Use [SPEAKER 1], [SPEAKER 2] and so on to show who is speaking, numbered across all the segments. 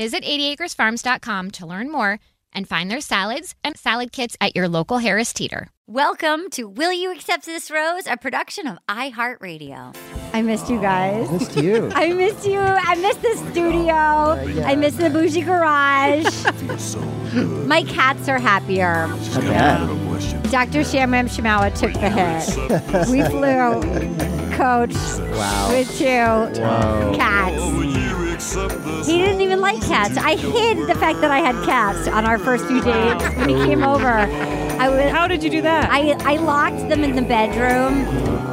[SPEAKER 1] Visit 80acresfarms.com to learn more and find their salads and salad kits at your local Harris Teeter.
[SPEAKER 2] Welcome to Will You Accept This Rose, a production of iHeartRadio.
[SPEAKER 3] I missed you guys.
[SPEAKER 4] Missed you.
[SPEAKER 3] I missed you. I missed the studio. I missed the bougie garage. My cats are happier.
[SPEAKER 4] I bet.
[SPEAKER 3] Dr. Shamram Shamawa took the hit. we flew coach
[SPEAKER 4] Wow.
[SPEAKER 3] with two
[SPEAKER 4] Wow.
[SPEAKER 3] cats. He didn't even like cats. I hid the fact that I had cats on our first few dates. When he came over, I was,
[SPEAKER 5] How did you do that?
[SPEAKER 3] I, I locked them in the bedroom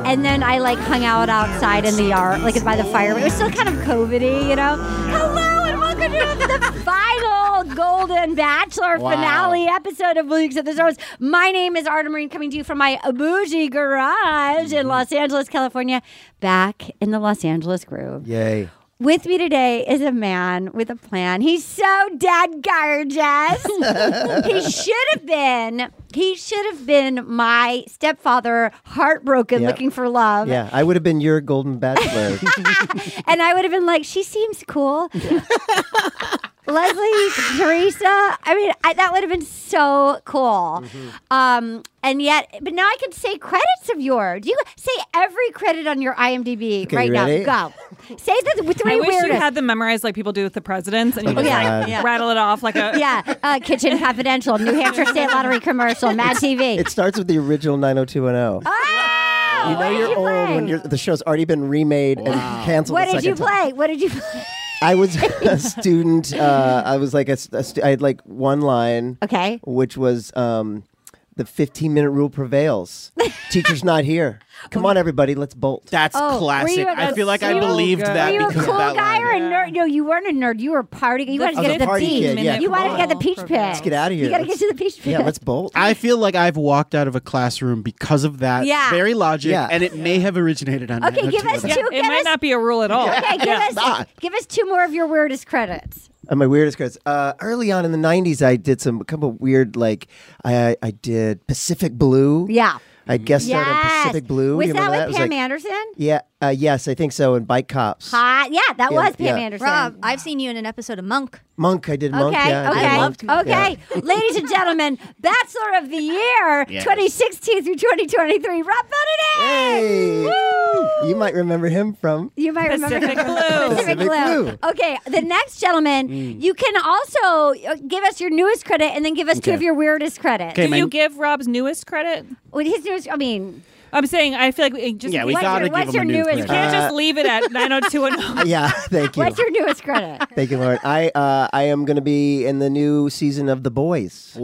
[SPEAKER 3] and then I like hung out outside in the yard, like by the fire. It was still kind of COVID-y, you know? Hello and welcome to the final Golden Bachelor
[SPEAKER 4] Wow.
[SPEAKER 3] finale episode of Weeks of the Stars. My name is Arta Marine coming to you from my bougie garage in Los Angeles, California, back in the Los Angeles groove.
[SPEAKER 4] Yay.
[SPEAKER 3] With me today is a man with a plan. He's so dad gorgeous. he should have been. He should have been my stepfather, heartbroken,
[SPEAKER 4] Yep.
[SPEAKER 3] looking for love.
[SPEAKER 4] Yeah, I would have been your golden bachelor.
[SPEAKER 3] And I would have been like, she seems cool. Leslie, Teresa. I mean, I, that would have been so cool.
[SPEAKER 4] Mm-hmm.
[SPEAKER 3] Um, and yet, but now I can say credits of yours. You say every credit on your IMDb
[SPEAKER 4] Okay,
[SPEAKER 3] right
[SPEAKER 4] you ready?
[SPEAKER 3] now. Go. Say the th- three
[SPEAKER 5] I wish you
[SPEAKER 3] weirdest. Oh,
[SPEAKER 5] had them memorized like people do with the presidents, and you just
[SPEAKER 3] yeah,
[SPEAKER 5] like
[SPEAKER 3] yeah.
[SPEAKER 5] rattle it off like a
[SPEAKER 3] yeah, uh, Kitchen Confidential, New Hampshire State Lottery commercial, Mad TV.
[SPEAKER 4] it starts with the original 90210.
[SPEAKER 3] oh,
[SPEAKER 4] you know
[SPEAKER 3] what did
[SPEAKER 4] you're
[SPEAKER 3] you
[SPEAKER 4] old
[SPEAKER 3] play?
[SPEAKER 4] when you're, the show's already been remade and canceled.
[SPEAKER 3] what
[SPEAKER 4] a
[SPEAKER 3] did you
[SPEAKER 4] second time.
[SPEAKER 3] play? What did you play?
[SPEAKER 4] I was a student. Uh, I was like a, s- a stu- I had like one line,
[SPEAKER 3] Okay.
[SPEAKER 4] which was um, the 15 minute rule prevails. Teacher's not here. Come on, everybody, let's bolt.
[SPEAKER 6] That's
[SPEAKER 3] Oh, were you
[SPEAKER 6] classic.
[SPEAKER 3] a-
[SPEAKER 6] I feel like I
[SPEAKER 5] so
[SPEAKER 6] believed
[SPEAKER 5] good.
[SPEAKER 6] that
[SPEAKER 3] Were you a
[SPEAKER 6] because
[SPEAKER 3] cool
[SPEAKER 6] of that
[SPEAKER 3] guy or
[SPEAKER 6] line.
[SPEAKER 3] a nerd? No, you weren't a nerd. You were party. You wanted to
[SPEAKER 4] I was
[SPEAKER 3] get to
[SPEAKER 4] a
[SPEAKER 3] the
[SPEAKER 4] party
[SPEAKER 3] peach.
[SPEAKER 4] kid, yeah.
[SPEAKER 3] You wanted to get the
[SPEAKER 5] Wow.
[SPEAKER 3] peach pit.
[SPEAKER 5] Let's
[SPEAKER 4] get outta here.
[SPEAKER 3] You got to get
[SPEAKER 4] Let's-
[SPEAKER 3] to the peach pit.
[SPEAKER 4] Yeah, let's bolt.
[SPEAKER 6] I feel like I've walked out of a classroom because of that
[SPEAKER 3] Yeah.
[SPEAKER 6] very logic,
[SPEAKER 4] Yeah.
[SPEAKER 6] and it may have originated on
[SPEAKER 3] Okay, give us
[SPEAKER 6] 90210.
[SPEAKER 5] Yeah,
[SPEAKER 3] two.
[SPEAKER 5] it
[SPEAKER 3] Give
[SPEAKER 5] might
[SPEAKER 3] us-
[SPEAKER 5] not be a rule at all.
[SPEAKER 3] Okay, give us
[SPEAKER 4] not.
[SPEAKER 3] give us two more of your weirdest credits.
[SPEAKER 4] Uh, my weirdest credits. Uh, early on in the '90s, I did some a couple weird like I I did Pacific Blue.
[SPEAKER 3] Yeah.
[SPEAKER 4] I guest starred on
[SPEAKER 3] Yes.
[SPEAKER 4] Pacific Blue.
[SPEAKER 3] Was
[SPEAKER 4] you
[SPEAKER 3] that
[SPEAKER 4] remember
[SPEAKER 3] with
[SPEAKER 4] It was
[SPEAKER 3] Pam
[SPEAKER 4] like-
[SPEAKER 3] Anderson?
[SPEAKER 4] Yeah. Uh, yes, I think so. And Bike Cops.
[SPEAKER 3] Hot. Yeah, that
[SPEAKER 4] Yeah,
[SPEAKER 3] was Pam
[SPEAKER 4] yeah.
[SPEAKER 3] Anderson.
[SPEAKER 2] Rob, I've seen you in an episode of Monk.
[SPEAKER 4] Monk. I did Monk.
[SPEAKER 3] Okay,
[SPEAKER 4] yeah, I did
[SPEAKER 3] okay,
[SPEAKER 4] Monk.
[SPEAKER 3] okay. Ladies and gentlemen, Bachelor of the Year, 2016 through 2023, Rob Benedict!
[SPEAKER 4] Hey!
[SPEAKER 3] Woo!
[SPEAKER 4] You might remember him from.
[SPEAKER 3] You might
[SPEAKER 5] Pacific
[SPEAKER 3] remember
[SPEAKER 5] Blue.
[SPEAKER 3] Pacific
[SPEAKER 4] Pacific
[SPEAKER 3] Blue. Okay, the next gentleman,
[SPEAKER 6] Mm.
[SPEAKER 3] you can also uh, give us your newest credit and then give us two of your weirdest credits.
[SPEAKER 6] Okay.
[SPEAKER 5] Do
[SPEAKER 6] my-
[SPEAKER 5] you give Rob's newest credit?
[SPEAKER 3] Well, his newest, I mean,
[SPEAKER 5] I'm saying I feel like it just
[SPEAKER 6] Yeah, we
[SPEAKER 5] you
[SPEAKER 3] what's
[SPEAKER 6] gotta
[SPEAKER 3] your,
[SPEAKER 6] give
[SPEAKER 3] what's
[SPEAKER 6] him
[SPEAKER 3] your
[SPEAKER 6] a new
[SPEAKER 3] newest?
[SPEAKER 6] credit.
[SPEAKER 5] can't just leave it at 90210.
[SPEAKER 4] Yeah, thank you.
[SPEAKER 3] What's your newest credit?
[SPEAKER 4] Thank you, Lauren. I uh, I am going to be in the new season of The Boys.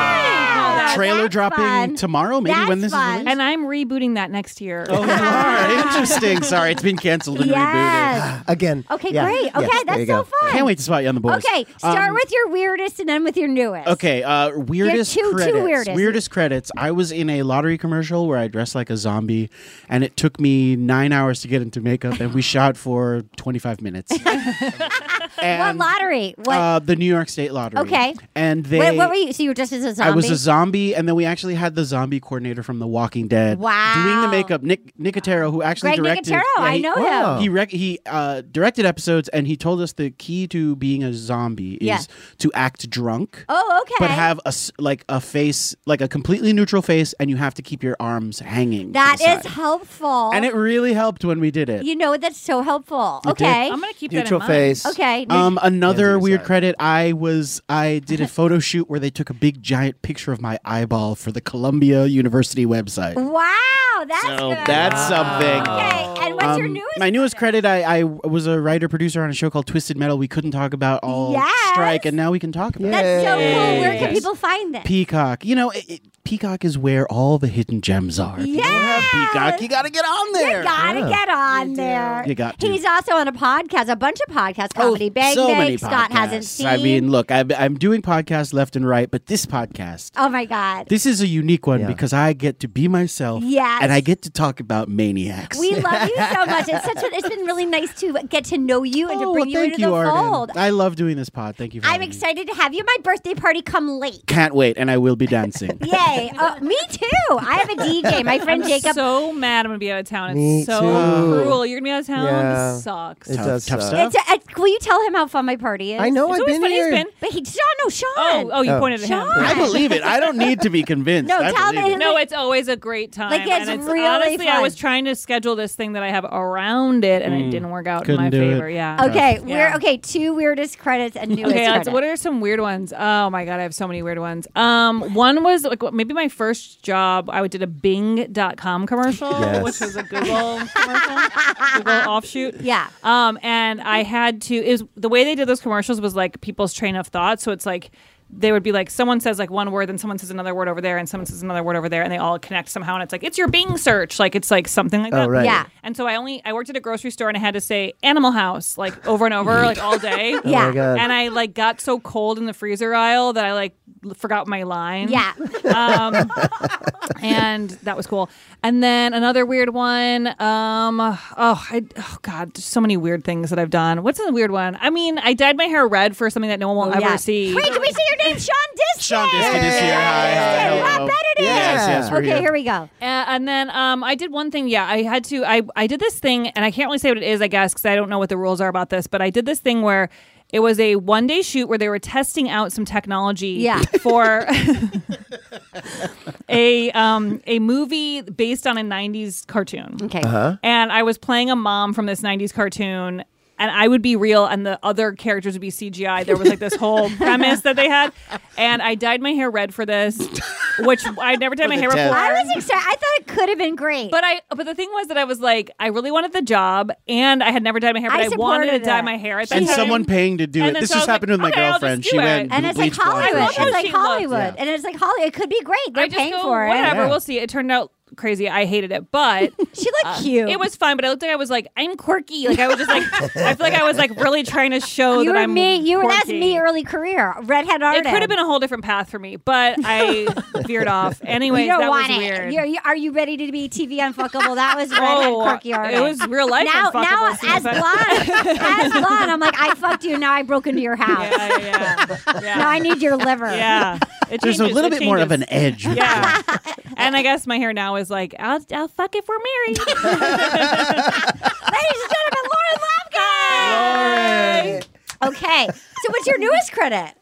[SPEAKER 3] Wow.
[SPEAKER 5] that's
[SPEAKER 6] Trailer dropping
[SPEAKER 3] Ah, fun.
[SPEAKER 6] tomorrow, maybe when
[SPEAKER 3] That's
[SPEAKER 6] this
[SPEAKER 3] fun.
[SPEAKER 6] is released.
[SPEAKER 5] and I'm rebooting that next year.
[SPEAKER 6] Oh, you are. interesting. Sorry, it's been canceled and rebooted.
[SPEAKER 3] yes.
[SPEAKER 4] Again.
[SPEAKER 3] Okay,
[SPEAKER 4] Yeah,
[SPEAKER 3] great.
[SPEAKER 4] yes,
[SPEAKER 3] Okay,
[SPEAKER 4] there
[SPEAKER 3] that's
[SPEAKER 4] you
[SPEAKER 3] so
[SPEAKER 4] go.
[SPEAKER 3] fun.
[SPEAKER 6] Can't wait to spot you on the boys.
[SPEAKER 3] Okay, start
[SPEAKER 6] Um,
[SPEAKER 3] with your weirdest and then with your newest.
[SPEAKER 6] Okay, uh, weirdest
[SPEAKER 3] two- two
[SPEAKER 6] credits.
[SPEAKER 3] weirdest.
[SPEAKER 6] credits. I was in a lottery commercial where I dressed like a zombie, and it took me nine hours to get into makeup, and we shot for 25 minutes. And,
[SPEAKER 3] what lottery? What?
[SPEAKER 6] Uh, the New York State Lottery.
[SPEAKER 3] Okay.
[SPEAKER 6] And they.
[SPEAKER 3] Wait, what were you? So you were just as a zombie?
[SPEAKER 6] I was a zombie, and then we actually had the zombie coordinator from The Walking Dead doing the
[SPEAKER 3] Wow.
[SPEAKER 6] makeup, Nick Nicotero, who actually
[SPEAKER 3] Greg
[SPEAKER 6] directed.
[SPEAKER 3] Nicotero,
[SPEAKER 6] yeah,
[SPEAKER 3] I
[SPEAKER 6] he-
[SPEAKER 3] know
[SPEAKER 4] Wow.
[SPEAKER 3] him.
[SPEAKER 6] He rec- he uh, directed episodes, and he told us the key to being a zombie is
[SPEAKER 3] Yeah.
[SPEAKER 6] to act drunk,
[SPEAKER 3] Oh, okay.
[SPEAKER 6] but have a s- like a face, like a completely neutral face, and you have to keep your arms hanging.
[SPEAKER 3] that
[SPEAKER 6] to the
[SPEAKER 3] is
[SPEAKER 6] side.
[SPEAKER 3] helpful.
[SPEAKER 6] and it really helped when we did it.
[SPEAKER 3] you know that's so helpful.
[SPEAKER 6] It did.
[SPEAKER 3] Okay.
[SPEAKER 5] I'm gonna keep that in
[SPEAKER 4] Neutral
[SPEAKER 5] mind.
[SPEAKER 4] face.
[SPEAKER 3] Okay.
[SPEAKER 4] Hands
[SPEAKER 6] Um, another
[SPEAKER 4] on your
[SPEAKER 6] weird
[SPEAKER 4] side.
[SPEAKER 6] credit. I was I did a photo shoot where they took a big giant picture of my eyeball for the Columbia University website.
[SPEAKER 3] wow, that's
[SPEAKER 6] so
[SPEAKER 3] good.
[SPEAKER 6] that's something.
[SPEAKER 3] Okay, and what's your
[SPEAKER 6] Um,
[SPEAKER 3] newest?
[SPEAKER 6] My newest credit, I, I was a writer producer on a show called Twisted Metal. We couldn't talk about all
[SPEAKER 3] Yes.
[SPEAKER 6] strike, and now we can talk about
[SPEAKER 3] That's
[SPEAKER 6] it.
[SPEAKER 3] so cool. Where can
[SPEAKER 6] Yes.
[SPEAKER 3] people find that?
[SPEAKER 6] Peacock. You know, it, it- Peacock is where all the hidden gems are. If you don't have Peacock, you got to get on there.
[SPEAKER 3] You gotta get on there.
[SPEAKER 6] Uh, You got to.
[SPEAKER 3] He's also on a podcast, a bunch of podcasts. Comedy Bang
[SPEAKER 6] so
[SPEAKER 3] Bang.
[SPEAKER 6] many
[SPEAKER 3] Scott hasn't
[SPEAKER 6] podcasts.
[SPEAKER 3] seen.
[SPEAKER 6] I mean, look, I'm, I'm doing podcasts left and right, but this podcast,
[SPEAKER 3] oh my god,
[SPEAKER 6] this is a unique one
[SPEAKER 4] Yeah.
[SPEAKER 6] because I get to be myself.
[SPEAKER 3] Yes.
[SPEAKER 6] And I get to talk about maniacs.
[SPEAKER 3] we love you so much. It's such. A, it's been really nice to get to know you and to
[SPEAKER 6] Oh,
[SPEAKER 3] bring
[SPEAKER 6] well,
[SPEAKER 3] you
[SPEAKER 6] thank
[SPEAKER 3] into
[SPEAKER 6] you,
[SPEAKER 3] the
[SPEAKER 6] Arden.
[SPEAKER 3] fold.
[SPEAKER 6] I love doing this pod. Thank you. For
[SPEAKER 3] I'm
[SPEAKER 6] having me.
[SPEAKER 3] excited to have you. My birthday party come late.
[SPEAKER 6] Can't wait, and I will be dancing.
[SPEAKER 3] Yay! Uh, me too. I have a DJ. My friend
[SPEAKER 5] I'm
[SPEAKER 3] Jacob.
[SPEAKER 5] so mad I'm gonna be out of town. It's
[SPEAKER 4] Me
[SPEAKER 5] so
[SPEAKER 4] too.
[SPEAKER 5] cruel. You're gonna be out of town.
[SPEAKER 4] Yeah.
[SPEAKER 5] This sucks.
[SPEAKER 4] It
[SPEAKER 6] Tough-
[SPEAKER 4] does
[SPEAKER 6] tough
[SPEAKER 4] suck.
[SPEAKER 6] stuff.
[SPEAKER 3] it's a, a- will you tell him how fun my party is?
[SPEAKER 4] I know.
[SPEAKER 5] It's
[SPEAKER 4] I've
[SPEAKER 5] always
[SPEAKER 4] been
[SPEAKER 5] funny.
[SPEAKER 4] here.
[SPEAKER 5] He's been.
[SPEAKER 3] But he, Sean, no, Sean.
[SPEAKER 5] Oh, oh, you
[SPEAKER 4] Oh.
[SPEAKER 5] pointed at him.
[SPEAKER 3] Sean.
[SPEAKER 6] I believe it. I don't need to be convinced.
[SPEAKER 3] No,
[SPEAKER 6] I
[SPEAKER 3] tell
[SPEAKER 6] believe
[SPEAKER 3] me-
[SPEAKER 6] it.
[SPEAKER 5] No, it's always a great time.
[SPEAKER 3] Like, it's
[SPEAKER 5] and it's
[SPEAKER 3] really
[SPEAKER 5] honestly, I
[SPEAKER 3] fun.
[SPEAKER 5] was trying to schedule this thing that I have around it, and it didn't work out in
[SPEAKER 6] Mm. Couldn't
[SPEAKER 5] my
[SPEAKER 6] do it.
[SPEAKER 5] favor. Yeah.
[SPEAKER 3] Okay,
[SPEAKER 5] Yeah.
[SPEAKER 3] we're okay. Two weirdest credits and newest
[SPEAKER 5] Okay, let's-
[SPEAKER 3] credit.
[SPEAKER 5] what are some weird ones? Oh my god, I have so many weird ones. Um, one was like what- maybe my first job. I did a Bing.com commercial,
[SPEAKER 4] Yes.
[SPEAKER 5] which was a Google commercial, Google offshoot.
[SPEAKER 3] Yeah.
[SPEAKER 5] Um, and I had to is the way they did those commercials was like people's train of thought. So it's like they would be like someone says like one word, then someone says another word over there, and someone says another word over there, and they all connect somehow. And it's like it's your Bing search, like it's like something like
[SPEAKER 4] Oh,
[SPEAKER 5] that.
[SPEAKER 4] right.
[SPEAKER 3] Yeah.
[SPEAKER 5] And so I only I worked at a grocery store and I had to say Animal House like over and over like all day.
[SPEAKER 3] Yeah.
[SPEAKER 4] Oh my God.
[SPEAKER 5] And I like got so cold in the freezer aisle that I like l- forgot my line.
[SPEAKER 3] Yeah.
[SPEAKER 5] Um, and that was cool. And then another weird one. Um, oh, I, oh God, there's so many weird things that I've done. What's the weird one? I mean, I dyed my hair red for something that no one will
[SPEAKER 3] Oh, Yeah.
[SPEAKER 5] ever see.
[SPEAKER 3] Wait, can we say your name? Sean Distin.
[SPEAKER 6] Sean Distin is here. Hi, hi.
[SPEAKER 3] Distin, Rob
[SPEAKER 6] hello.
[SPEAKER 3] Benedict.
[SPEAKER 6] Yes, yes, we're
[SPEAKER 3] okay,
[SPEAKER 6] here.
[SPEAKER 3] here. we go.
[SPEAKER 5] Uh, and then um, I did one thing. Yeah, I had to. I I did this thing, and I can't really say what it is. I guess because I don't know what the rules are about this. But I did this thing where it was a one day shoot where they were testing out some technology.
[SPEAKER 3] Yeah.
[SPEAKER 5] For. a um a movie based on a 90s cartoon
[SPEAKER 3] Okay.
[SPEAKER 6] Uh-huh.
[SPEAKER 5] and I was playing a mom from this 90s cartoon. And I would be real, and the other characters would be CGI. There was like this whole premise that they had, and I dyed my hair red for this, which I'd never dyed my hair
[SPEAKER 6] test.
[SPEAKER 5] before.
[SPEAKER 3] I was excited. I thought it could have been great.
[SPEAKER 5] but I, but the thing was that I was like, I really wanted the job, and I had never dyed my hair,
[SPEAKER 3] I
[SPEAKER 5] but I, wanted to
[SPEAKER 3] supported
[SPEAKER 5] dye
[SPEAKER 3] it.
[SPEAKER 5] my hair. At that
[SPEAKER 6] And
[SPEAKER 5] time.
[SPEAKER 6] someone paying to do
[SPEAKER 5] And
[SPEAKER 6] it.
[SPEAKER 5] then
[SPEAKER 6] This
[SPEAKER 5] so I
[SPEAKER 6] just
[SPEAKER 5] was
[SPEAKER 6] happened with
[SPEAKER 5] like,
[SPEAKER 6] my
[SPEAKER 5] okay, I'll just
[SPEAKER 6] girlfriend.
[SPEAKER 5] do
[SPEAKER 6] She
[SPEAKER 5] it.
[SPEAKER 6] went
[SPEAKER 3] and it's like
[SPEAKER 6] bleach blonde.
[SPEAKER 3] Hollywood.
[SPEAKER 5] I love
[SPEAKER 3] It's
[SPEAKER 5] how
[SPEAKER 3] like
[SPEAKER 5] she looked. Yeah.
[SPEAKER 3] Hollywood. And it's like Hollywood. It could be great. They're
[SPEAKER 5] I just
[SPEAKER 3] paying
[SPEAKER 5] go,
[SPEAKER 3] for it.
[SPEAKER 5] whatever. We'll see. It turned out crazy. I hated it, but uh,
[SPEAKER 3] She looked cute.
[SPEAKER 5] it was fun. But I looked like I was like, I'm quirky. Like I was just like, I feel like I was like really trying to show
[SPEAKER 3] you
[SPEAKER 5] that
[SPEAKER 3] were
[SPEAKER 5] I'm
[SPEAKER 3] me. You were that's
[SPEAKER 5] quirky.
[SPEAKER 3] me early career. Redhead artist.
[SPEAKER 5] It could have been a whole different path for me, but I veered off. Anyways,
[SPEAKER 3] You don't
[SPEAKER 5] that
[SPEAKER 3] want
[SPEAKER 5] was
[SPEAKER 3] it.
[SPEAKER 5] weird.
[SPEAKER 3] You're, you, are you ready to be TV unfuckable? That was redhead
[SPEAKER 5] oh,
[SPEAKER 3] quirky artist.
[SPEAKER 5] it was real life.
[SPEAKER 3] now,
[SPEAKER 5] unfuckable
[SPEAKER 3] now
[SPEAKER 5] scene,
[SPEAKER 3] as
[SPEAKER 5] but-
[SPEAKER 3] blonde, as blonde, I'm like, I fucked you. Now I broke into your house.
[SPEAKER 5] Yeah, yeah, yeah.
[SPEAKER 3] Now I
[SPEAKER 5] yeah.
[SPEAKER 3] need your liver.
[SPEAKER 5] yeah. It
[SPEAKER 6] There's a
[SPEAKER 5] changes,
[SPEAKER 6] little
[SPEAKER 5] it
[SPEAKER 6] bit more of an
[SPEAKER 5] changes.
[SPEAKER 6] edge. with that.
[SPEAKER 5] Yeah, and I guess my hair now is like I'll I'll fuck if we're married.
[SPEAKER 3] Ladies and gentlemen, Lauren Lapkus. Okay. So what's your newest credit?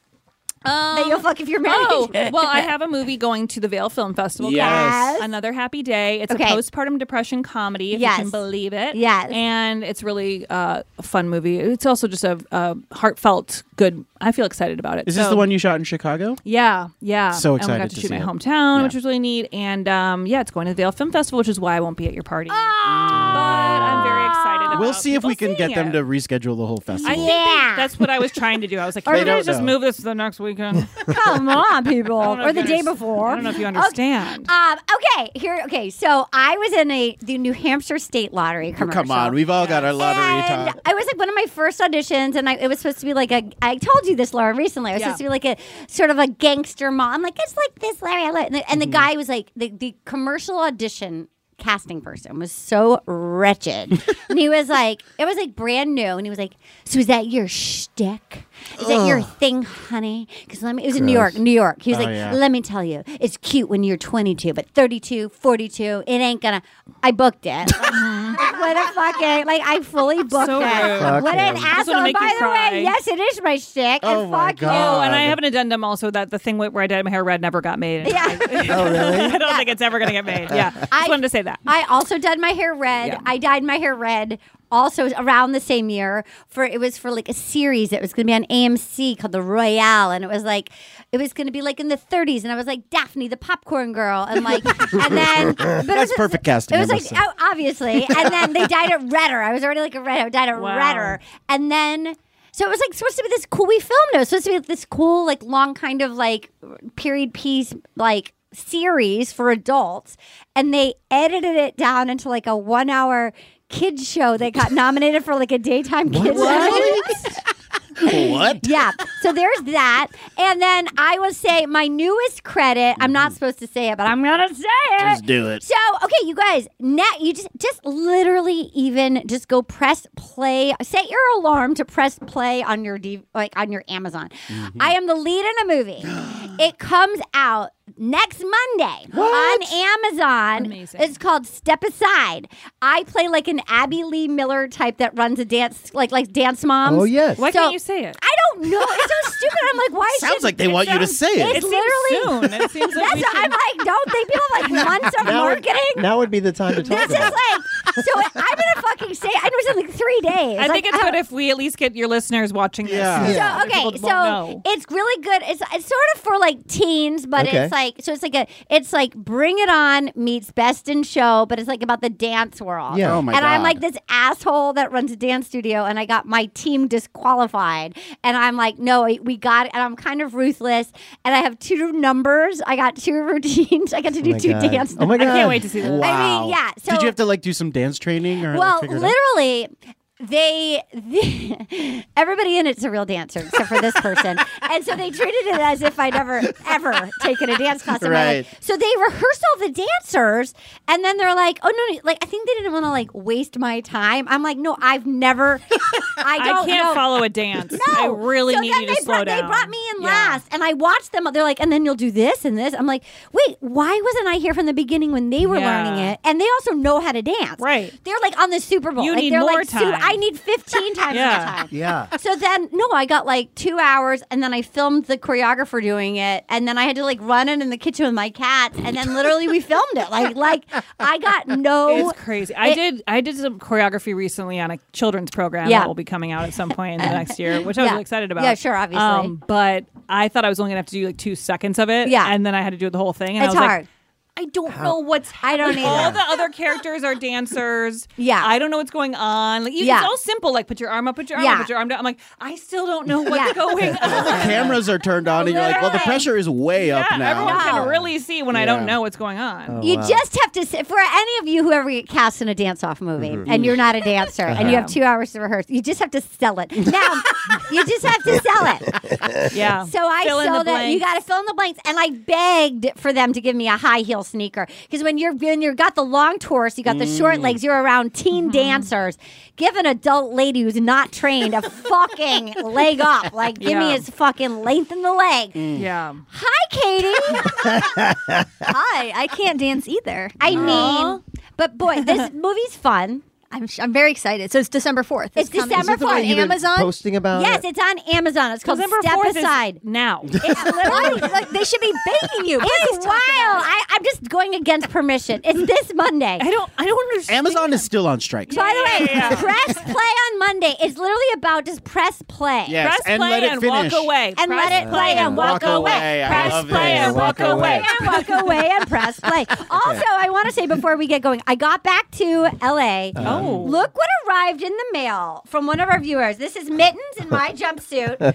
[SPEAKER 3] that you'll fuck if you're married.
[SPEAKER 5] oh well, I have a movie going to the Vale Film Festival.
[SPEAKER 6] Yes.
[SPEAKER 5] Another happy day. It's
[SPEAKER 3] Okay.
[SPEAKER 5] a postpartum depression comedy. If
[SPEAKER 3] Yes.
[SPEAKER 5] you can believe it.
[SPEAKER 3] Yes.
[SPEAKER 5] and it's really uh, a fun movie. It's also just a, a heartfelt, good. I feel excited about it.
[SPEAKER 6] Is this
[SPEAKER 5] So-
[SPEAKER 6] the one you shot in Chicago?
[SPEAKER 5] Yeah, yeah.
[SPEAKER 6] So
[SPEAKER 5] And we
[SPEAKER 6] excited
[SPEAKER 5] got to,
[SPEAKER 6] to
[SPEAKER 5] shoot
[SPEAKER 6] see
[SPEAKER 5] my
[SPEAKER 6] it.
[SPEAKER 5] hometown,
[SPEAKER 6] Yeah.
[SPEAKER 5] which was really neat. And um, yeah, it's going to the Vale Film Festival, which is why I won't be at your party. But
[SPEAKER 3] Ah!
[SPEAKER 5] I'm very excited. About
[SPEAKER 6] We'll see if
[SPEAKER 5] people
[SPEAKER 6] we can
[SPEAKER 5] seeing
[SPEAKER 6] get them
[SPEAKER 5] it.
[SPEAKER 6] to reschedule the whole festival.
[SPEAKER 5] I think
[SPEAKER 3] Yeah.
[SPEAKER 5] that- that's what I was trying to do. I was like,
[SPEAKER 6] They
[SPEAKER 5] can you guys
[SPEAKER 6] don't
[SPEAKER 5] just
[SPEAKER 6] know.
[SPEAKER 5] move this to the next weekend?
[SPEAKER 3] Come on, people.
[SPEAKER 5] I don't know
[SPEAKER 3] Or
[SPEAKER 5] if
[SPEAKER 3] the
[SPEAKER 5] you
[SPEAKER 3] day
[SPEAKER 5] under-
[SPEAKER 3] before.
[SPEAKER 5] I don't know if you understand.
[SPEAKER 3] Um, okay, here. Okay, so I was in a the New Hampshire State Lottery commercial.
[SPEAKER 6] Come on, we've all got our lottery
[SPEAKER 3] and
[SPEAKER 6] talk.
[SPEAKER 3] I was like one of my first auditions, and I, it was supposed to be like a. I told you this, Laura, recently. I was
[SPEAKER 5] Yeah.
[SPEAKER 3] supposed to be like a sort of a gangster mom. I'm like, it's like this, Larry. I love it. And, the, and the guy was like, the, the commercial audition casting person was so wretched. and he was like, it was like brand new. And he was like, so is that your shtick? Is
[SPEAKER 4] Oh.
[SPEAKER 3] that your thing, honey? Because let me, it was in New York, New York. He was
[SPEAKER 6] Oh,
[SPEAKER 3] like,
[SPEAKER 6] yeah.
[SPEAKER 3] let me tell you, it's cute when you're 22, but 32, 42, it ain't gonna, I booked it. Like, what a fucking, like I fully booked
[SPEAKER 5] So
[SPEAKER 3] it.
[SPEAKER 5] rude.
[SPEAKER 4] Fuck
[SPEAKER 3] What an
[SPEAKER 4] him.
[SPEAKER 5] This will
[SPEAKER 3] asshole.
[SPEAKER 5] make
[SPEAKER 3] By
[SPEAKER 5] you
[SPEAKER 3] the
[SPEAKER 5] cry.
[SPEAKER 3] way, yes, it is my shtick.
[SPEAKER 6] Oh
[SPEAKER 3] and
[SPEAKER 6] my
[SPEAKER 3] fuck
[SPEAKER 6] God.
[SPEAKER 3] you.
[SPEAKER 5] Oh, and I have an addendum also that the thing where I dyed my hair red never got made.
[SPEAKER 3] Yeah.
[SPEAKER 4] Oh, really?
[SPEAKER 5] I don't think it's ever going to get made. Yeah. I
[SPEAKER 3] I-
[SPEAKER 5] just wanted to say that.
[SPEAKER 3] I also dyed my hair red.
[SPEAKER 5] Yeah.
[SPEAKER 3] I dyed my hair red also around the same year for it was for like a series that was going to be on AMC called The Royale and it was like it was going to be like in the 30s and I was like Daphne the popcorn girl and like and then but it
[SPEAKER 6] That's
[SPEAKER 3] was-
[SPEAKER 6] perfect casting,
[SPEAKER 3] It was
[SPEAKER 6] I
[SPEAKER 3] like
[SPEAKER 6] must say.
[SPEAKER 3] oh, obviously and then they dyed it redder. I was already like a red. I dyed it
[SPEAKER 5] Wow.
[SPEAKER 3] redder and then so it was like supposed to be this cool. We filmed it. It was supposed to be like, this cool, like long kind of like period piece, like series for adults, and they edited it down into like a one hour kids show that got nominated for like a daytime kids show.
[SPEAKER 6] What?
[SPEAKER 3] yeah. So there's that, and then I will say my newest credit. I'm not supposed to say it, but I'm gonna say it.
[SPEAKER 6] Just do it.
[SPEAKER 3] So, okay, you guys, now you just just literally even just go press play. Set your alarm to press play on your D, like on your Amazon. I am the lead in a movie. it comes out next Monday on Amazon.
[SPEAKER 5] Amazing.
[SPEAKER 3] It's called Step Aside. I play like an Abby Lee Miller type that runs a dance like like dance moms.
[SPEAKER 4] Oh, yes.
[SPEAKER 5] Why
[SPEAKER 3] So-
[SPEAKER 5] can't you say it?
[SPEAKER 3] I don't know. It's so stupid. I'm like, why?
[SPEAKER 6] Sounds
[SPEAKER 3] should-
[SPEAKER 6] like they want you to
[SPEAKER 3] sounds-
[SPEAKER 6] say it.
[SPEAKER 3] It's
[SPEAKER 5] seems
[SPEAKER 3] literally.
[SPEAKER 5] soon. It seems like
[SPEAKER 3] That's
[SPEAKER 5] we
[SPEAKER 3] what I'm
[SPEAKER 5] should-
[SPEAKER 3] like, don't they people have like months of
[SPEAKER 4] Now would-
[SPEAKER 3] marketing?
[SPEAKER 4] Now would be the time to talk
[SPEAKER 3] This is
[SPEAKER 4] about it.
[SPEAKER 3] like so. I'm gonna fucking say. I know it's in like three days.
[SPEAKER 5] I
[SPEAKER 3] Like,
[SPEAKER 5] think it's
[SPEAKER 3] I-
[SPEAKER 5] good if we at least get your listeners watching this.
[SPEAKER 6] Yeah.
[SPEAKER 3] So,
[SPEAKER 5] Other people won't
[SPEAKER 3] okay, so
[SPEAKER 5] know.
[SPEAKER 3] it's really good. It's it's sort of for like teens, but
[SPEAKER 4] Okay.
[SPEAKER 3] it's like so it's like a it's like Bring It On meets Best in Show, but it's like about the dance world.
[SPEAKER 4] Yeah.
[SPEAKER 6] Oh my
[SPEAKER 3] and I'm
[SPEAKER 6] God.
[SPEAKER 3] like this asshole that runs a dance studio, and I got my team disqualified, and I'm like, no, we got, it. and I'm kind of ruthless, and I have two numbers, I got two routines, I got to do
[SPEAKER 4] my
[SPEAKER 3] two
[SPEAKER 4] God.
[SPEAKER 3] dance.
[SPEAKER 4] Oh my
[SPEAKER 5] I
[SPEAKER 4] god!
[SPEAKER 5] can't wait to see this.
[SPEAKER 6] Wow.
[SPEAKER 3] yeah, so-
[SPEAKER 6] Did you have to like do some dance training or like,
[SPEAKER 3] Well,
[SPEAKER 6] figure it out?
[SPEAKER 3] literally, they, the- everybody in it's a real dancer except for this person, and so they treated it as if I'd ever ever taken a dance class in my life.
[SPEAKER 6] Right.
[SPEAKER 3] So they rehearsed all the dancers, and then they're like, "Oh no, no!" Like I think they didn't want to like waste my time. I'm like, "No, I've never. I don't
[SPEAKER 5] I can't
[SPEAKER 3] know.
[SPEAKER 5] follow a dance. I
[SPEAKER 3] No.
[SPEAKER 5] really
[SPEAKER 3] so
[SPEAKER 5] need
[SPEAKER 3] then
[SPEAKER 5] you
[SPEAKER 3] they
[SPEAKER 5] to slow
[SPEAKER 3] brought,
[SPEAKER 5] down.
[SPEAKER 3] They brought me in
[SPEAKER 5] Yeah.
[SPEAKER 3] last, and I watched them. They're like, and then you'll do this and this. I'm like, wait, why wasn't I here from the beginning when they were
[SPEAKER 5] Yeah.
[SPEAKER 3] learning it? And they also know how to dance.
[SPEAKER 5] Right.
[SPEAKER 3] They're like on the Super Bowl.
[SPEAKER 5] You
[SPEAKER 3] like,
[SPEAKER 5] need
[SPEAKER 3] they're
[SPEAKER 5] more
[SPEAKER 3] like, "Dude,
[SPEAKER 5] time."
[SPEAKER 3] I need 15 times
[SPEAKER 5] Yeah.
[SPEAKER 3] that time.
[SPEAKER 4] Yeah.
[SPEAKER 3] So then, no, I got like two hours, and then I filmed the choreographer doing it, and then I had to like run it in the kitchen with my cat, and then literally we filmed it. Like, like I got no.
[SPEAKER 5] It's crazy. I
[SPEAKER 3] It-
[SPEAKER 5] did. I did some choreography recently on a children's program
[SPEAKER 3] Yeah.
[SPEAKER 5] that will be coming out at some point in the next year, which I was
[SPEAKER 3] Yeah.
[SPEAKER 5] really excited about. Um,
[SPEAKER 3] Yeah, sure, obviously.
[SPEAKER 5] but I thought I was only gonna have to do like two seconds of it.
[SPEAKER 3] Yeah.
[SPEAKER 5] and then I had to do the whole thing. And
[SPEAKER 3] It's
[SPEAKER 5] I was
[SPEAKER 3] hard.
[SPEAKER 5] Like, I don't know what's
[SPEAKER 3] I don't
[SPEAKER 5] happening. All
[SPEAKER 3] either.
[SPEAKER 5] the other characters are dancers.
[SPEAKER 3] Yeah.
[SPEAKER 5] I don't know what's going on. Like, you-
[SPEAKER 3] Yeah.
[SPEAKER 5] it's all simple. Like, put your arm up, put your arm
[SPEAKER 3] Yeah.
[SPEAKER 5] up, put your arm down. I'm like, I still don't know what's
[SPEAKER 3] Yeah.
[SPEAKER 5] going
[SPEAKER 6] the
[SPEAKER 5] on.
[SPEAKER 6] cameras are turned on, and you're like, well, the
[SPEAKER 3] Literally.
[SPEAKER 6] pressure is way
[SPEAKER 5] yeah,
[SPEAKER 6] up now. Oh,
[SPEAKER 5] everyone
[SPEAKER 3] No.
[SPEAKER 5] can really see when I
[SPEAKER 6] Yeah.
[SPEAKER 5] don't know what's going on.
[SPEAKER 6] Oh,
[SPEAKER 3] You just have to say, for any of you who ever get cast in a dance off movie and you're not a dancer and you have two hours to rehearse, you just have to sell it. Now, you just have to sell it.
[SPEAKER 5] Yeah.
[SPEAKER 3] So I
[SPEAKER 5] Fill in the
[SPEAKER 3] sold it. You
[SPEAKER 5] blanks.
[SPEAKER 3] got to fill in the blanks. And I begged for them to give me a high heel sneaker because when you're when you've got the long torso, you got the short legs, you're around teen dancers. Give an adult lady who's not trained a fucking leg up. Like, give me
[SPEAKER 5] Yeah.
[SPEAKER 3] his fucking lengthen the leg.
[SPEAKER 5] Yeah.
[SPEAKER 3] Hi, Katie.
[SPEAKER 2] Hi, I can't dance either.
[SPEAKER 3] I mean, but boy, this movie's fun.
[SPEAKER 2] I'm, sh- I'm very excited. So it's December 4th.
[SPEAKER 3] It's
[SPEAKER 2] coming.
[SPEAKER 3] December
[SPEAKER 4] Is it the one
[SPEAKER 3] 4th,
[SPEAKER 4] you've been
[SPEAKER 2] Amazon?
[SPEAKER 4] posting about?
[SPEAKER 3] Yes, it's on Amazon. It's called
[SPEAKER 5] December
[SPEAKER 3] Step
[SPEAKER 5] 4th is
[SPEAKER 3] Aside.
[SPEAKER 5] now.
[SPEAKER 3] It's literally
[SPEAKER 2] Right, like, they should be begging you.
[SPEAKER 3] it's
[SPEAKER 2] Please
[SPEAKER 3] wild.
[SPEAKER 2] talk about it.
[SPEAKER 3] I, I'm just going against permission. It's this Monday.
[SPEAKER 5] I don't. I don't understand.
[SPEAKER 6] Amazon is still on strike.
[SPEAKER 3] By the way, press play on Monday. It's literally about just press play.
[SPEAKER 6] Yes,
[SPEAKER 5] Press
[SPEAKER 6] and
[SPEAKER 5] play
[SPEAKER 6] let it
[SPEAKER 5] and
[SPEAKER 6] finish.
[SPEAKER 5] walk away.
[SPEAKER 3] And
[SPEAKER 5] Press
[SPEAKER 3] let it play and walk, away.
[SPEAKER 6] I
[SPEAKER 3] Press
[SPEAKER 6] love
[SPEAKER 5] play
[SPEAKER 6] this.
[SPEAKER 5] and walk away.
[SPEAKER 3] and walk away and press play. Also, I want to say before we get going, I got back to LA.
[SPEAKER 4] Uh-huh.
[SPEAKER 5] Oh.
[SPEAKER 3] Look what arrived in the mail from one of our viewers. This is Mittens in
[SPEAKER 4] Oh.
[SPEAKER 3] my jumpsuit with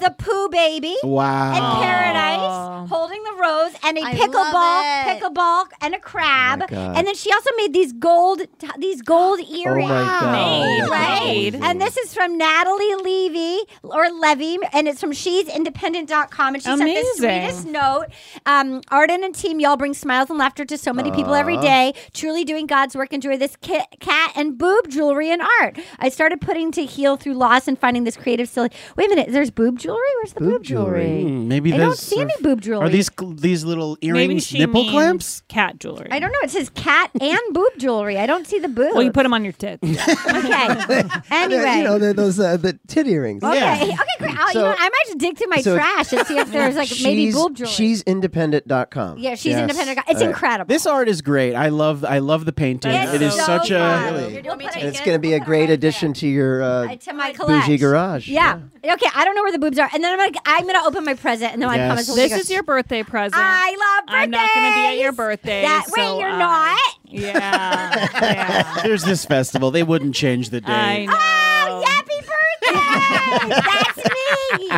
[SPEAKER 3] the Pooh Baby
[SPEAKER 6] Wow.
[SPEAKER 3] and Paradise holding the rose and a
[SPEAKER 2] I love it.
[SPEAKER 3] pickleball, pickleball and a crab.
[SPEAKER 4] Oh God. Oh
[SPEAKER 3] and then she also made these gold these gold earrings.
[SPEAKER 4] God.
[SPEAKER 5] Made,
[SPEAKER 3] Right?
[SPEAKER 5] made.
[SPEAKER 3] And this is from Natalie Levy or Levy, and it's from she's independent.com. And she sent
[SPEAKER 5] Amazing.
[SPEAKER 3] this sweetest note. Um, Arden and team, y'all bring smiles and laughter to so many people every day. Truly doing God's work. Enjoy this ki- cat and boob jewelry and art. I started putting to heal through loss and finding this creative silly. Wait a minute, there's boob jewelry? Where's the boob, jewelry?
[SPEAKER 6] Hmm, maybe
[SPEAKER 3] I don't
[SPEAKER 6] those
[SPEAKER 3] see
[SPEAKER 6] are-
[SPEAKER 3] any boob jewelry.
[SPEAKER 6] Are these cl- these little
[SPEAKER 5] Maybe
[SPEAKER 6] earrings
[SPEAKER 5] she
[SPEAKER 6] nipple
[SPEAKER 5] means
[SPEAKER 6] clamps?
[SPEAKER 5] Cat jewelry.
[SPEAKER 3] I don't know. It says cat and boob jewelry. I don't see the boob.
[SPEAKER 5] Well, you put them on your tits.
[SPEAKER 3] okay. anyway.
[SPEAKER 4] you know the, those uh, the tit earrings.
[SPEAKER 3] okay.
[SPEAKER 6] Yeah.
[SPEAKER 3] Okay. Great. I'll- you
[SPEAKER 4] So-
[SPEAKER 3] know, what? I might just dig through my
[SPEAKER 4] so-
[SPEAKER 3] trash and see if there's like maybe
[SPEAKER 4] She's-
[SPEAKER 3] boob jewelry.
[SPEAKER 4] She's independent.com.
[SPEAKER 3] yeah, she's
[SPEAKER 6] Yes.
[SPEAKER 3] independent. It's
[SPEAKER 4] All right.
[SPEAKER 3] incredible.
[SPEAKER 6] This art is great. I love I love the painting.
[SPEAKER 5] It's
[SPEAKER 6] It is
[SPEAKER 5] so
[SPEAKER 6] such
[SPEAKER 3] fun.
[SPEAKER 6] a
[SPEAKER 2] Here, do you
[SPEAKER 3] We'll
[SPEAKER 2] want me
[SPEAKER 3] put
[SPEAKER 2] to
[SPEAKER 3] it
[SPEAKER 4] And it's
[SPEAKER 3] in.
[SPEAKER 4] going to be a
[SPEAKER 3] We'll put
[SPEAKER 4] great
[SPEAKER 3] it
[SPEAKER 4] addition to your uh,
[SPEAKER 3] to my collect.
[SPEAKER 4] bougie garage.
[SPEAKER 3] Yeah. Okay. I don't know where the boobs are, and then I'm gonna I'm gonna open my present, and then I
[SPEAKER 6] Yes.
[SPEAKER 3] promise. we'll
[SPEAKER 5] This
[SPEAKER 3] take a-
[SPEAKER 5] is your birthday present.
[SPEAKER 3] I love birthdays.
[SPEAKER 5] I'm not going to be at your birthday.
[SPEAKER 3] That
[SPEAKER 5] so
[SPEAKER 3] way you're
[SPEAKER 5] I-
[SPEAKER 3] not.
[SPEAKER 5] Yeah. yeah.
[SPEAKER 6] There's this festival. They wouldn't change the
[SPEAKER 5] I
[SPEAKER 6] date.
[SPEAKER 5] know.
[SPEAKER 3] Oh, happy birthday! That's me.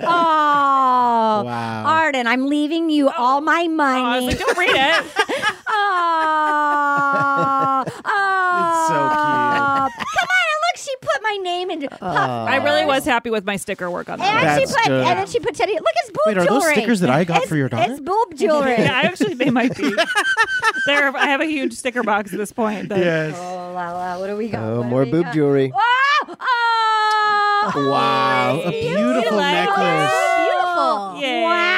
[SPEAKER 3] Oh,
[SPEAKER 6] Wow.
[SPEAKER 3] Arden, I'm leaving you all my
[SPEAKER 5] Oh, I was
[SPEAKER 3] money.
[SPEAKER 5] like, don't read it.
[SPEAKER 3] Oh,
[SPEAKER 6] It's so
[SPEAKER 3] oh. Come on, and look, she put my name into.
[SPEAKER 6] Oh.
[SPEAKER 3] Puff.
[SPEAKER 5] I really was happy with my sticker work on
[SPEAKER 3] And
[SPEAKER 5] that.
[SPEAKER 6] That's
[SPEAKER 3] she put,
[SPEAKER 6] good.
[SPEAKER 3] and then she put Teddy. Look, it's boob
[SPEAKER 6] Wait, are
[SPEAKER 3] jewelry.
[SPEAKER 6] those stickers that I got
[SPEAKER 3] It's-
[SPEAKER 6] for your daughter?
[SPEAKER 3] It's boob jewelry.
[SPEAKER 5] Yeah, I actually they might be. there, I have a huge sticker box at this point. that-
[SPEAKER 3] Oh la la, what do we got?
[SPEAKER 4] Oh,
[SPEAKER 3] What do
[SPEAKER 4] more
[SPEAKER 3] we
[SPEAKER 4] boob
[SPEAKER 3] got?
[SPEAKER 4] jewelry.
[SPEAKER 3] Oh, oh,
[SPEAKER 6] Wow, a beautiful necklace.
[SPEAKER 3] Oh, beautiful.
[SPEAKER 5] Yeah.
[SPEAKER 3] Wow.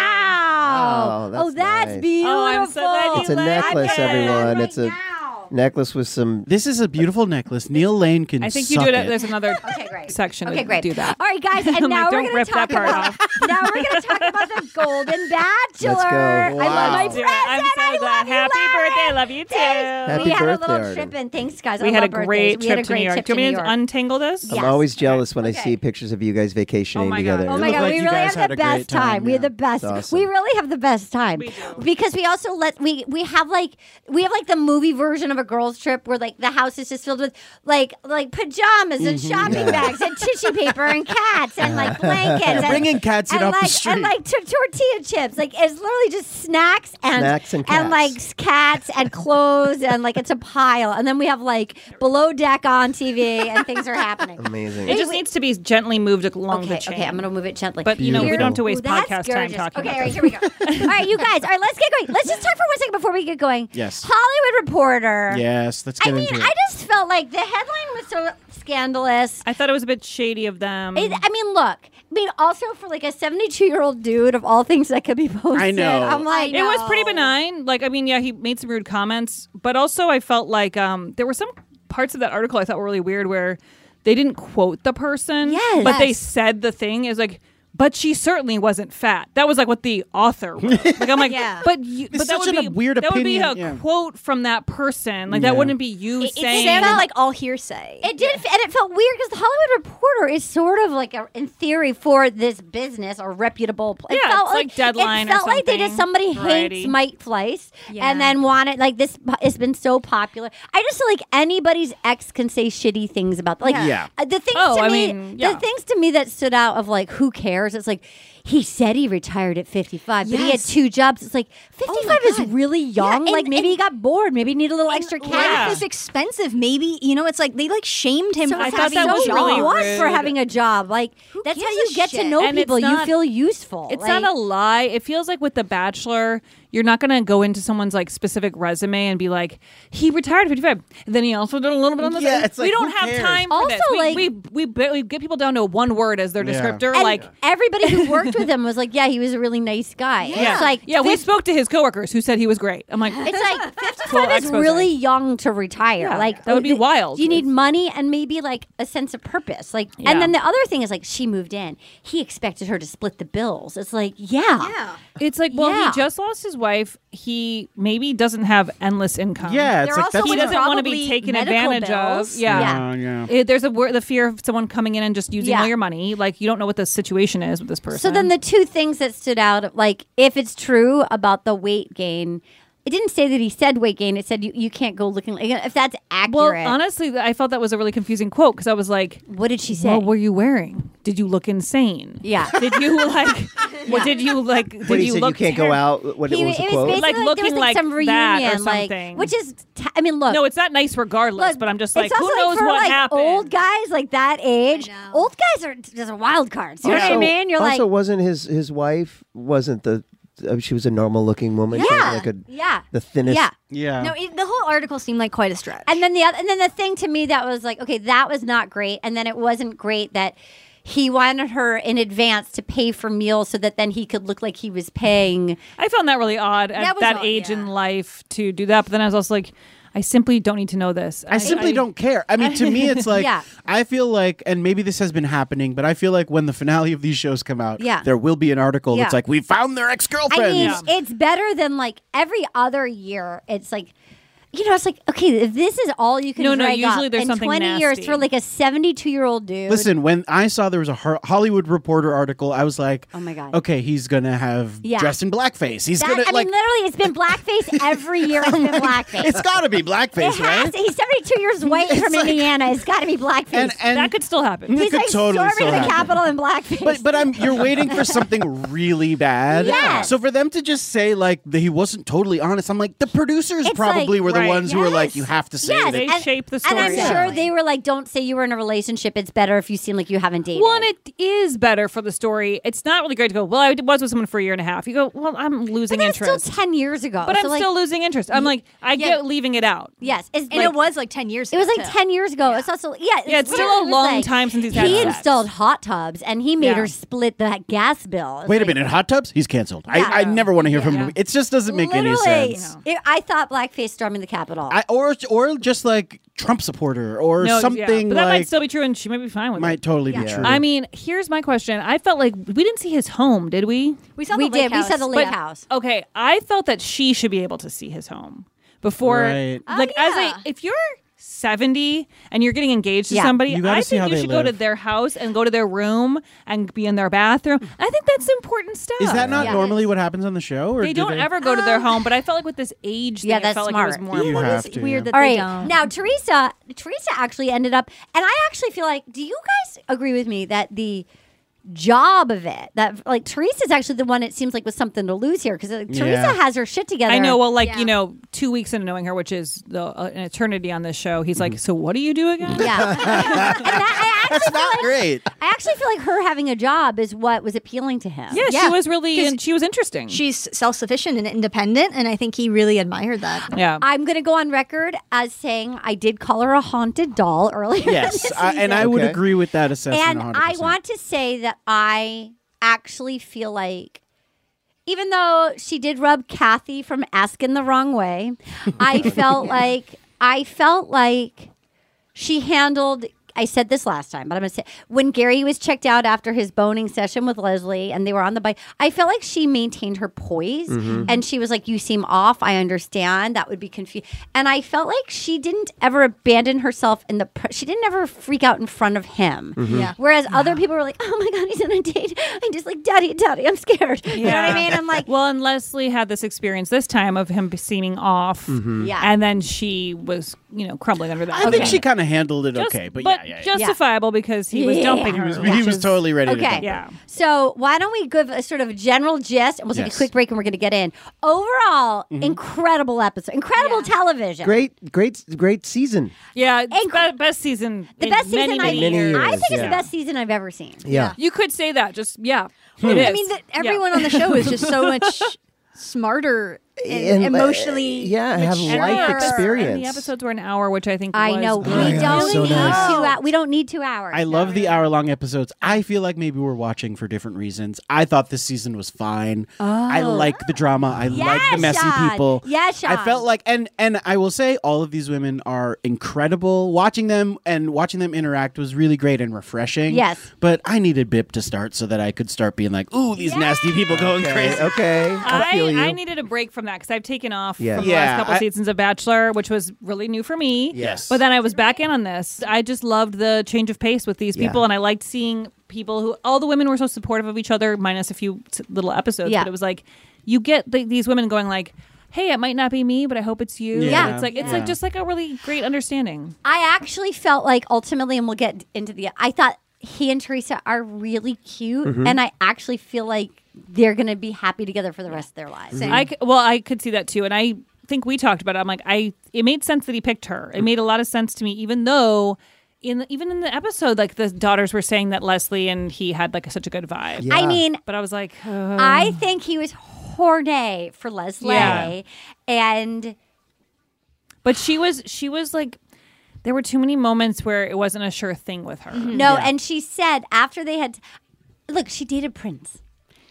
[SPEAKER 4] Oh, that's
[SPEAKER 3] oh, that's
[SPEAKER 4] nice.
[SPEAKER 3] beautiful.
[SPEAKER 5] Oh, I'm so glad you
[SPEAKER 4] It's a
[SPEAKER 5] like
[SPEAKER 4] necklace,
[SPEAKER 5] it.
[SPEAKER 4] everyone.
[SPEAKER 3] Right
[SPEAKER 4] it's a
[SPEAKER 3] now.
[SPEAKER 4] necklace with some.
[SPEAKER 6] This is a beautiful necklace. Neil Lane can.
[SPEAKER 5] I think you
[SPEAKER 6] suck
[SPEAKER 5] do it. There's another
[SPEAKER 3] Okay, great.
[SPEAKER 5] section.
[SPEAKER 3] Okay,
[SPEAKER 5] to
[SPEAKER 3] great.
[SPEAKER 5] Do that.
[SPEAKER 3] All right, guys,
[SPEAKER 5] I'm
[SPEAKER 3] and
[SPEAKER 5] like,
[SPEAKER 3] now we're
[SPEAKER 5] don't
[SPEAKER 3] gonna
[SPEAKER 5] rip
[SPEAKER 3] talk
[SPEAKER 5] that part
[SPEAKER 3] about
[SPEAKER 5] off.
[SPEAKER 3] now we're gonna talk about the Golden Bachelor.
[SPEAKER 4] Let's go.
[SPEAKER 3] I
[SPEAKER 4] Wow.
[SPEAKER 3] love my
[SPEAKER 5] Do it.
[SPEAKER 3] present.
[SPEAKER 5] I'm
[SPEAKER 3] I
[SPEAKER 5] so glad.
[SPEAKER 3] love you,
[SPEAKER 5] Happy
[SPEAKER 3] Larry.
[SPEAKER 5] birthday. I love you too.
[SPEAKER 4] Happy
[SPEAKER 3] we had a
[SPEAKER 4] birthday,
[SPEAKER 3] little
[SPEAKER 4] Arden.
[SPEAKER 3] trip and thanks, guys.
[SPEAKER 5] We
[SPEAKER 3] I
[SPEAKER 5] had a
[SPEAKER 3] love
[SPEAKER 5] great
[SPEAKER 3] birthdays. we had
[SPEAKER 5] trip
[SPEAKER 3] a
[SPEAKER 5] to New
[SPEAKER 3] great
[SPEAKER 5] York.
[SPEAKER 3] trip
[SPEAKER 5] Do you want
[SPEAKER 3] to New
[SPEAKER 5] me
[SPEAKER 3] York.
[SPEAKER 5] to untangle this?
[SPEAKER 4] I'm
[SPEAKER 3] Yes.
[SPEAKER 4] always jealous when I see
[SPEAKER 3] Okay.
[SPEAKER 4] pictures of you guys vacationing
[SPEAKER 5] Oh my God.
[SPEAKER 4] together.
[SPEAKER 3] Oh
[SPEAKER 6] It
[SPEAKER 3] my god,
[SPEAKER 6] looked like
[SPEAKER 3] we
[SPEAKER 6] you
[SPEAKER 3] really
[SPEAKER 6] guys
[SPEAKER 3] have
[SPEAKER 6] had
[SPEAKER 3] the
[SPEAKER 6] a great
[SPEAKER 3] best time.
[SPEAKER 6] time,
[SPEAKER 3] We
[SPEAKER 6] yeah.
[SPEAKER 3] had the best.
[SPEAKER 4] That's
[SPEAKER 3] We
[SPEAKER 4] awesome.
[SPEAKER 3] really have the best time because we also let we we have like we have like the movie version of a girls' trip where like the house is just filled with like like pajamas and
[SPEAKER 6] Mm-hmm.
[SPEAKER 3] shopping bags and tissue paper and cats and like blankets. and,
[SPEAKER 6] bringing cats in
[SPEAKER 3] and
[SPEAKER 6] off the
[SPEAKER 3] like,
[SPEAKER 6] street.
[SPEAKER 3] and like tor- tortilla chips. Like it's literally just snacks and
[SPEAKER 4] Snacks and cats.
[SPEAKER 3] like s- cats and clothes and like it's a pile. And then we have like below deck on TV and things are happening.
[SPEAKER 4] Amazing.
[SPEAKER 5] It just needs to be gently moved along
[SPEAKER 3] Okay,
[SPEAKER 5] the chain.
[SPEAKER 3] okay, I'm gonna move it gently.
[SPEAKER 5] But, you know,
[SPEAKER 4] we don't have
[SPEAKER 5] to waste
[SPEAKER 3] that's
[SPEAKER 5] podcast time
[SPEAKER 3] gorgeous.
[SPEAKER 5] talking
[SPEAKER 3] Okay,
[SPEAKER 5] about
[SPEAKER 3] all right, here we go. all right, you guys. All right, let's get going. Let's just talk for one second before we get going.
[SPEAKER 6] Yes.
[SPEAKER 3] Hollywood Reporter.
[SPEAKER 6] Yes, let's
[SPEAKER 3] I
[SPEAKER 6] get
[SPEAKER 3] mean,
[SPEAKER 6] into it.
[SPEAKER 3] I just felt like the headline was so scandalous.
[SPEAKER 5] I thought it was a bit shady of them.
[SPEAKER 3] It- I mean, look. I mean, also for like a 72 year old dude of all things that could be posted.
[SPEAKER 6] know.
[SPEAKER 3] I'm like,
[SPEAKER 5] It was pretty benign. Like, I mean, yeah, he made some rude comments, but also I felt like um, there were some parts of that article I thought were really weird where they didn't quote the person,
[SPEAKER 3] Yes.
[SPEAKER 5] but they
[SPEAKER 3] Yes.
[SPEAKER 5] said the thing is like, but she certainly wasn't fat. That was like what the author. Wrote. Like I'm like,
[SPEAKER 3] Yeah.
[SPEAKER 5] but you, but that
[SPEAKER 6] such
[SPEAKER 5] would
[SPEAKER 6] an
[SPEAKER 5] be
[SPEAKER 6] a weird
[SPEAKER 5] That would be a
[SPEAKER 6] opinion. Yeah.
[SPEAKER 5] quote from that person. Like
[SPEAKER 6] Yeah.
[SPEAKER 5] that wouldn't be you
[SPEAKER 7] It, it
[SPEAKER 5] saying.
[SPEAKER 7] sounded like all hearsay.
[SPEAKER 3] It did, and it felt weird because the Hollywood Reporter is sort of like, a, in theory, for this business or reputable. Pl- it
[SPEAKER 5] Yeah,
[SPEAKER 3] felt
[SPEAKER 5] it's like Deadline
[SPEAKER 3] It
[SPEAKER 5] or
[SPEAKER 3] felt like they
[SPEAKER 5] something.
[SPEAKER 3] just somebody hates
[SPEAKER 5] Variety.
[SPEAKER 3] Mike Fleiss
[SPEAKER 7] Yeah.
[SPEAKER 3] and then wanted like this po- has been so popular. I just feel like anybody's ex can say shitty things about like
[SPEAKER 6] Yeah.
[SPEAKER 3] uh, the things
[SPEAKER 5] Oh,
[SPEAKER 3] to
[SPEAKER 5] I
[SPEAKER 3] me.
[SPEAKER 5] mean, yeah.
[SPEAKER 3] The things to me that stood out of like who cares? It's like he said he retired at fifty five, but he had
[SPEAKER 7] Yes.
[SPEAKER 3] two jobs. It's like fifty five is
[SPEAKER 7] Oh God.
[SPEAKER 3] really young.
[SPEAKER 7] and-
[SPEAKER 3] like maybe
[SPEAKER 7] and-
[SPEAKER 3] he got bored. Maybe he needed a little
[SPEAKER 7] And
[SPEAKER 3] extra cash.
[SPEAKER 7] Life
[SPEAKER 5] Yeah.
[SPEAKER 7] is expensive. Maybe you know. It's like they like shamed him
[SPEAKER 3] So
[SPEAKER 7] for
[SPEAKER 5] I thought
[SPEAKER 7] having
[SPEAKER 5] that
[SPEAKER 7] a
[SPEAKER 5] was
[SPEAKER 7] job.
[SPEAKER 5] really
[SPEAKER 3] what
[SPEAKER 5] rude.
[SPEAKER 3] for having a job. Like that's how
[SPEAKER 7] gives
[SPEAKER 3] you
[SPEAKER 7] a
[SPEAKER 3] get to
[SPEAKER 7] shit?
[SPEAKER 3] know
[SPEAKER 5] And it's
[SPEAKER 3] people. you
[SPEAKER 5] not-
[SPEAKER 3] feel useful.
[SPEAKER 5] It's not a lie. It feels like with The Bachelor, you're not going to go into someone's like specific resume and be like, he retired at 55. And then he also did a little bit on this.
[SPEAKER 6] Yeah, it's
[SPEAKER 5] we
[SPEAKER 6] like,
[SPEAKER 5] don't
[SPEAKER 6] who
[SPEAKER 5] have
[SPEAKER 6] cares?
[SPEAKER 5] time for this.
[SPEAKER 3] Also,
[SPEAKER 5] We,
[SPEAKER 3] like-
[SPEAKER 5] we, we, ba- we get people down to one word as their
[SPEAKER 6] Yeah.
[SPEAKER 5] descriptor.
[SPEAKER 3] And
[SPEAKER 5] Like,
[SPEAKER 3] everybody who worked with him was like, yeah, he was a really nice guy.
[SPEAKER 5] yeah,
[SPEAKER 3] It's like
[SPEAKER 5] yeah, we
[SPEAKER 3] fif-
[SPEAKER 5] spoke to his coworkers who said he was great. I'm like,
[SPEAKER 3] it's like fifty
[SPEAKER 5] Full
[SPEAKER 3] five is
[SPEAKER 5] expose.
[SPEAKER 3] really young to retire.
[SPEAKER 5] Yeah.
[SPEAKER 3] like
[SPEAKER 5] That would be
[SPEAKER 3] th-
[SPEAKER 5] wild.
[SPEAKER 3] You need
[SPEAKER 5] It's-
[SPEAKER 3] money and maybe like a sense of purpose. Like
[SPEAKER 5] Yeah.
[SPEAKER 3] and then the other thing is like she moved in. He expected her to split the bills. It's like, yeah.
[SPEAKER 7] Yeah.
[SPEAKER 5] it's like, well,
[SPEAKER 3] Yeah.
[SPEAKER 5] he just lost his wife. He maybe doesn't have endless income.
[SPEAKER 6] yeah, it's
[SPEAKER 7] They're
[SPEAKER 6] like
[SPEAKER 7] also
[SPEAKER 6] that's
[SPEAKER 5] He
[SPEAKER 7] Which
[SPEAKER 5] doesn't want to
[SPEAKER 7] probably
[SPEAKER 5] be taken
[SPEAKER 7] medical
[SPEAKER 5] advantage
[SPEAKER 7] bills.
[SPEAKER 5] of. Yeah.
[SPEAKER 3] Yeah.
[SPEAKER 6] Oh, yeah.
[SPEAKER 5] It- there's a wor- the fear of someone coming in and just using
[SPEAKER 3] Yeah.
[SPEAKER 5] all your money. Like you don't know what the situation is with this person.
[SPEAKER 3] So then the two things that stood out, like if it's true about the weight gain, it didn't say that he said weight gain. It said you, you can't go looking like if that's
[SPEAKER 5] well,
[SPEAKER 3] accurate.
[SPEAKER 5] honestly, th- I felt that was a really confusing quote because I was like,
[SPEAKER 3] what did she say?
[SPEAKER 5] "What were you wearing? Did you look insane?
[SPEAKER 3] Yeah.
[SPEAKER 5] Did you like? What did you like? Did
[SPEAKER 4] What he
[SPEAKER 5] you
[SPEAKER 4] said, you
[SPEAKER 5] look?
[SPEAKER 4] can't go
[SPEAKER 5] terrible?
[SPEAKER 4] out. What
[SPEAKER 3] He-
[SPEAKER 4] what was the
[SPEAKER 3] it was
[SPEAKER 4] quote?
[SPEAKER 3] basically
[SPEAKER 5] Like
[SPEAKER 3] like, there was
[SPEAKER 5] looking
[SPEAKER 3] like,
[SPEAKER 5] like
[SPEAKER 3] some reunion,
[SPEAKER 5] that or
[SPEAKER 3] like
[SPEAKER 5] something.
[SPEAKER 3] which is. T- I mean, look,
[SPEAKER 5] No, it's not nice regardless. but I'm just like,
[SPEAKER 3] it's also
[SPEAKER 5] who knows
[SPEAKER 3] like for
[SPEAKER 5] what
[SPEAKER 3] like
[SPEAKER 5] happened?
[SPEAKER 3] old guys like that age. Old guys are just wild cards. You know what I
[SPEAKER 4] Also-
[SPEAKER 3] mean? You're
[SPEAKER 4] also
[SPEAKER 3] like,
[SPEAKER 4] wasn't his his wife wasn't the uh, she was a normal looking woman. She was
[SPEAKER 7] Yeah.
[SPEAKER 4] like a,
[SPEAKER 3] yeah.
[SPEAKER 4] the thinnest.
[SPEAKER 7] Yeah.
[SPEAKER 6] Yeah.
[SPEAKER 7] No, it, the whole article seemed like quite a stretch.
[SPEAKER 3] And then the other, and then the thing to me that was like, okay, that was not great. And then it wasn't great that he wanted her in advance to pay for meals so that then he could look like he was paying.
[SPEAKER 5] I found that really odd at
[SPEAKER 3] That
[SPEAKER 5] that,
[SPEAKER 3] was odd,
[SPEAKER 5] age in life to do that. But then I was also like, I simply don't need to know this.
[SPEAKER 6] I simply don't care. I mean, to me, it's like
[SPEAKER 3] Yeah.
[SPEAKER 6] I feel like, and maybe this has been happening, but I feel like when the finale of these shows come out,
[SPEAKER 7] Yeah.
[SPEAKER 6] there will be an article that's
[SPEAKER 7] Yeah.
[SPEAKER 6] like, "We found their
[SPEAKER 3] I
[SPEAKER 6] ex-girlfriends."
[SPEAKER 3] mean, it's better than like every other year. It's like. You know, it's like okay. If this is all you can
[SPEAKER 5] No, no,
[SPEAKER 3] drag up
[SPEAKER 5] usually there's
[SPEAKER 3] in
[SPEAKER 5] something
[SPEAKER 3] twenty years
[SPEAKER 5] nasty.
[SPEAKER 3] for like a seventy-two-year-old dude.
[SPEAKER 6] Listen, when I saw there was a Ho- Hollywood Reporter article, I was like,
[SPEAKER 3] Oh my God.
[SPEAKER 6] okay, he's gonna have
[SPEAKER 3] Yeah.
[SPEAKER 6] dressed in blackface. He's
[SPEAKER 3] That-
[SPEAKER 6] gonna
[SPEAKER 3] I
[SPEAKER 6] like, Oh
[SPEAKER 3] mean, literally, it's been blackface every year. It's been blackface.
[SPEAKER 6] it's gotta be
[SPEAKER 3] It
[SPEAKER 6] blackface,
[SPEAKER 3] has.
[SPEAKER 6] right?
[SPEAKER 3] He's 72 years white
[SPEAKER 6] It's
[SPEAKER 3] from
[SPEAKER 6] like-
[SPEAKER 3] Indiana. It's got to be blackface.
[SPEAKER 6] And and
[SPEAKER 5] That could still happen.
[SPEAKER 6] it
[SPEAKER 3] He's
[SPEAKER 6] could
[SPEAKER 3] like
[SPEAKER 6] totally still
[SPEAKER 3] storming the
[SPEAKER 6] happen.
[SPEAKER 3] Capitol in blackface.
[SPEAKER 6] But but I'm you're waiting for something really bad.
[SPEAKER 3] Yes.
[SPEAKER 6] So for them to just say like that he wasn't totally honest, I'm like the producers
[SPEAKER 3] It's
[SPEAKER 6] probably
[SPEAKER 3] like-
[SPEAKER 6] were the
[SPEAKER 5] Right.
[SPEAKER 6] ones who were like,
[SPEAKER 3] Yes.
[SPEAKER 6] you have to say
[SPEAKER 3] yes,
[SPEAKER 6] that.
[SPEAKER 5] They
[SPEAKER 3] and,
[SPEAKER 5] shape the
[SPEAKER 3] and I'm
[SPEAKER 5] story.
[SPEAKER 3] sure they were like, "Don't say you were in a relationship. It's better if you seem like you haven't dated."
[SPEAKER 5] One, it is better for the story. It's not really great to go. Well, I was with someone for a year and a half. You go. Well, I'm losing
[SPEAKER 3] but that's
[SPEAKER 5] interest.
[SPEAKER 3] still 10 years ago.
[SPEAKER 5] but
[SPEAKER 3] so,
[SPEAKER 5] I'm
[SPEAKER 3] like,
[SPEAKER 5] still losing interest. I'm like, I
[SPEAKER 7] Yeah.
[SPEAKER 5] get leaving it out.
[SPEAKER 3] Yes, it's
[SPEAKER 7] and
[SPEAKER 3] like-
[SPEAKER 7] it was like 10 years
[SPEAKER 3] It
[SPEAKER 7] ago.
[SPEAKER 3] was like
[SPEAKER 7] too.
[SPEAKER 3] 10 years ago. It's also yeah.
[SPEAKER 5] Yeah, it's still
[SPEAKER 3] weird.
[SPEAKER 5] a
[SPEAKER 3] It was
[SPEAKER 5] long
[SPEAKER 3] like-
[SPEAKER 5] time since he's had
[SPEAKER 3] He
[SPEAKER 5] sex.
[SPEAKER 3] installed hot tubs and he made
[SPEAKER 5] Yeah.
[SPEAKER 3] her split that gas bill. It's
[SPEAKER 6] Wait a
[SPEAKER 3] like-
[SPEAKER 6] minute, hot tubs? He's canceled.
[SPEAKER 3] Yeah.
[SPEAKER 6] I, I never want to hear from
[SPEAKER 5] Yeah.
[SPEAKER 6] him. It just doesn't make any
[SPEAKER 3] Literally,
[SPEAKER 6] sense.
[SPEAKER 3] it- I thought blackface storming the Capitol.
[SPEAKER 6] I, or or just like Trump supporter or
[SPEAKER 5] No, yeah.
[SPEAKER 6] something
[SPEAKER 5] But that
[SPEAKER 6] like
[SPEAKER 5] might still be true, and she might be fine with
[SPEAKER 6] might
[SPEAKER 5] it.
[SPEAKER 6] totally be
[SPEAKER 3] Yeah.
[SPEAKER 6] true.
[SPEAKER 5] I mean, here's my question. I felt like we didn't see his home, did we?
[SPEAKER 7] We saw
[SPEAKER 3] we
[SPEAKER 7] the lake
[SPEAKER 3] did.
[SPEAKER 7] house.
[SPEAKER 3] We saw the lake
[SPEAKER 5] But-
[SPEAKER 3] house.
[SPEAKER 5] Okay, I felt that she should be able to see his home before,
[SPEAKER 6] Right. Oh,
[SPEAKER 5] like as
[SPEAKER 7] yeah.
[SPEAKER 5] a if you're. 70 and you're getting engaged to
[SPEAKER 3] Yeah.
[SPEAKER 5] somebody
[SPEAKER 6] You gotta
[SPEAKER 5] i
[SPEAKER 6] see
[SPEAKER 5] think
[SPEAKER 6] how
[SPEAKER 5] you
[SPEAKER 6] they
[SPEAKER 5] should go to
[SPEAKER 6] live.
[SPEAKER 5] their house and go to their room and be in their bathroom i think that's important stuff
[SPEAKER 6] is that not
[SPEAKER 3] Yeah.
[SPEAKER 6] normally what happens on the show? Or
[SPEAKER 5] they
[SPEAKER 6] do
[SPEAKER 5] don't ever go to their home but i felt like with this age thing,
[SPEAKER 3] Um, Yeah,
[SPEAKER 5] it
[SPEAKER 3] that's
[SPEAKER 5] felt like it
[SPEAKER 3] smart.
[SPEAKER 5] was more
[SPEAKER 6] You
[SPEAKER 5] important.
[SPEAKER 6] have to.
[SPEAKER 7] weird
[SPEAKER 6] yeah.
[SPEAKER 7] that
[SPEAKER 3] All
[SPEAKER 7] they
[SPEAKER 3] right.
[SPEAKER 7] don't.
[SPEAKER 3] Now, Teresa, Teresa actually ended up, and I actually feel like, do you guys agree with me that the job of it, that like Teresa's actually the one it seems like with something to lose here because like,
[SPEAKER 6] Yeah.
[SPEAKER 3] Teresa has her shit together.
[SPEAKER 5] I know. Well, like
[SPEAKER 7] Yeah.
[SPEAKER 5] you know, two weeks into knowing her, which is the, uh, an eternity on this show, he's like, "So what do you do again?"
[SPEAKER 3] Yeah. and that, I, actually
[SPEAKER 6] Mm-hmm. That's
[SPEAKER 3] feel
[SPEAKER 6] not
[SPEAKER 3] like,
[SPEAKER 6] great.
[SPEAKER 3] I actually feel like her having a job is what was appealing to him.
[SPEAKER 5] Yeah, she
[SPEAKER 7] Yeah.
[SPEAKER 5] was really, and she was interesting.
[SPEAKER 7] She's self sufficient and independent, and I think he really admired that.
[SPEAKER 5] yeah,
[SPEAKER 3] I'm going to go on record as saying I did call her a haunted doll earlier.
[SPEAKER 6] Yes, I, and I would
[SPEAKER 4] Okay.
[SPEAKER 6] agree with that assessment.
[SPEAKER 3] and
[SPEAKER 6] 100%.
[SPEAKER 3] I want to say that I actually feel like, even though she did rub Kathy from asking the wrong way, I felt like I felt like she handled. I said this last time, but I'm gonna say when Gary was checked out after his boning session with Leslie, and they were on the bike. I felt like she maintained her poise, and she was like, "You seem off. I understand that would be confused." And I felt like she didn't ever abandon herself in the. Pr- she didn't ever freak out in front of him.
[SPEAKER 6] Mm-hmm.
[SPEAKER 7] Yeah.
[SPEAKER 3] Whereas other people were like, "Oh my god, he's on a date." I'm just like, "Daddy, daddy, I'm scared." You know what I mean? I'm like,
[SPEAKER 5] well, and Leslie had this experience this time of him seeming off,
[SPEAKER 3] Yeah.
[SPEAKER 5] and then she was, you know, crumbling under that.
[SPEAKER 6] Mm-hmm. I think she kind of handled it
[SPEAKER 5] Just-
[SPEAKER 6] okay, but, yeah, yeah, yeah.
[SPEAKER 5] justifiable because he was
[SPEAKER 3] Yeah.
[SPEAKER 5] dumping
[SPEAKER 3] He
[SPEAKER 5] her.
[SPEAKER 6] He was- he
[SPEAKER 5] which
[SPEAKER 6] was
[SPEAKER 5] is-
[SPEAKER 6] totally ready. To
[SPEAKER 3] Okay.
[SPEAKER 6] dump her.
[SPEAKER 5] Yeah.
[SPEAKER 3] So why don't we give a sort of a general gist and we'll take
[SPEAKER 6] Yes.
[SPEAKER 3] a quick break and we're going to get in. Overall, incredible episode, incredible television.
[SPEAKER 4] Mm-hmm. Great, great, great season.
[SPEAKER 5] Yeah, it's
[SPEAKER 3] And-
[SPEAKER 5] be- best season.
[SPEAKER 3] The
[SPEAKER 5] in
[SPEAKER 3] best
[SPEAKER 5] many,
[SPEAKER 3] season
[SPEAKER 5] many
[SPEAKER 3] I've
[SPEAKER 4] Many
[SPEAKER 5] years.
[SPEAKER 3] I
[SPEAKER 4] years,
[SPEAKER 3] think it's
[SPEAKER 4] yeah.
[SPEAKER 3] the best season I've ever seen.
[SPEAKER 4] Yeah. Hmm.
[SPEAKER 5] You could say that. Just yeah. It is.
[SPEAKER 7] I mean, that everyone on the show is just so much smarter and,
[SPEAKER 4] And, uh,
[SPEAKER 7] emotionally.
[SPEAKER 4] yeah, I have
[SPEAKER 7] mature.
[SPEAKER 4] life
[SPEAKER 5] Sure. And the
[SPEAKER 4] experience.
[SPEAKER 5] episodes were an hour, which I think
[SPEAKER 3] I
[SPEAKER 5] was
[SPEAKER 3] know
[SPEAKER 5] good.
[SPEAKER 3] we
[SPEAKER 4] Oh, yeah,
[SPEAKER 3] don't
[SPEAKER 4] so
[SPEAKER 3] need
[SPEAKER 4] nice.
[SPEAKER 3] two. Hou- we don't need two hours.
[SPEAKER 6] I love the hour long episodes. I feel like maybe we're watching for different reasons. I thought this season was fine. I like the drama. I like the
[SPEAKER 3] Oh. Yes,
[SPEAKER 6] messy
[SPEAKER 3] Sean.
[SPEAKER 6] people.
[SPEAKER 3] Yes,
[SPEAKER 6] I felt
[SPEAKER 3] Sean.
[SPEAKER 6] like and and I will say all of these women are incredible. Watching them and watching them interact was really great and refreshing.
[SPEAKER 3] Yes.
[SPEAKER 6] But I needed Bip to start so that I could start being like, ooh, these nasty people going crazy.
[SPEAKER 4] Okay, okay, I,
[SPEAKER 5] I,
[SPEAKER 4] feel you.
[SPEAKER 5] I needed a break from that because I've taken off
[SPEAKER 4] Yeah.
[SPEAKER 5] from the
[SPEAKER 6] Yeah,
[SPEAKER 5] last couple
[SPEAKER 6] I-
[SPEAKER 5] seasons of Bachelor, which was really new for me.
[SPEAKER 6] Yes.
[SPEAKER 5] But then I was back in on this. I just loved the change of pace with these
[SPEAKER 4] Yeah.
[SPEAKER 5] people, and I liked seeing people who all the women were so supportive of each other, minus a few t- little episodes.
[SPEAKER 3] Yeah.
[SPEAKER 5] But it was like you get the, these women going like. Hey, it might not be me, but I hope it's you.
[SPEAKER 6] Yeah.
[SPEAKER 5] it's like it's
[SPEAKER 6] Yeah.
[SPEAKER 5] like just like a really great understanding.
[SPEAKER 3] I actually felt like ultimately, and we'll get into the. I thought he and Teresa are really cute,
[SPEAKER 4] Mm-hmm.
[SPEAKER 5] Mhm.
[SPEAKER 3] and I actually feel like they're going to be happy together for the rest of their lives.
[SPEAKER 5] Mm-hmm. I c- well, I could see that too, and I think we talked about it. I'm like, I it made sense that he picked her. It made a lot of sense to me, even though. In the, even in the episode, like the daughters were saying that Leslie and he had like such a good vibe.
[SPEAKER 3] I Yeah. mean,
[SPEAKER 5] but I was like,
[SPEAKER 3] I think he was horny for Leslie,
[SPEAKER 5] Yeah.
[SPEAKER 3] and
[SPEAKER 5] But she was she was like there were too many moments where it wasn't a sure thing with her.
[SPEAKER 3] No, and she said after they had, look, she dated Prince.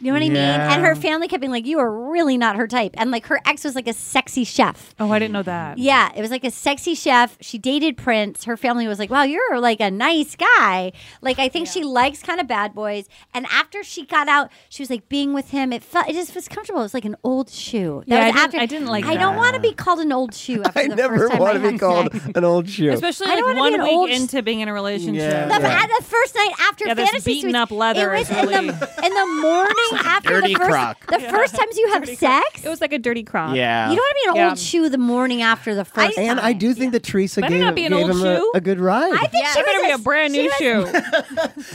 [SPEAKER 3] You know what I mean? And her
[SPEAKER 5] Yeah.
[SPEAKER 3] family kept being like, "You are really not her type." And like her ex was like a sexy chef.
[SPEAKER 5] Oh, I didn't know that.
[SPEAKER 3] Yeah, it was like a sexy chef. She dated Prince. Her family was like, "Wow, you're like a nice guy." Like I think she likes kind of bad boys. And after she got out, she was like being with him. It felt it just was comfortable. It was like an old shoe.
[SPEAKER 5] Yeah,
[SPEAKER 3] That
[SPEAKER 5] I
[SPEAKER 3] was
[SPEAKER 5] didn't-
[SPEAKER 3] after
[SPEAKER 5] I didn't like
[SPEAKER 3] I don't
[SPEAKER 5] that.
[SPEAKER 3] want to be called an old shoe. After
[SPEAKER 4] I
[SPEAKER 3] the
[SPEAKER 4] never
[SPEAKER 3] first time I
[SPEAKER 4] want to be
[SPEAKER 3] had
[SPEAKER 4] called
[SPEAKER 3] sex.
[SPEAKER 4] an old shoe.
[SPEAKER 5] Especially
[SPEAKER 3] I
[SPEAKER 5] like
[SPEAKER 3] don't wanna
[SPEAKER 5] one
[SPEAKER 3] be an
[SPEAKER 5] week
[SPEAKER 3] old-
[SPEAKER 5] into being in a relationship.
[SPEAKER 4] Yeah.
[SPEAKER 3] The, at the first night after
[SPEAKER 5] Yeah, this
[SPEAKER 3] fantasy
[SPEAKER 5] beaten
[SPEAKER 3] suites,
[SPEAKER 5] up leather
[SPEAKER 3] it
[SPEAKER 5] is
[SPEAKER 3] was in the,
[SPEAKER 5] really-
[SPEAKER 3] in the morning after the
[SPEAKER 5] dirty
[SPEAKER 3] first,
[SPEAKER 5] crock.
[SPEAKER 3] the first times you have sex.
[SPEAKER 5] It was like a dirty crock.
[SPEAKER 6] Yeah.
[SPEAKER 3] You don't want to be an
[SPEAKER 5] Yeah.
[SPEAKER 3] old shoe the morning after the first.
[SPEAKER 4] and
[SPEAKER 3] time.
[SPEAKER 4] I do think that Teresa
[SPEAKER 3] Better
[SPEAKER 4] gave,
[SPEAKER 3] not be an
[SPEAKER 4] gave
[SPEAKER 3] old
[SPEAKER 4] him a-
[SPEAKER 3] shoe.
[SPEAKER 4] A, good ride.
[SPEAKER 3] I think she
[SPEAKER 5] better
[SPEAKER 3] was
[SPEAKER 5] be a brand
[SPEAKER 3] she
[SPEAKER 5] new
[SPEAKER 3] was-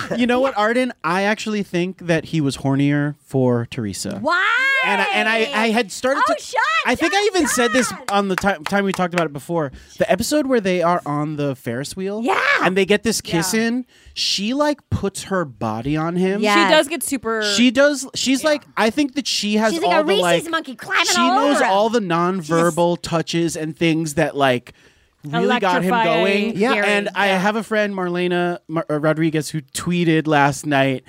[SPEAKER 5] shoe.
[SPEAKER 6] You know what, Arden? I actually think that he was hornier for Teresa.
[SPEAKER 3] Why?
[SPEAKER 6] And I, and I, I had started
[SPEAKER 3] Oh,
[SPEAKER 6] to.
[SPEAKER 3] Sean,
[SPEAKER 6] I think I even said this on the ti- time we talked about it before. The episode where they are on the Ferris wheel. Yeah. And they get this kiss in. She like puts her body on him.
[SPEAKER 5] She does get super
[SPEAKER 6] She does. She's like. I think that she has
[SPEAKER 3] She's
[SPEAKER 6] all
[SPEAKER 3] like a
[SPEAKER 6] the
[SPEAKER 3] Reese's
[SPEAKER 6] like.
[SPEAKER 3] monkey climbing
[SPEAKER 6] she
[SPEAKER 3] all
[SPEAKER 6] knows
[SPEAKER 3] over him.
[SPEAKER 6] all the nonverbal touches and things that like really got him
[SPEAKER 5] Electrifying
[SPEAKER 6] going.
[SPEAKER 5] Yeah. Gary,
[SPEAKER 6] and I have a friend Marlena Mar- uh, Rodriguez who tweeted last night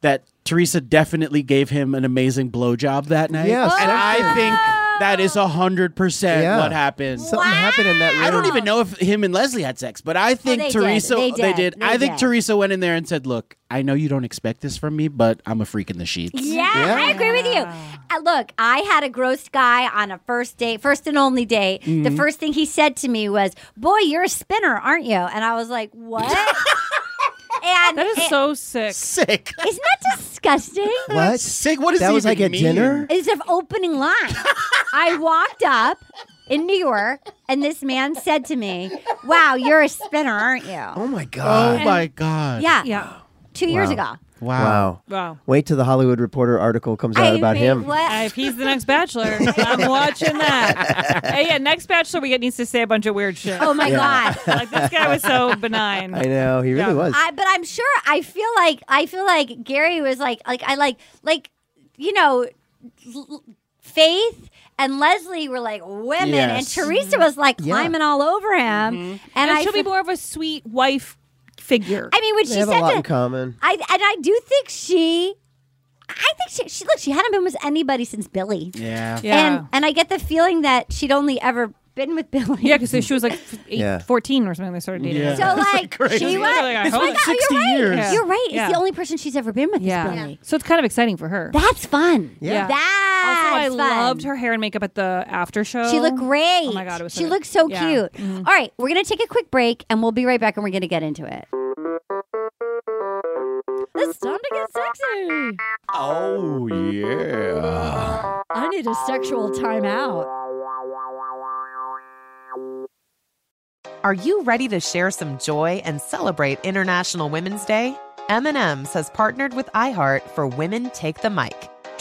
[SPEAKER 6] that Teresa definitely gave him an amazing blowjob that night.
[SPEAKER 4] Yes.
[SPEAKER 6] and I
[SPEAKER 4] something-
[SPEAKER 6] think that is a hundred percent
[SPEAKER 4] Yeah.
[SPEAKER 6] what happened.
[SPEAKER 4] Something happened in that room.
[SPEAKER 6] I don't even know if him and Leslie had sex, but I think
[SPEAKER 4] they did.
[SPEAKER 6] Teresa
[SPEAKER 4] They did. They
[SPEAKER 6] I think
[SPEAKER 4] did.
[SPEAKER 6] Teresa went in there and said, "Look, I know you don't expect this from me, but I'm a freak in the sheets."
[SPEAKER 3] Yeah, I agree with you. Uh, look, I had a gross guy on a first date, first and only date. The
[SPEAKER 4] Mm-hmm.
[SPEAKER 6] Mhm.
[SPEAKER 3] first thing he said to me was, "Boy, you're a spinner, aren't you?" And I was like, "What?" and
[SPEAKER 5] That is so sick.
[SPEAKER 6] Sick.
[SPEAKER 3] Isn't that disgusting?
[SPEAKER 4] What?
[SPEAKER 6] Sick. What does
[SPEAKER 4] that
[SPEAKER 6] it
[SPEAKER 4] was like
[SPEAKER 6] even
[SPEAKER 4] at dinner?
[SPEAKER 3] It's an opening line. I walked up in New York, and this man said to me, "Wow, you're a spinner, aren't you?"
[SPEAKER 4] Oh my god.
[SPEAKER 6] Oh my god.
[SPEAKER 3] Yeah,
[SPEAKER 5] yeah.
[SPEAKER 3] Two years
[SPEAKER 4] Wow.
[SPEAKER 3] ago.
[SPEAKER 4] Wow.
[SPEAKER 5] Wow.
[SPEAKER 4] Wait till the Hollywood Reporter article comes out about him.
[SPEAKER 5] Uh, if he's the next bachelor, I'm watching that. Hey, yeah, next bachelor we get needs to say a bunch of weird shit.
[SPEAKER 3] Oh my
[SPEAKER 4] Yeah.
[SPEAKER 3] god.
[SPEAKER 5] Like this guy was so benign.
[SPEAKER 4] I know he really
[SPEAKER 5] Yeah.
[SPEAKER 4] was.
[SPEAKER 3] I, but I'm sure I feel like I feel like Gary was like like I like like you know l- l- Faith and Leslie were like women
[SPEAKER 5] Yes.
[SPEAKER 3] and Teresa was like
[SPEAKER 5] Yeah.
[SPEAKER 3] climbing all over him and,
[SPEAKER 5] Mm-hmm. And,
[SPEAKER 3] I
[SPEAKER 5] she'll be
[SPEAKER 3] feel-
[SPEAKER 5] more of a sweet wife figure.
[SPEAKER 3] I mean when
[SPEAKER 4] they
[SPEAKER 3] she
[SPEAKER 4] have
[SPEAKER 3] said
[SPEAKER 4] a lot
[SPEAKER 3] that
[SPEAKER 4] in common.
[SPEAKER 3] I and I do think she I think she, she look she hadn't been with anybody since Billy
[SPEAKER 6] Yeah.
[SPEAKER 3] and and I get the feeling that she'd only ever been with Billy
[SPEAKER 5] yeah, because she was like f- eight,
[SPEAKER 4] Yeah.
[SPEAKER 5] 14 or something. They started dating.
[SPEAKER 6] Yeah.
[SPEAKER 3] so like
[SPEAKER 5] Crazy.
[SPEAKER 3] she
[SPEAKER 5] Yeah,
[SPEAKER 3] was
[SPEAKER 5] like, I
[SPEAKER 3] she's
[SPEAKER 5] hope
[SPEAKER 3] like,
[SPEAKER 5] it's
[SPEAKER 3] oh,
[SPEAKER 5] 60
[SPEAKER 3] you're
[SPEAKER 5] years.
[SPEAKER 3] right
[SPEAKER 5] Yeah.
[SPEAKER 3] you're right
[SPEAKER 5] Yeah.
[SPEAKER 3] it's the only person she's ever been with
[SPEAKER 5] Yeah.
[SPEAKER 3] is Billy
[SPEAKER 5] So it's kind of exciting for her.
[SPEAKER 3] that's fun
[SPEAKER 5] Yeah.
[SPEAKER 3] That's
[SPEAKER 5] also, I
[SPEAKER 3] fun.
[SPEAKER 5] loved her hair and makeup at the after show.
[SPEAKER 3] She looked great.
[SPEAKER 5] Oh my god, it was
[SPEAKER 3] she
[SPEAKER 5] good.
[SPEAKER 3] looked so
[SPEAKER 5] Yeah.
[SPEAKER 3] cute.
[SPEAKER 5] Mhm.
[SPEAKER 3] All right, we're gonna take a quick break and we'll be right back and we're gonna get into it. It's time to get sexy.
[SPEAKER 8] Oh, yeah.
[SPEAKER 7] I need a sexual timeout.
[SPEAKER 9] Are you ready to share some joy and celebrate International Women's Day? M&M's has partnered with iHeart for Women Take the Mic,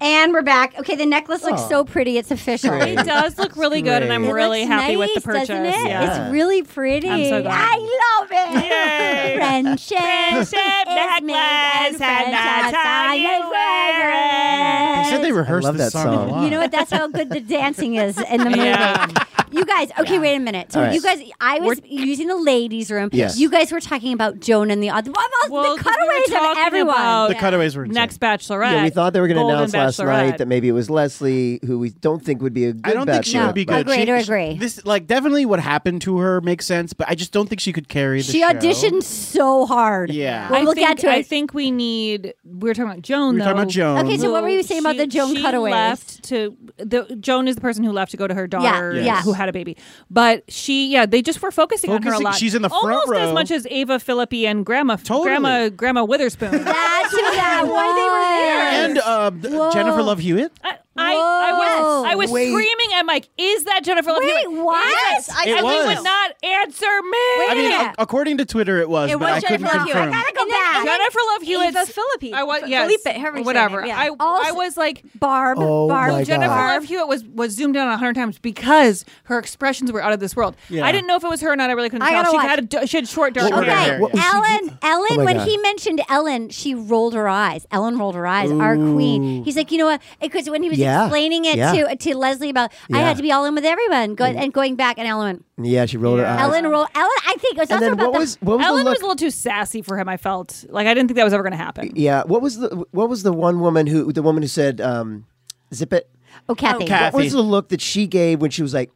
[SPEAKER 3] And we're back. Okay, the necklace looks
[SPEAKER 5] Oh.
[SPEAKER 3] so pretty. It's official.
[SPEAKER 5] It does look really good, and I'm
[SPEAKER 3] It
[SPEAKER 5] really
[SPEAKER 3] looks
[SPEAKER 5] happy with the purchase.
[SPEAKER 3] nice, doesn't it?
[SPEAKER 5] Yeah.
[SPEAKER 3] It's really pretty.
[SPEAKER 5] I'm so glad.
[SPEAKER 3] I love it. Friendship. Friendship necklace. And that's how you wear it.
[SPEAKER 6] They said they rehearsed
[SPEAKER 4] love that
[SPEAKER 6] this song,
[SPEAKER 4] song.
[SPEAKER 6] a lot.
[SPEAKER 3] You know what? That's how good the dancing is in the movie. You guys, okay, wait a minute. So
[SPEAKER 4] All right.
[SPEAKER 3] you guys, I was using the ladies' room.
[SPEAKER 4] Yes.
[SPEAKER 3] You guys were talking about Joan and the other. Well, the cutaways of everyone.
[SPEAKER 6] the cutaways were insane.
[SPEAKER 5] Next Bachelorette.
[SPEAKER 4] Yeah, we thought they were going to
[SPEAKER 5] Golden
[SPEAKER 4] announce last
[SPEAKER 5] Bachelorette.
[SPEAKER 4] night that maybe it was Leslie, who we don't think would be a good
[SPEAKER 6] I don't think she
[SPEAKER 4] bachelorette,
[SPEAKER 6] would be
[SPEAKER 4] but-
[SPEAKER 6] good. She-
[SPEAKER 3] agree.
[SPEAKER 6] This like definitely what happened to her makes sense, but I just don't think she could carry the
[SPEAKER 3] She
[SPEAKER 6] show.
[SPEAKER 3] auditioned so hard.
[SPEAKER 6] Yeah.
[SPEAKER 3] We'll
[SPEAKER 5] I
[SPEAKER 3] look
[SPEAKER 5] think,
[SPEAKER 3] at to
[SPEAKER 5] I
[SPEAKER 3] it.
[SPEAKER 5] think we need. We were talking about Joan.
[SPEAKER 6] We were talking
[SPEAKER 5] though.
[SPEAKER 6] about Joan.
[SPEAKER 3] Okay, so what were you saying about
[SPEAKER 5] She-
[SPEAKER 3] the Joan
[SPEAKER 5] she
[SPEAKER 3] cutaways?
[SPEAKER 5] Left to the Joan is the person who left to go to her daughter,
[SPEAKER 3] Yes. Yes.
[SPEAKER 5] who had a baby. But she, yeah, they just were focusing, on her a
[SPEAKER 6] Focusing-
[SPEAKER 5] lot.
[SPEAKER 6] she's in the front
[SPEAKER 5] almost as
[SPEAKER 6] row.
[SPEAKER 5] much as Ava Philippi and Grandma, Grandma, Grandma Witherspoon.
[SPEAKER 3] That's who that was.
[SPEAKER 6] and uh, Jennifer Love Hewitt.
[SPEAKER 5] I, I was,
[SPEAKER 3] Whoa.
[SPEAKER 5] I was
[SPEAKER 3] Wait.
[SPEAKER 5] screaming at Mike. Is that Jennifer Love? Hewitt?"
[SPEAKER 3] Wait, what?
[SPEAKER 5] Yes,
[SPEAKER 6] It
[SPEAKER 5] and
[SPEAKER 6] was.
[SPEAKER 5] he would not answer me.
[SPEAKER 6] I mean, ac- according to Twitter, it was,
[SPEAKER 5] It
[SPEAKER 6] but
[SPEAKER 5] was
[SPEAKER 6] I couldn't
[SPEAKER 5] Jennifer Love Hewitt. I
[SPEAKER 6] confirm.
[SPEAKER 5] gotta- And then- and then Jennifer Love Hewitt-
[SPEAKER 7] Eva Philippi.
[SPEAKER 5] I was
[SPEAKER 7] F-
[SPEAKER 5] yes,
[SPEAKER 7] Felipe, however you say
[SPEAKER 5] whatever.
[SPEAKER 7] it, yeah.
[SPEAKER 5] I, I
[SPEAKER 7] Also-
[SPEAKER 5] was like
[SPEAKER 3] Barb.
[SPEAKER 4] Oh Barb. my
[SPEAKER 5] Jennifer
[SPEAKER 4] God.
[SPEAKER 5] Love Hewitt was was zoomed in on hundred times because her expressions were out of this world.
[SPEAKER 4] Yeah.
[SPEAKER 5] I didn't know if it was her or not. I really couldn't
[SPEAKER 3] I
[SPEAKER 5] tell.
[SPEAKER 3] gotta
[SPEAKER 5] She
[SPEAKER 3] watch.
[SPEAKER 5] had a, d- she had short dark
[SPEAKER 3] Okay,
[SPEAKER 5] hair.
[SPEAKER 3] Ellen. Ellen.
[SPEAKER 5] Oh my
[SPEAKER 3] when
[SPEAKER 5] God.
[SPEAKER 3] he mentioned Ellen, she rolled her eyes. Ellen rolled her eyes. Our queen. He's like, you know what? Because when he was
[SPEAKER 4] Yeah.
[SPEAKER 3] explaining it
[SPEAKER 4] Yeah.
[SPEAKER 3] to to Leslie about, I
[SPEAKER 4] Yeah. Mm-hmm.
[SPEAKER 3] had to be all in with everyone, go, and going back, and Ellen.
[SPEAKER 4] yeah, she rolled her eyes.
[SPEAKER 3] Ellen rolled. Ellen. I think it was
[SPEAKER 4] And
[SPEAKER 3] also
[SPEAKER 4] then
[SPEAKER 3] about
[SPEAKER 4] what
[SPEAKER 3] the.
[SPEAKER 4] was- what was the
[SPEAKER 5] Ellen
[SPEAKER 4] look-
[SPEAKER 5] was a little too sassy for him. I felt like I didn't think that was ever going to happen.
[SPEAKER 4] Yeah. What was the What was the one woman who the woman who said um, zip it?
[SPEAKER 3] Oh, Kathy.
[SPEAKER 4] What was the look that she gave when she was like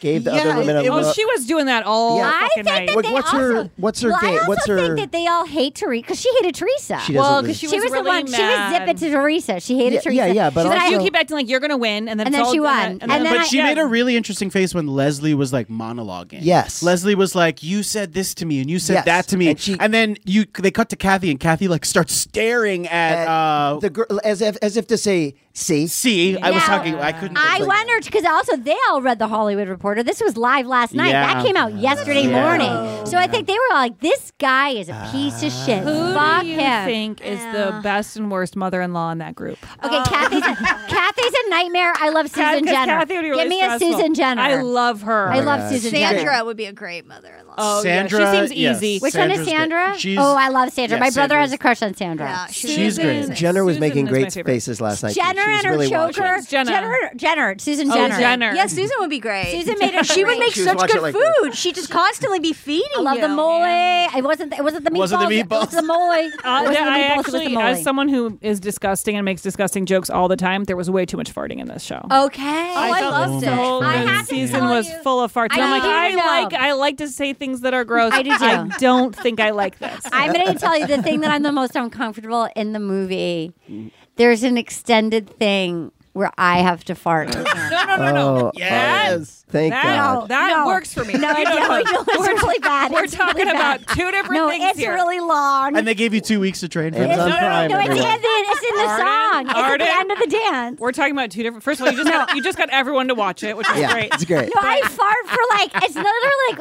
[SPEAKER 4] gave the other women a look?
[SPEAKER 5] oh, she was doing that all
[SPEAKER 4] Yeah.
[SPEAKER 3] I
[SPEAKER 5] fucking
[SPEAKER 3] think
[SPEAKER 5] night.
[SPEAKER 3] that
[SPEAKER 4] What-
[SPEAKER 3] they
[SPEAKER 4] what's her-
[SPEAKER 3] also-
[SPEAKER 4] what's her
[SPEAKER 3] well,
[SPEAKER 4] date?
[SPEAKER 3] I also
[SPEAKER 4] What's her-
[SPEAKER 3] think that they all hate Teresa because she hated Teresa.
[SPEAKER 4] She doesn't Well, really- 'cause
[SPEAKER 5] she
[SPEAKER 3] she
[SPEAKER 5] was
[SPEAKER 3] was
[SPEAKER 5] really
[SPEAKER 3] the one. She was
[SPEAKER 5] mad.
[SPEAKER 3] zipping to Teresa. She hated Teresa.
[SPEAKER 4] yeah, yeah, but
[SPEAKER 3] She's like,
[SPEAKER 5] you
[SPEAKER 3] "I-
[SPEAKER 5] keep acting like you're going to win, and then
[SPEAKER 3] And
[SPEAKER 5] it's
[SPEAKER 3] then
[SPEAKER 5] all
[SPEAKER 3] she
[SPEAKER 5] and
[SPEAKER 3] won.
[SPEAKER 5] then-
[SPEAKER 3] And then
[SPEAKER 6] but
[SPEAKER 3] I-
[SPEAKER 6] she
[SPEAKER 3] yeah.
[SPEAKER 6] made a really interesting face when Leslie was like monologuing.
[SPEAKER 4] Yes.
[SPEAKER 6] Leslie was like, "You said this to me, and you said
[SPEAKER 4] Yes.
[SPEAKER 6] that to me,"
[SPEAKER 4] And
[SPEAKER 6] and, then you they cut to Kathy, and Kathy like starts staring at, uh,
[SPEAKER 4] the girl as if as if to say, see,
[SPEAKER 6] see, I was
[SPEAKER 3] Now,
[SPEAKER 6] talking, I couldn't.
[SPEAKER 3] I wondered because also they all read the Hollywood Reporter. This was live last night.
[SPEAKER 6] Yeah.
[SPEAKER 3] That came out yesterday
[SPEAKER 6] Yeah.
[SPEAKER 3] morning. So I think they were all like, "This guy is a piece
[SPEAKER 6] Ah.
[SPEAKER 3] of shit.
[SPEAKER 5] Who
[SPEAKER 3] Fuck
[SPEAKER 5] do you
[SPEAKER 3] him."
[SPEAKER 5] think is the best and worst mother-in-law in that group?
[SPEAKER 3] okay, Kathy's a, Kathy's a nightmare. I love
[SPEAKER 5] Kat-
[SPEAKER 3] Susan
[SPEAKER 5] 'cause
[SPEAKER 3] Jenner.
[SPEAKER 5] Kathy would be really
[SPEAKER 3] Give me
[SPEAKER 5] stressful.
[SPEAKER 3] a Susan Jenner.
[SPEAKER 5] I love her.
[SPEAKER 3] I love Susan Jenner.
[SPEAKER 7] Sandra would be a great mother-in-law.
[SPEAKER 5] Oh, yeah, she
[SPEAKER 6] Sandra,
[SPEAKER 5] seems
[SPEAKER 6] yes.
[SPEAKER 5] easy.
[SPEAKER 3] Which one is
[SPEAKER 6] Sandra's great.
[SPEAKER 3] Sandra?
[SPEAKER 6] She's-
[SPEAKER 3] oh, I love Sandra.
[SPEAKER 6] yeah,
[SPEAKER 3] My brother
[SPEAKER 6] Sandra's-
[SPEAKER 3] has a crush on Sandra.
[SPEAKER 6] She's great.
[SPEAKER 4] Jenner was making
[SPEAKER 5] is my
[SPEAKER 4] great
[SPEAKER 5] favorite.
[SPEAKER 4] faces last night.
[SPEAKER 3] Jenner
[SPEAKER 4] She was
[SPEAKER 3] and her
[SPEAKER 4] really watching.
[SPEAKER 3] choker.
[SPEAKER 5] Jenna.
[SPEAKER 3] Jenner, Jenner, Susan
[SPEAKER 5] Oh,
[SPEAKER 3] Jenner.
[SPEAKER 5] Jenner.
[SPEAKER 7] Yeah, Susan would be great.
[SPEAKER 3] Susan made her
[SPEAKER 7] She would
[SPEAKER 3] great.
[SPEAKER 7] make
[SPEAKER 4] She was
[SPEAKER 7] such
[SPEAKER 4] watching
[SPEAKER 7] good
[SPEAKER 4] like this.
[SPEAKER 7] food. She'd just constantly be feeding.
[SPEAKER 3] I love
[SPEAKER 7] you.
[SPEAKER 3] the mole. It wasn't. It wasn't the meatballs.
[SPEAKER 6] Wasn't the
[SPEAKER 3] It was
[SPEAKER 6] meatballs.
[SPEAKER 3] the mole. It
[SPEAKER 5] Uh,
[SPEAKER 3] wasn't the
[SPEAKER 5] I
[SPEAKER 3] meatballs, it was the
[SPEAKER 5] actually,
[SPEAKER 3] mole.
[SPEAKER 5] as someone who is disgusting and makes disgusting jokes all the time, there was way too much farting in this show.
[SPEAKER 3] Okay.
[SPEAKER 5] Oh,
[SPEAKER 7] I
[SPEAKER 5] loved
[SPEAKER 7] it.
[SPEAKER 5] I had season was full of farts.
[SPEAKER 3] I
[SPEAKER 5] And I'm like,
[SPEAKER 3] do
[SPEAKER 5] I
[SPEAKER 3] know.
[SPEAKER 5] like, I like to say things that are gross.
[SPEAKER 3] I do too.
[SPEAKER 5] I don't think I like this.
[SPEAKER 3] I'm going to tell you the thing that I'm the most uncomfortable in the movie. There's an extended thing where I have to fart.
[SPEAKER 5] No, no, no, no.
[SPEAKER 4] Oh, oh,
[SPEAKER 5] Yes.
[SPEAKER 4] thank
[SPEAKER 5] that,
[SPEAKER 4] God.
[SPEAKER 5] That
[SPEAKER 3] No.
[SPEAKER 5] works for me.
[SPEAKER 3] No, it don't. No, it's really bad.
[SPEAKER 5] We're
[SPEAKER 3] It's
[SPEAKER 5] talking
[SPEAKER 3] really bad.
[SPEAKER 5] about two different
[SPEAKER 3] no,
[SPEAKER 5] things
[SPEAKER 3] it's
[SPEAKER 5] here.
[SPEAKER 3] really long.
[SPEAKER 6] And they gave you two weeks to train for
[SPEAKER 4] It's
[SPEAKER 6] this.
[SPEAKER 4] on No, no, no, Prime,
[SPEAKER 3] no, it's in the,
[SPEAKER 4] everyone.
[SPEAKER 3] it's in the song. It's at the
[SPEAKER 5] Arden?
[SPEAKER 3] end of the dance.
[SPEAKER 5] We're talking about two different. First of all, you just got, you just got everyone to watch it, which is
[SPEAKER 4] Yeah,
[SPEAKER 5] great.
[SPEAKER 4] it's great.
[SPEAKER 3] No, I fart for like it's literally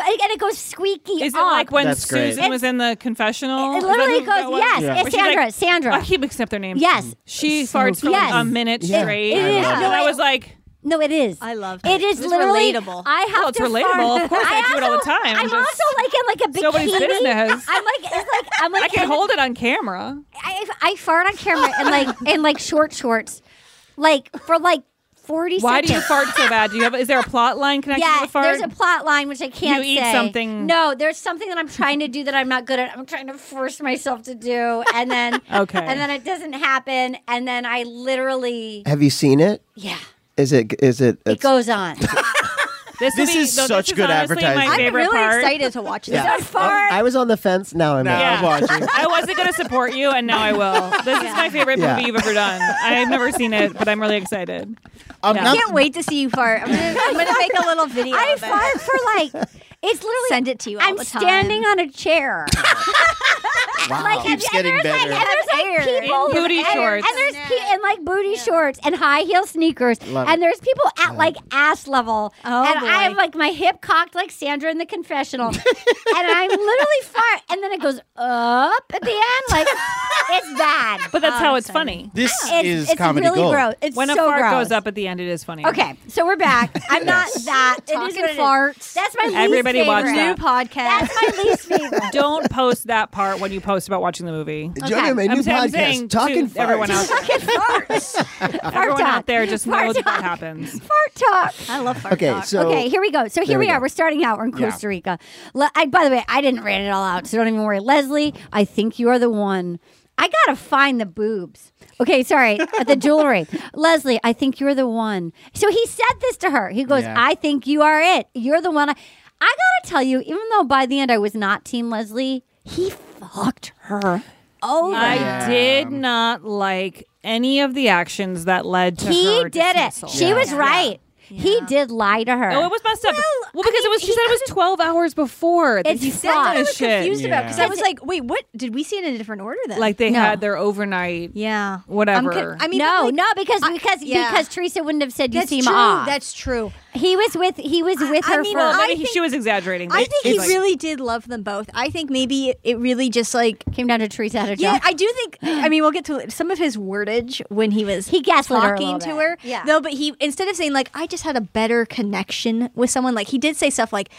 [SPEAKER 3] like and it goes squeaky.
[SPEAKER 5] Is it
[SPEAKER 3] up.
[SPEAKER 5] like when
[SPEAKER 4] That's great.
[SPEAKER 5] Susan was in the confessional?
[SPEAKER 3] It
[SPEAKER 5] Is that
[SPEAKER 3] literally
[SPEAKER 5] who that
[SPEAKER 3] goes-
[SPEAKER 5] was?
[SPEAKER 3] yes,
[SPEAKER 4] Yeah.
[SPEAKER 3] it's
[SPEAKER 5] Where she's like,
[SPEAKER 3] Sandra, Sandra.
[SPEAKER 5] I keep accepting their names.
[SPEAKER 3] Yes.
[SPEAKER 5] She
[SPEAKER 3] So
[SPEAKER 5] farts for
[SPEAKER 3] cute.
[SPEAKER 5] like a
[SPEAKER 3] Yes.
[SPEAKER 5] minute
[SPEAKER 4] Yeah.
[SPEAKER 5] straight.
[SPEAKER 3] It is.
[SPEAKER 5] and
[SPEAKER 3] No,
[SPEAKER 5] I
[SPEAKER 3] I-
[SPEAKER 5] was like,
[SPEAKER 3] No, it is.
[SPEAKER 7] I love
[SPEAKER 3] It is
[SPEAKER 7] This
[SPEAKER 3] literally.
[SPEAKER 7] relatable.
[SPEAKER 3] I have
[SPEAKER 5] Well, it's
[SPEAKER 3] to
[SPEAKER 5] relatable.
[SPEAKER 3] Fart.
[SPEAKER 5] Of course I do it all the
[SPEAKER 3] also-
[SPEAKER 5] time.
[SPEAKER 3] I'm
[SPEAKER 5] Just
[SPEAKER 3] also like in like a bikini.
[SPEAKER 5] nobody's business.
[SPEAKER 3] I'm like it's like I'm like
[SPEAKER 5] I can
[SPEAKER 3] in-
[SPEAKER 5] hold it on camera.
[SPEAKER 3] I, I fart on camera and like in like short shorts, like for like forty.
[SPEAKER 5] Why do you
[SPEAKER 3] seconds.
[SPEAKER 5] fart so bad? Do you have? Is there a plot line connected to
[SPEAKER 3] Yeah,
[SPEAKER 5] the fart?
[SPEAKER 3] there's a plot line which I can't
[SPEAKER 5] You eat
[SPEAKER 3] say.
[SPEAKER 5] something-
[SPEAKER 3] No, there's something that I'm trying to do that I'm not good at. I'm trying to force myself to do, and then
[SPEAKER 5] Okay.
[SPEAKER 3] and then it doesn't happen, and then I literally
[SPEAKER 4] oh. Have you seen it?
[SPEAKER 3] yeah,
[SPEAKER 4] Is it? Is it?
[SPEAKER 3] it goes on.
[SPEAKER 5] this will
[SPEAKER 6] This
[SPEAKER 5] be,
[SPEAKER 6] is
[SPEAKER 5] though,
[SPEAKER 6] such
[SPEAKER 5] this
[SPEAKER 6] good
[SPEAKER 5] honestly
[SPEAKER 6] advertising.
[SPEAKER 5] My
[SPEAKER 6] I'm
[SPEAKER 7] I'm
[SPEAKER 5] favorite
[SPEAKER 7] really
[SPEAKER 5] part.
[SPEAKER 7] excited to watch this.
[SPEAKER 4] Yeah.
[SPEAKER 3] So far,
[SPEAKER 4] I was on the fence. Now I'm out.
[SPEAKER 5] Yeah.
[SPEAKER 6] I'm watching.
[SPEAKER 5] I wasn't going to support you, and now I will. This is my favorite
[SPEAKER 4] Yeah.
[SPEAKER 5] movie you've ever done. I've never seen it, but I'm really excited.
[SPEAKER 6] Um,
[SPEAKER 5] Yeah.
[SPEAKER 7] I
[SPEAKER 6] now-
[SPEAKER 7] can't wait to see you fart. I'm gonna, I'm gonna make a little video.
[SPEAKER 3] I
[SPEAKER 7] of it.
[SPEAKER 3] fart for like it's literally.
[SPEAKER 7] Send it to you. All
[SPEAKER 3] I'm
[SPEAKER 7] the time.
[SPEAKER 3] standing on a chair.
[SPEAKER 4] Wow.
[SPEAKER 3] Like,
[SPEAKER 4] Keeps
[SPEAKER 3] and,
[SPEAKER 4] getting
[SPEAKER 3] and there's
[SPEAKER 4] better.
[SPEAKER 3] like, and there's
[SPEAKER 7] Air.
[SPEAKER 3] like people
[SPEAKER 5] And booty
[SPEAKER 3] and,
[SPEAKER 5] shorts.
[SPEAKER 3] and there's pe- and like booty shorts and high heel sneakers,
[SPEAKER 4] Love
[SPEAKER 3] and
[SPEAKER 4] it.
[SPEAKER 3] there's people at like ass level,
[SPEAKER 7] Oh,
[SPEAKER 3] and
[SPEAKER 7] boy.
[SPEAKER 3] I have like my hip cocked like Sandra in the confessional, and I'm literally fart, and then it goes up at the end, like it's bad,
[SPEAKER 5] But that's how it's funny.
[SPEAKER 6] this
[SPEAKER 3] it's,
[SPEAKER 6] is
[SPEAKER 3] it's
[SPEAKER 6] comedy
[SPEAKER 3] really
[SPEAKER 6] gold.
[SPEAKER 3] gross. It's
[SPEAKER 5] When
[SPEAKER 3] so
[SPEAKER 5] a fart
[SPEAKER 3] gross.
[SPEAKER 5] goes up at the end, it is funny.
[SPEAKER 3] Okay, so we're back. I'm not that. It is
[SPEAKER 7] Talking
[SPEAKER 3] what it is.
[SPEAKER 7] farts.
[SPEAKER 3] That's my least
[SPEAKER 5] Everybody watch that.
[SPEAKER 3] favorite.
[SPEAKER 7] New podcast.
[SPEAKER 3] That's my least favorite.
[SPEAKER 5] Don't post that part when you post about watching the movie.
[SPEAKER 4] Join him a
[SPEAKER 5] I'm
[SPEAKER 4] new
[SPEAKER 5] saying- I'm
[SPEAKER 4] podcast.
[SPEAKER 5] saying
[SPEAKER 4] Talking
[SPEAKER 5] to everyone
[SPEAKER 4] farts.
[SPEAKER 5] else.
[SPEAKER 3] Fucking farts.
[SPEAKER 5] Everyone
[SPEAKER 3] talk.
[SPEAKER 5] out there just
[SPEAKER 3] Fart
[SPEAKER 5] knows that
[SPEAKER 3] talk.
[SPEAKER 5] that happens.
[SPEAKER 3] Fart talk.
[SPEAKER 7] I love fart
[SPEAKER 4] Okay,
[SPEAKER 7] talk.
[SPEAKER 4] so
[SPEAKER 3] okay, here we go. So here
[SPEAKER 4] there
[SPEAKER 3] we,
[SPEAKER 4] we
[SPEAKER 3] are.
[SPEAKER 4] go.
[SPEAKER 3] We're starting out. We're in Costa Rica. Le- I, by the way, I didn't write it all out, so don't even worry. Leslie, I think you are the one. I gotta find the boobs. Okay, sorry, uh, the jewelry. Leslie, I think you're the one. So he said this to her. He goes,
[SPEAKER 6] Yeah.
[SPEAKER 3] "I think you are it. You're the one." I, I gotta tell you, even though by the end I was not Team Leslie, he fucked
[SPEAKER 6] Uh-huh.
[SPEAKER 3] her over.
[SPEAKER 5] I did not like any of the actions that led to
[SPEAKER 3] he
[SPEAKER 5] her
[SPEAKER 3] did it.
[SPEAKER 5] dismissal.
[SPEAKER 3] She was right. He did lie to her.
[SPEAKER 5] Oh, it was messed up. Well, because
[SPEAKER 3] mean,
[SPEAKER 5] it was. She
[SPEAKER 3] he
[SPEAKER 5] said it was twelve hours before that
[SPEAKER 3] It's
[SPEAKER 5] he
[SPEAKER 3] fraud.
[SPEAKER 5] said
[SPEAKER 3] I
[SPEAKER 5] this
[SPEAKER 3] was
[SPEAKER 5] shit.
[SPEAKER 7] Confused about because I
[SPEAKER 6] Yeah.
[SPEAKER 7] was like, wait, what? Did we see it in a different order then?
[SPEAKER 5] Like they
[SPEAKER 3] No.
[SPEAKER 5] had their overnight.
[SPEAKER 7] yeah, I'm
[SPEAKER 5] Whatever.
[SPEAKER 7] con- I mean,
[SPEAKER 3] no,
[SPEAKER 7] like-
[SPEAKER 3] no, because because
[SPEAKER 7] yeah.
[SPEAKER 3] because Teresa wouldn't have said you
[SPEAKER 7] That's
[SPEAKER 3] seem
[SPEAKER 7] true.
[SPEAKER 3] off.
[SPEAKER 7] That's true.
[SPEAKER 3] he was with he was with
[SPEAKER 7] I
[SPEAKER 3] her
[SPEAKER 7] mean,
[SPEAKER 3] for
[SPEAKER 5] Well,
[SPEAKER 7] I
[SPEAKER 5] maybe he,
[SPEAKER 7] think-
[SPEAKER 5] she was exaggerating.
[SPEAKER 7] I
[SPEAKER 5] but
[SPEAKER 7] think
[SPEAKER 5] she's
[SPEAKER 7] he
[SPEAKER 5] like-
[SPEAKER 7] really did love them both. I think maybe it- it really just like
[SPEAKER 3] came down to Teresa had a
[SPEAKER 7] Yeah,
[SPEAKER 3] job.
[SPEAKER 7] I do think. I mean, we'll get to it. some of his wordage when he was
[SPEAKER 3] He gaslit her a
[SPEAKER 7] talking
[SPEAKER 3] little
[SPEAKER 7] to
[SPEAKER 3] bit.
[SPEAKER 7] her.
[SPEAKER 3] Yeah.
[SPEAKER 7] No, but he instead of saying like I just had a better connection with someone, like he did say stuff like,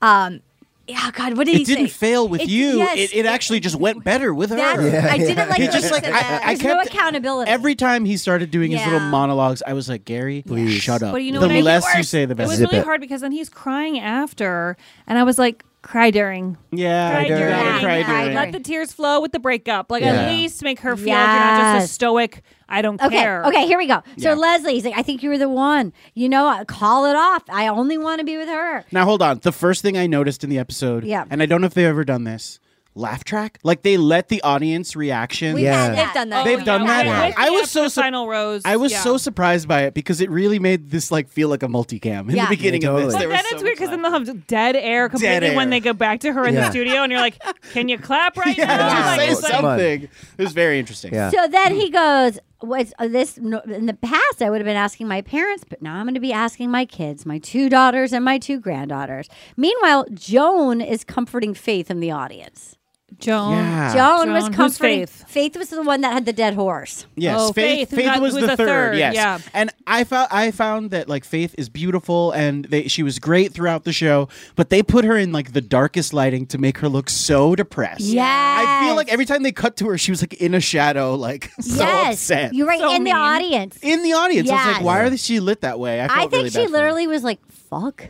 [SPEAKER 7] um, yeah, God, what did he
[SPEAKER 6] It didn't
[SPEAKER 7] say?
[SPEAKER 6] fail with
[SPEAKER 7] It-
[SPEAKER 6] you.
[SPEAKER 7] yes,
[SPEAKER 6] it, it actually just went better with her.
[SPEAKER 7] That's, I didn't like.
[SPEAKER 6] He
[SPEAKER 7] when
[SPEAKER 6] just
[SPEAKER 7] he
[SPEAKER 6] like
[SPEAKER 7] said
[SPEAKER 6] I,
[SPEAKER 7] that.
[SPEAKER 6] I
[SPEAKER 3] There's no
[SPEAKER 6] kept
[SPEAKER 3] accountability.
[SPEAKER 6] every time he started doing his little
[SPEAKER 7] Yeah.
[SPEAKER 6] monologues. I was like, Gary, please shut up.
[SPEAKER 5] But you know
[SPEAKER 6] the
[SPEAKER 5] what I think
[SPEAKER 6] less you
[SPEAKER 5] worse,
[SPEAKER 6] say, the
[SPEAKER 5] It
[SPEAKER 6] better.
[SPEAKER 5] was
[SPEAKER 4] Zip
[SPEAKER 5] really
[SPEAKER 4] it.
[SPEAKER 5] hard because then he's crying after, and I was like, cry during.
[SPEAKER 6] yeah,
[SPEAKER 5] Cry
[SPEAKER 6] you
[SPEAKER 5] during.
[SPEAKER 6] gotta cry
[SPEAKER 3] Yeah.
[SPEAKER 6] during.
[SPEAKER 5] Let the tears flow with the breakup. Like
[SPEAKER 6] Yeah.
[SPEAKER 5] at least make her feel like you're not just
[SPEAKER 3] Yes.
[SPEAKER 5] a stoic. I don't
[SPEAKER 3] Okay,
[SPEAKER 5] care.
[SPEAKER 3] okay, here we go. So
[SPEAKER 6] Yeah.
[SPEAKER 3] Leslie, he's like, I think you were the one. You know, I- call it off. I only want to be with her.
[SPEAKER 6] Now hold on. The first thing I noticed in the episode,
[SPEAKER 3] Yeah.
[SPEAKER 6] and I don't know if they've ever done this, laugh track. Like they let the audience reaction.
[SPEAKER 4] Yeah.
[SPEAKER 7] They've done
[SPEAKER 5] Oh,
[SPEAKER 7] that.
[SPEAKER 6] They've done that.
[SPEAKER 4] Yeah.
[SPEAKER 5] With
[SPEAKER 6] I
[SPEAKER 5] the
[SPEAKER 6] was
[SPEAKER 5] up
[SPEAKER 6] so
[SPEAKER 5] to the
[SPEAKER 6] sur-
[SPEAKER 5] final rose.
[SPEAKER 6] I was
[SPEAKER 5] yeah.
[SPEAKER 6] so surprised by it because it really made this like feel like a multicam in
[SPEAKER 7] Yeah.
[SPEAKER 6] the beginning
[SPEAKER 4] Yeah,
[SPEAKER 6] of this.
[SPEAKER 4] totally.
[SPEAKER 5] But
[SPEAKER 6] There
[SPEAKER 5] then
[SPEAKER 6] was
[SPEAKER 5] it's weird
[SPEAKER 6] so much
[SPEAKER 5] because then
[SPEAKER 6] laughter.
[SPEAKER 5] they'll have dead air completely when
[SPEAKER 6] air.
[SPEAKER 5] they go back to her in
[SPEAKER 4] Yeah.
[SPEAKER 5] the studio, and you're like, "Can you clap right
[SPEAKER 6] yeah,
[SPEAKER 5] now?"
[SPEAKER 6] just
[SPEAKER 5] Like,
[SPEAKER 6] say
[SPEAKER 5] it's like-
[SPEAKER 4] some-
[SPEAKER 6] something. It was very interesting.
[SPEAKER 4] Yeah.
[SPEAKER 3] So then he goes, "Was uh, this no- in the past? I would have been asking my parents, but now I'm going to be asking my kids, my two daughters and my two granddaughters." Meanwhile, Joan is comforting Faith in the audience.
[SPEAKER 5] Joan.
[SPEAKER 6] Yeah.
[SPEAKER 3] Joan,
[SPEAKER 5] Joan,
[SPEAKER 3] was
[SPEAKER 5] who's
[SPEAKER 3] comforting.
[SPEAKER 5] Faith?
[SPEAKER 3] was the one that had the dead horse.
[SPEAKER 6] Yes,
[SPEAKER 5] Oh,
[SPEAKER 6] Faith.
[SPEAKER 5] Faith, who
[SPEAKER 6] Faith
[SPEAKER 5] got-
[SPEAKER 6] was
[SPEAKER 5] who
[SPEAKER 6] the, third. Yes.
[SPEAKER 5] yeah.
[SPEAKER 6] And I found I found that like Faith is beautiful and they, she was great throughout the show, but they put her in like the darkest lighting to make her look so depressed. I feel
[SPEAKER 3] Yes.
[SPEAKER 6] like every time they cut to her, she was like in a shadow, like so upset.
[SPEAKER 3] You're right
[SPEAKER 5] So
[SPEAKER 3] in
[SPEAKER 5] mean.
[SPEAKER 3] the audience.
[SPEAKER 6] in the audience, I was
[SPEAKER 3] Yes.
[SPEAKER 6] like, why are they- she lit that way?
[SPEAKER 3] I
[SPEAKER 6] felt
[SPEAKER 3] think
[SPEAKER 6] really
[SPEAKER 3] she
[SPEAKER 6] bad for her.
[SPEAKER 3] literally was like, "Fuck."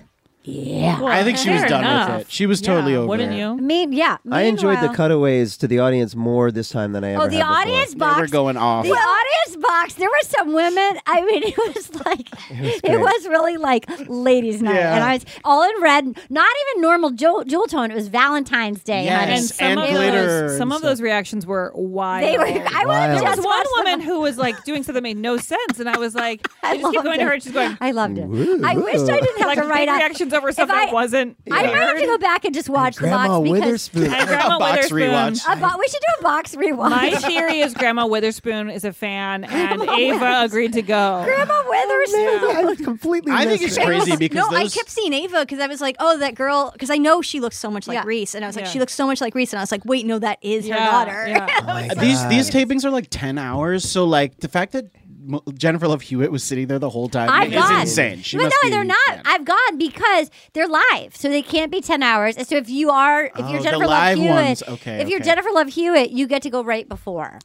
[SPEAKER 3] Yeah.
[SPEAKER 6] I think she was
[SPEAKER 3] Fair
[SPEAKER 6] done
[SPEAKER 3] enough.
[SPEAKER 6] with it. She was totally
[SPEAKER 3] Yeah,
[SPEAKER 6] over
[SPEAKER 3] wouldn't
[SPEAKER 6] it.
[SPEAKER 3] you? Me, yeah.
[SPEAKER 4] I enjoyed the
[SPEAKER 3] Meanwhile-
[SPEAKER 4] cutaways to the audience more this time than I ever
[SPEAKER 3] Oh, the
[SPEAKER 4] have before.
[SPEAKER 3] audience box.
[SPEAKER 6] They were going off.
[SPEAKER 3] The audience box. There were some women. I mean, it was like it
[SPEAKER 4] great.
[SPEAKER 3] was, really like ladies' night,
[SPEAKER 4] Yeah.
[SPEAKER 3] and I was all in red. Not even normal jewel, jewel tone. It was Valentine's Day. honey.
[SPEAKER 5] and some of those some of those reactions were wild.
[SPEAKER 3] They were- I wanted to
[SPEAKER 5] there was
[SPEAKER 3] just
[SPEAKER 5] one
[SPEAKER 3] watch them.
[SPEAKER 5] woman who was like doing something that made no sense, and I was like, I, just keep
[SPEAKER 3] loved
[SPEAKER 5] going to her.
[SPEAKER 3] it.
[SPEAKER 5] and She's going.
[SPEAKER 3] I loved it. I wish I didn't have
[SPEAKER 5] like,
[SPEAKER 3] to
[SPEAKER 5] big
[SPEAKER 3] write up-
[SPEAKER 5] reactions over stuff
[SPEAKER 3] I-
[SPEAKER 5] that wasn't.
[SPEAKER 3] I might have to go back and just watch the box
[SPEAKER 5] Grandma
[SPEAKER 3] because
[SPEAKER 5] Witherspoon. And Grandma Box Witherspoon. rewatch.
[SPEAKER 3] A bo- we should do a box rewatch.
[SPEAKER 5] My theory is Grandma Witherspoon is a fan, and
[SPEAKER 3] Grandma
[SPEAKER 5] Ava
[SPEAKER 3] Withers-
[SPEAKER 5] agreed to go.
[SPEAKER 3] Oh, Grandma Witherspoon.
[SPEAKER 4] I completely.
[SPEAKER 6] Oh. I think it's crazy because
[SPEAKER 7] no, I
[SPEAKER 6] those-
[SPEAKER 7] kept seeing Ava because I was like, oh, that girl, because I know she looks so much like Reese, and I was like,
[SPEAKER 5] Yeah.
[SPEAKER 7] she looks so much like Reese, and I was like, wait, no, that is her
[SPEAKER 5] Yeah,
[SPEAKER 7] daughter.
[SPEAKER 3] Oh
[SPEAKER 6] Uh, these these tapings are like ten hours, so like the fact that M- Jennifer Love Hewitt was sitting there the whole time
[SPEAKER 3] I've
[SPEAKER 6] is
[SPEAKER 3] gone.
[SPEAKER 6] insane. She
[SPEAKER 3] but
[SPEAKER 6] must
[SPEAKER 3] no,
[SPEAKER 6] be-
[SPEAKER 3] they're not. I've gone because they're live, so they can't be ten hours. And So if you are, if
[SPEAKER 6] Oh,
[SPEAKER 3] you're
[SPEAKER 6] the
[SPEAKER 3] Jennifer Love
[SPEAKER 6] live
[SPEAKER 3] Hewitt,
[SPEAKER 6] ones. Okay,
[SPEAKER 3] if you're
[SPEAKER 6] okay. Ah.
[SPEAKER 3] Jennifer Love Hewitt, you get to go right before.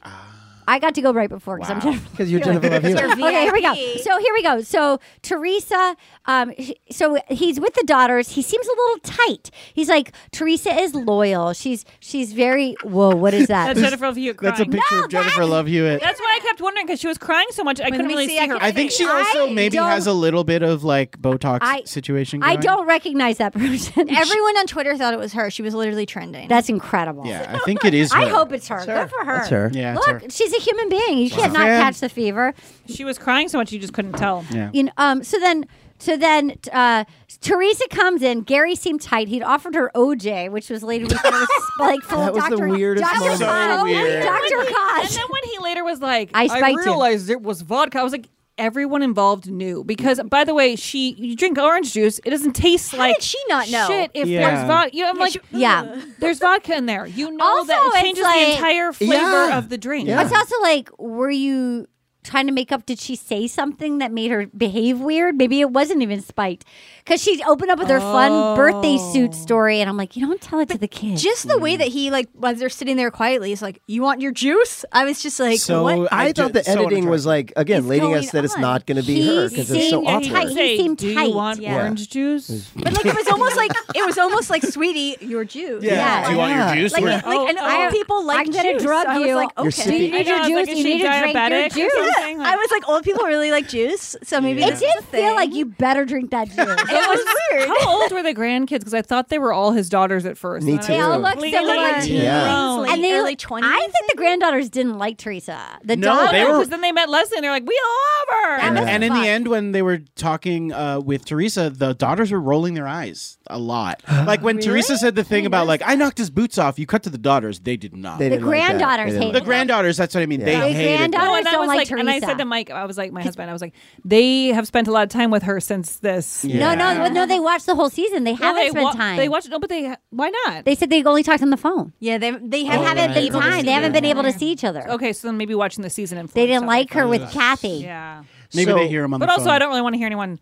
[SPEAKER 3] I got to go right before because I'm Jennifer.
[SPEAKER 4] Because you're Jennifer Love Hewitt.
[SPEAKER 3] okay, here we go. So here we go. So Teresa, um, he- so he's with the daughters. He seems a little tight. He's like Teresa is loyal. She's she's very. Whoa, what is that?
[SPEAKER 5] That's Jennifer Love Hewitt crying.
[SPEAKER 6] That's a picture of Jennifer Love Hewitt.
[SPEAKER 5] That's why I kept wondering because she was crying so much. I couldn't
[SPEAKER 3] me
[SPEAKER 5] really
[SPEAKER 3] see,
[SPEAKER 5] see,
[SPEAKER 3] I
[SPEAKER 5] her.
[SPEAKER 3] can-
[SPEAKER 6] I think she also maybe
[SPEAKER 3] don't-
[SPEAKER 6] has a little bit of like Botox
[SPEAKER 3] I-
[SPEAKER 6] situation. Going.
[SPEAKER 3] I don't recognize that person.
[SPEAKER 7] Everyone on Twitter thought it was her. She was literally trending.
[SPEAKER 3] That's incredible.
[SPEAKER 6] Yeah, I think it is. Her.
[SPEAKER 3] I hope it's her. Good for her.
[SPEAKER 6] It's her. Yeah, it's
[SPEAKER 3] Look,
[SPEAKER 6] her.
[SPEAKER 3] she's a human being. You
[SPEAKER 6] Wow.
[SPEAKER 3] can't not
[SPEAKER 6] Fan.
[SPEAKER 3] catch the fever.
[SPEAKER 5] She was crying so much you just couldn't tell.
[SPEAKER 6] Yeah.
[SPEAKER 3] You know, um, so then, so then, uh, Teresa comes in. Gary seemed tight. He'd offered her OJ, which was later we thought it was like full
[SPEAKER 4] That
[SPEAKER 3] of
[SPEAKER 4] was the
[SPEAKER 3] Dr.
[SPEAKER 4] weirdest
[SPEAKER 3] Dr.
[SPEAKER 4] moment. So
[SPEAKER 3] Koch.
[SPEAKER 4] weird.
[SPEAKER 3] Dr.
[SPEAKER 5] And
[SPEAKER 3] Koch.
[SPEAKER 5] then when he later was like,
[SPEAKER 3] I
[SPEAKER 5] I,
[SPEAKER 3] spiked him.
[SPEAKER 5] realized it was vodka. I was like, everyone involved knew because, by the way, she you drink orange juice, it doesn't taste like.
[SPEAKER 3] did she not know?
[SPEAKER 5] Shit, if
[SPEAKER 6] Yeah.
[SPEAKER 5] there's vodka, you know, I'm like,
[SPEAKER 3] yeah.
[SPEAKER 5] there's vodka in there. You know
[SPEAKER 3] Also,
[SPEAKER 5] that
[SPEAKER 3] it's
[SPEAKER 5] it changes
[SPEAKER 3] like-
[SPEAKER 5] the entire flavor
[SPEAKER 6] Yeah.
[SPEAKER 5] of the drink.
[SPEAKER 3] It's also like, were you trying to make up? Did she say something that made her behave weird? Maybe it wasn't even spiked because she opened up with her
[SPEAKER 5] Oh.
[SPEAKER 3] fun birthday suit story, and I'm like, you don't tell it to the kids.
[SPEAKER 7] Just the way that he like, while they're sitting there quietly, he's like, "You want your juice?" I was just like,
[SPEAKER 6] So
[SPEAKER 7] "What?"
[SPEAKER 6] I
[SPEAKER 4] I thought
[SPEAKER 6] ju-
[SPEAKER 4] the
[SPEAKER 6] so
[SPEAKER 4] editing was
[SPEAKER 6] unattractive.
[SPEAKER 4] like again, leading us that it's not going to be her
[SPEAKER 3] He
[SPEAKER 4] because it's
[SPEAKER 3] seemed
[SPEAKER 4] so
[SPEAKER 5] Yeah,
[SPEAKER 4] awkward.
[SPEAKER 5] he, would
[SPEAKER 3] He
[SPEAKER 5] say,
[SPEAKER 3] seemed
[SPEAKER 5] Do
[SPEAKER 3] tight."
[SPEAKER 5] you want
[SPEAKER 3] Yeah.
[SPEAKER 5] orange juice?
[SPEAKER 7] But like, it was almost like it was almost like, "Sweetie, your juice."
[SPEAKER 6] Yeah.
[SPEAKER 3] Yeah.
[SPEAKER 6] Do you want your juice?
[SPEAKER 7] Like,
[SPEAKER 6] We're-
[SPEAKER 7] like, and all people like
[SPEAKER 3] I'm gonna
[SPEAKER 7] juice.
[SPEAKER 3] drug
[SPEAKER 7] I was
[SPEAKER 3] you.
[SPEAKER 7] like,
[SPEAKER 3] You're
[SPEAKER 7] okay.
[SPEAKER 3] sipping- You need your
[SPEAKER 5] I know, I was like,
[SPEAKER 3] juice,
[SPEAKER 5] is she
[SPEAKER 3] you need to drink your
[SPEAKER 5] diabetic or
[SPEAKER 3] juice.
[SPEAKER 5] something? Like-
[SPEAKER 7] I was like, old people really like juice, so maybe
[SPEAKER 3] It
[SPEAKER 7] that's
[SPEAKER 3] did
[SPEAKER 7] a
[SPEAKER 3] feel
[SPEAKER 7] thing.
[SPEAKER 3] like you better drink that juice.
[SPEAKER 7] It was weird.
[SPEAKER 5] How old were the grandkids? Because I thought they were all his daughters at first.
[SPEAKER 4] Me
[SPEAKER 5] and then I
[SPEAKER 4] too. They all
[SPEAKER 5] was
[SPEAKER 3] look
[SPEAKER 5] completely
[SPEAKER 3] similar.
[SPEAKER 5] wrong.
[SPEAKER 4] Yeah.
[SPEAKER 7] Like
[SPEAKER 3] they-
[SPEAKER 7] early 20s,
[SPEAKER 3] I think the granddaughters didn't like Teresa. The
[SPEAKER 6] No,
[SPEAKER 3] daughter
[SPEAKER 6] they were-
[SPEAKER 5] Because then they met Leslie and they're like, we love her.
[SPEAKER 6] And,
[SPEAKER 4] Yeah.
[SPEAKER 6] and in
[SPEAKER 3] Fuck.
[SPEAKER 6] the end, when they were talking uh, with Teresa, the daughters were rolling their eyes a lot. Like when Teresa said the thing about like I knocked his boots off. You cut to the daughters; they did not.
[SPEAKER 4] They
[SPEAKER 3] the
[SPEAKER 4] didn't like that. They
[SPEAKER 3] granddaughters
[SPEAKER 4] didn't
[SPEAKER 3] hate
[SPEAKER 4] like
[SPEAKER 6] the
[SPEAKER 4] that.
[SPEAKER 6] granddaugers. That's what I mean.
[SPEAKER 4] Yeah.
[SPEAKER 6] They
[SPEAKER 4] The
[SPEAKER 6] hated.
[SPEAKER 3] granddaughter-
[SPEAKER 6] That.
[SPEAKER 5] No,
[SPEAKER 3] daughters
[SPEAKER 5] and I
[SPEAKER 3] don't
[SPEAKER 5] was
[SPEAKER 3] like
[SPEAKER 5] like, and I
[SPEAKER 3] Teresa.
[SPEAKER 5] said to Mike, I was like, my husband, I was like, they have spent a lot of time with her since this.
[SPEAKER 3] No,
[SPEAKER 6] Yeah.
[SPEAKER 3] no, well, no. They watched the whole season. They
[SPEAKER 5] No,
[SPEAKER 3] haven't
[SPEAKER 5] they
[SPEAKER 3] spent
[SPEAKER 5] wa-
[SPEAKER 3] time.
[SPEAKER 5] They watched no, but they why not?
[SPEAKER 3] They said they only talked on the phone. Oh,
[SPEAKER 7] yeah, they they
[SPEAKER 3] They
[SPEAKER 7] have
[SPEAKER 3] haven't
[SPEAKER 7] haven't
[SPEAKER 3] been
[SPEAKER 7] been able to
[SPEAKER 3] time.
[SPEAKER 7] see
[SPEAKER 3] They haven't
[SPEAKER 7] them.
[SPEAKER 3] been able to see each other.
[SPEAKER 5] okay, so then maybe watching the season influenced.
[SPEAKER 3] They didn't
[SPEAKER 5] them.
[SPEAKER 3] like her with Kathy.
[SPEAKER 5] Yeah,
[SPEAKER 6] Maybe
[SPEAKER 4] So-
[SPEAKER 6] they hear him on
[SPEAKER 5] but
[SPEAKER 6] the
[SPEAKER 5] also
[SPEAKER 6] phone.
[SPEAKER 5] I don't really want to hear anyone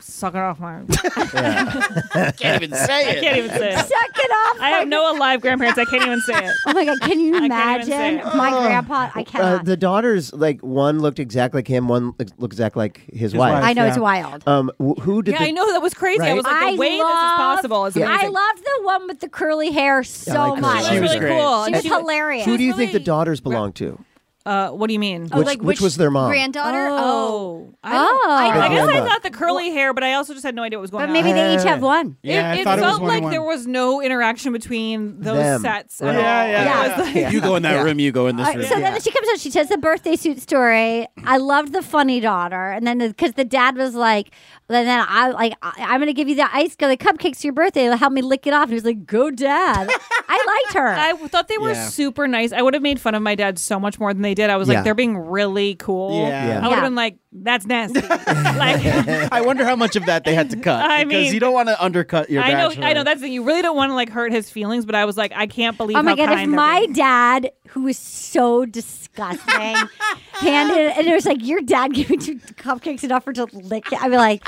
[SPEAKER 5] sucking off my.
[SPEAKER 6] can't even
[SPEAKER 5] I
[SPEAKER 6] say
[SPEAKER 5] can't even say it.
[SPEAKER 3] Suck it off.
[SPEAKER 5] I have no alive grandparents. I can't even say it.
[SPEAKER 3] Oh my god! Can you
[SPEAKER 5] can't even say
[SPEAKER 3] imagine
[SPEAKER 5] it.
[SPEAKER 3] my grandpa? I
[SPEAKER 4] Uh,
[SPEAKER 3] cannot.
[SPEAKER 4] the daughters, like one looked exactly like him, one looked exactly like his, wife.
[SPEAKER 6] wife.
[SPEAKER 3] I know it's
[SPEAKER 6] yeah.
[SPEAKER 3] wild.
[SPEAKER 4] Um, wh- who did
[SPEAKER 5] Yeah,
[SPEAKER 4] the,
[SPEAKER 5] I know that was crazy. I
[SPEAKER 4] Right?
[SPEAKER 5] was like, the
[SPEAKER 3] I
[SPEAKER 5] way this is possible is
[SPEAKER 3] loved-
[SPEAKER 5] amazing.
[SPEAKER 3] I loved the one with the curly hair so
[SPEAKER 4] like her.
[SPEAKER 3] much.
[SPEAKER 4] She
[SPEAKER 5] She was
[SPEAKER 4] was
[SPEAKER 5] really
[SPEAKER 6] great.
[SPEAKER 5] cool.
[SPEAKER 3] She
[SPEAKER 5] and
[SPEAKER 3] was
[SPEAKER 5] was-
[SPEAKER 3] hilarious.
[SPEAKER 4] Who do you
[SPEAKER 5] She's
[SPEAKER 4] think the
[SPEAKER 5] really-
[SPEAKER 4] daughters belong to?
[SPEAKER 5] Uh, what do you mean?
[SPEAKER 4] Which,
[SPEAKER 7] like,
[SPEAKER 4] which
[SPEAKER 7] which
[SPEAKER 4] was their mom?
[SPEAKER 7] Granddaughter. Oh.
[SPEAKER 5] Oh, I, don't-
[SPEAKER 3] Oh.
[SPEAKER 5] I, I guess I
[SPEAKER 4] Grandma.
[SPEAKER 5] thought the curly hair, but I also just had no idea what was going
[SPEAKER 3] But
[SPEAKER 5] on.
[SPEAKER 3] maybe they each have one.
[SPEAKER 6] Yeah,
[SPEAKER 5] it,
[SPEAKER 6] I thought
[SPEAKER 5] it
[SPEAKER 6] it was
[SPEAKER 5] felt
[SPEAKER 6] one
[SPEAKER 5] like
[SPEAKER 6] on
[SPEAKER 5] there
[SPEAKER 6] one.
[SPEAKER 5] was no interaction between those
[SPEAKER 4] Them,
[SPEAKER 5] sets.
[SPEAKER 4] right.
[SPEAKER 5] At all.
[SPEAKER 6] Yeah, yeah,
[SPEAKER 5] It was
[SPEAKER 6] yeah.
[SPEAKER 5] like-
[SPEAKER 6] You go in that room. You go in this
[SPEAKER 3] Uh,
[SPEAKER 6] room.
[SPEAKER 3] so then she comes out. She tells the birthday suit story. I loved the funny daughter, and then because the, dad was like, then then I like I, I'm gonna give you the ice, the cupcakes for your birthday. It'll help me lick it off. And he was like, "Go, dad." I liked her.
[SPEAKER 5] I thought they were
[SPEAKER 6] Yeah.
[SPEAKER 5] super nice. I would have made fun of my dad so much more than they did. I was
[SPEAKER 4] Yeah.
[SPEAKER 5] like, they're being really cool.
[SPEAKER 6] Yeah. Yeah.
[SPEAKER 5] I would
[SPEAKER 3] Yeah.
[SPEAKER 5] have been like, that's nasty. like,
[SPEAKER 6] I wonder how much of that they had to cut.
[SPEAKER 5] I
[SPEAKER 6] because
[SPEAKER 5] mean-
[SPEAKER 6] you don't want to undercut your.
[SPEAKER 5] I know, I
[SPEAKER 6] bachelor.
[SPEAKER 5] know. That's the thing. You really don't want to like hurt his feelings, but I was like, I can't believe.
[SPEAKER 3] oh my
[SPEAKER 5] how
[SPEAKER 3] god! If
[SPEAKER 5] kind they're
[SPEAKER 3] my
[SPEAKER 5] being.
[SPEAKER 3] dad who was so disgusting. handed, and it was like your dad giving two cupcakes enough for to lick it. I'd be like,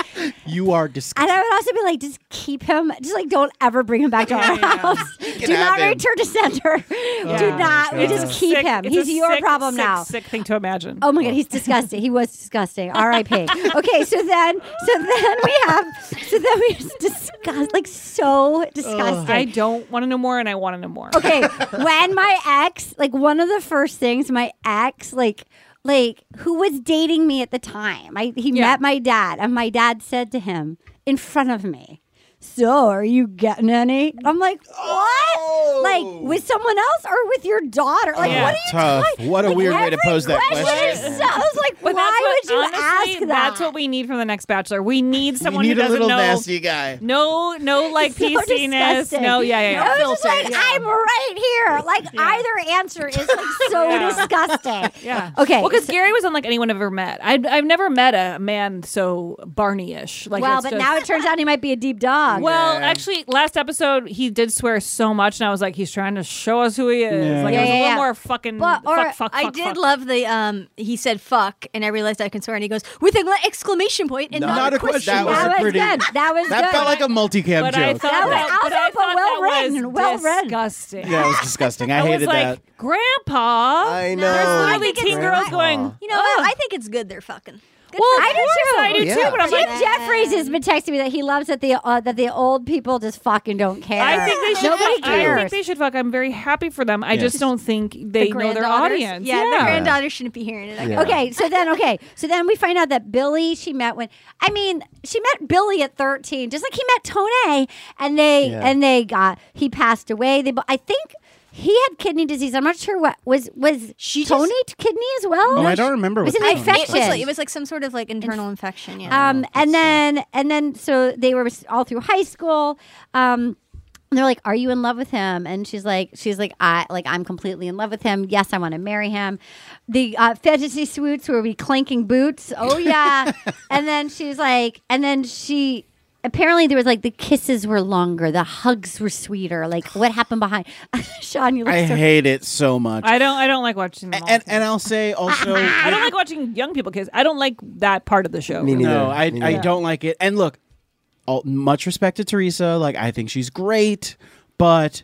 [SPEAKER 6] You are disgusting.
[SPEAKER 3] and I would also be like, just keep him. Just like, don't ever bring him back to our house. Do
[SPEAKER 5] have
[SPEAKER 3] not
[SPEAKER 5] him.
[SPEAKER 3] return to center. Do
[SPEAKER 5] Oh my
[SPEAKER 3] not. We
[SPEAKER 5] God.
[SPEAKER 3] just keep
[SPEAKER 5] Sick-
[SPEAKER 3] him.
[SPEAKER 5] it's a
[SPEAKER 3] He's your
[SPEAKER 5] sick,
[SPEAKER 3] problem
[SPEAKER 5] sick,
[SPEAKER 3] now.
[SPEAKER 5] Sick thing to imagine.
[SPEAKER 3] Oh my god, he's disgusting. He was disgusting. R.I.P. okay, so then, so then we have, so then we just disgust, like so disgusting.
[SPEAKER 5] Oh, I don't want to know more, and I want to know more.
[SPEAKER 3] Okay, when my ex, like one of the first things my ex, like like who was dating me at the time, I he met my dad, and my dad said to him in front of me, "So, are you getting any?" I'm like, "What? Like with someone else or with your daughter? Like what are you?"
[SPEAKER 6] Tough. What a weird way to pose that
[SPEAKER 3] question
[SPEAKER 6] question.
[SPEAKER 3] is so- I was like,
[SPEAKER 5] But that's
[SPEAKER 3] "Why
[SPEAKER 5] what-
[SPEAKER 3] would you
[SPEAKER 5] honestly,
[SPEAKER 3] ask that?"
[SPEAKER 5] That's what we need from the next Bachelor. We need someone
[SPEAKER 6] need
[SPEAKER 5] who
[SPEAKER 6] a
[SPEAKER 5] doesn't
[SPEAKER 6] little
[SPEAKER 5] know.
[SPEAKER 6] nasty guy.
[SPEAKER 5] No, no, like
[SPEAKER 3] So
[SPEAKER 5] PCness.
[SPEAKER 3] disgusting.
[SPEAKER 5] No, yeah, yeah, yeah.
[SPEAKER 3] I was just like, I'm right here. Like either answer is like so
[SPEAKER 5] Yeah.
[SPEAKER 3] disgusting.
[SPEAKER 5] Yeah.
[SPEAKER 3] Okay.
[SPEAKER 5] Well, because Gary was unlike anyone I've ever met. I've, I've never met a man so Barney-ish. Like,
[SPEAKER 3] well,
[SPEAKER 5] it's
[SPEAKER 3] but
[SPEAKER 5] just-
[SPEAKER 3] now it turns out he might be a deep dog.
[SPEAKER 5] Well, actually, last episode he did swear so much, and I was like, he's trying to show us who he is.
[SPEAKER 7] Yeah.
[SPEAKER 5] Like,
[SPEAKER 7] Yeah,
[SPEAKER 5] it was a
[SPEAKER 7] yeah,
[SPEAKER 5] little
[SPEAKER 7] yeah.
[SPEAKER 5] more fucking
[SPEAKER 7] But, or
[SPEAKER 5] fuck, fuck,
[SPEAKER 7] I
[SPEAKER 5] fuck,
[SPEAKER 7] did
[SPEAKER 5] fuck.
[SPEAKER 7] love the um. He said "fuck," and I realized I can swear, and he goes with an exclamation point and
[SPEAKER 6] Not
[SPEAKER 7] not,
[SPEAKER 6] a question. That was a pretty-
[SPEAKER 3] That was
[SPEAKER 6] That felt like a multicam
[SPEAKER 5] But
[SPEAKER 6] joke.
[SPEAKER 5] I thought that,
[SPEAKER 3] also,
[SPEAKER 5] but I
[SPEAKER 3] but
[SPEAKER 5] thought
[SPEAKER 3] well
[SPEAKER 5] that was
[SPEAKER 3] written, well written.
[SPEAKER 5] disgusting.
[SPEAKER 6] yeah, it was disgusting. I,
[SPEAKER 5] I
[SPEAKER 6] hated
[SPEAKER 5] was like,
[SPEAKER 6] that.
[SPEAKER 5] Grandpa.
[SPEAKER 6] I
[SPEAKER 5] There's
[SPEAKER 6] know.
[SPEAKER 5] literally
[SPEAKER 6] I think
[SPEAKER 5] teen
[SPEAKER 6] it's
[SPEAKER 5] girls
[SPEAKER 6] right.
[SPEAKER 5] going.
[SPEAKER 7] You know, what? I think it's good they're fucking. Good
[SPEAKER 5] Well,
[SPEAKER 7] for
[SPEAKER 5] I
[SPEAKER 7] them.
[SPEAKER 5] do too. I do too. But I'm
[SPEAKER 3] Jim
[SPEAKER 5] like,
[SPEAKER 3] Jeffries has been texting me that he loves that the uh, that the old people just fucking don't care.
[SPEAKER 5] I think they should.
[SPEAKER 3] Nobody
[SPEAKER 5] Fuck. I think
[SPEAKER 3] cares.
[SPEAKER 5] they should fuck. I'm very happy for them. I
[SPEAKER 3] Yes.
[SPEAKER 5] just don't think they know their
[SPEAKER 7] granddaughters-
[SPEAKER 5] audience.
[SPEAKER 7] Yeah, the
[SPEAKER 5] granddaughter.
[SPEAKER 7] granddaughter shouldn't be hearing it. I
[SPEAKER 5] Yeah.
[SPEAKER 7] guess.
[SPEAKER 3] Okay, so then okay, so then we find out that Billy she met when I mean she met Billy at thirteen, just like he met Tony, and they
[SPEAKER 10] Yeah.
[SPEAKER 3] and they got he passed away. They bo- I think he had kidney disease. I'm not sure what was was she Tony kidney as well.
[SPEAKER 6] Oh, I don't remember
[SPEAKER 3] Was
[SPEAKER 6] what
[SPEAKER 3] it an
[SPEAKER 6] Tony was.
[SPEAKER 3] infection?
[SPEAKER 7] It was like- it was like some sort of like internal infection. Yeah.
[SPEAKER 3] Um, and then and then so they were all through high school. Um, and they're like, "Are you in love with him?" And she's like, "She's like, I like I'm completely in love with him. Yes, I want to marry him." The uh, fantasy suites where we clanking boots. Oh yeah. and then she's like, and then she. Apparently, there was like the kisses were longer, the hugs were sweeter. Like, what happened behind? Sean, you look
[SPEAKER 6] I
[SPEAKER 3] so
[SPEAKER 6] hate it so much.
[SPEAKER 5] I don't. I don't like watching them.
[SPEAKER 6] and and I'll say also,
[SPEAKER 5] I don't like watching young people kiss. I don't like that part of the show.
[SPEAKER 6] Me
[SPEAKER 5] really.
[SPEAKER 6] No, I, I don't like it. And look, all, much respect to Teresa. Like, I think she's great, but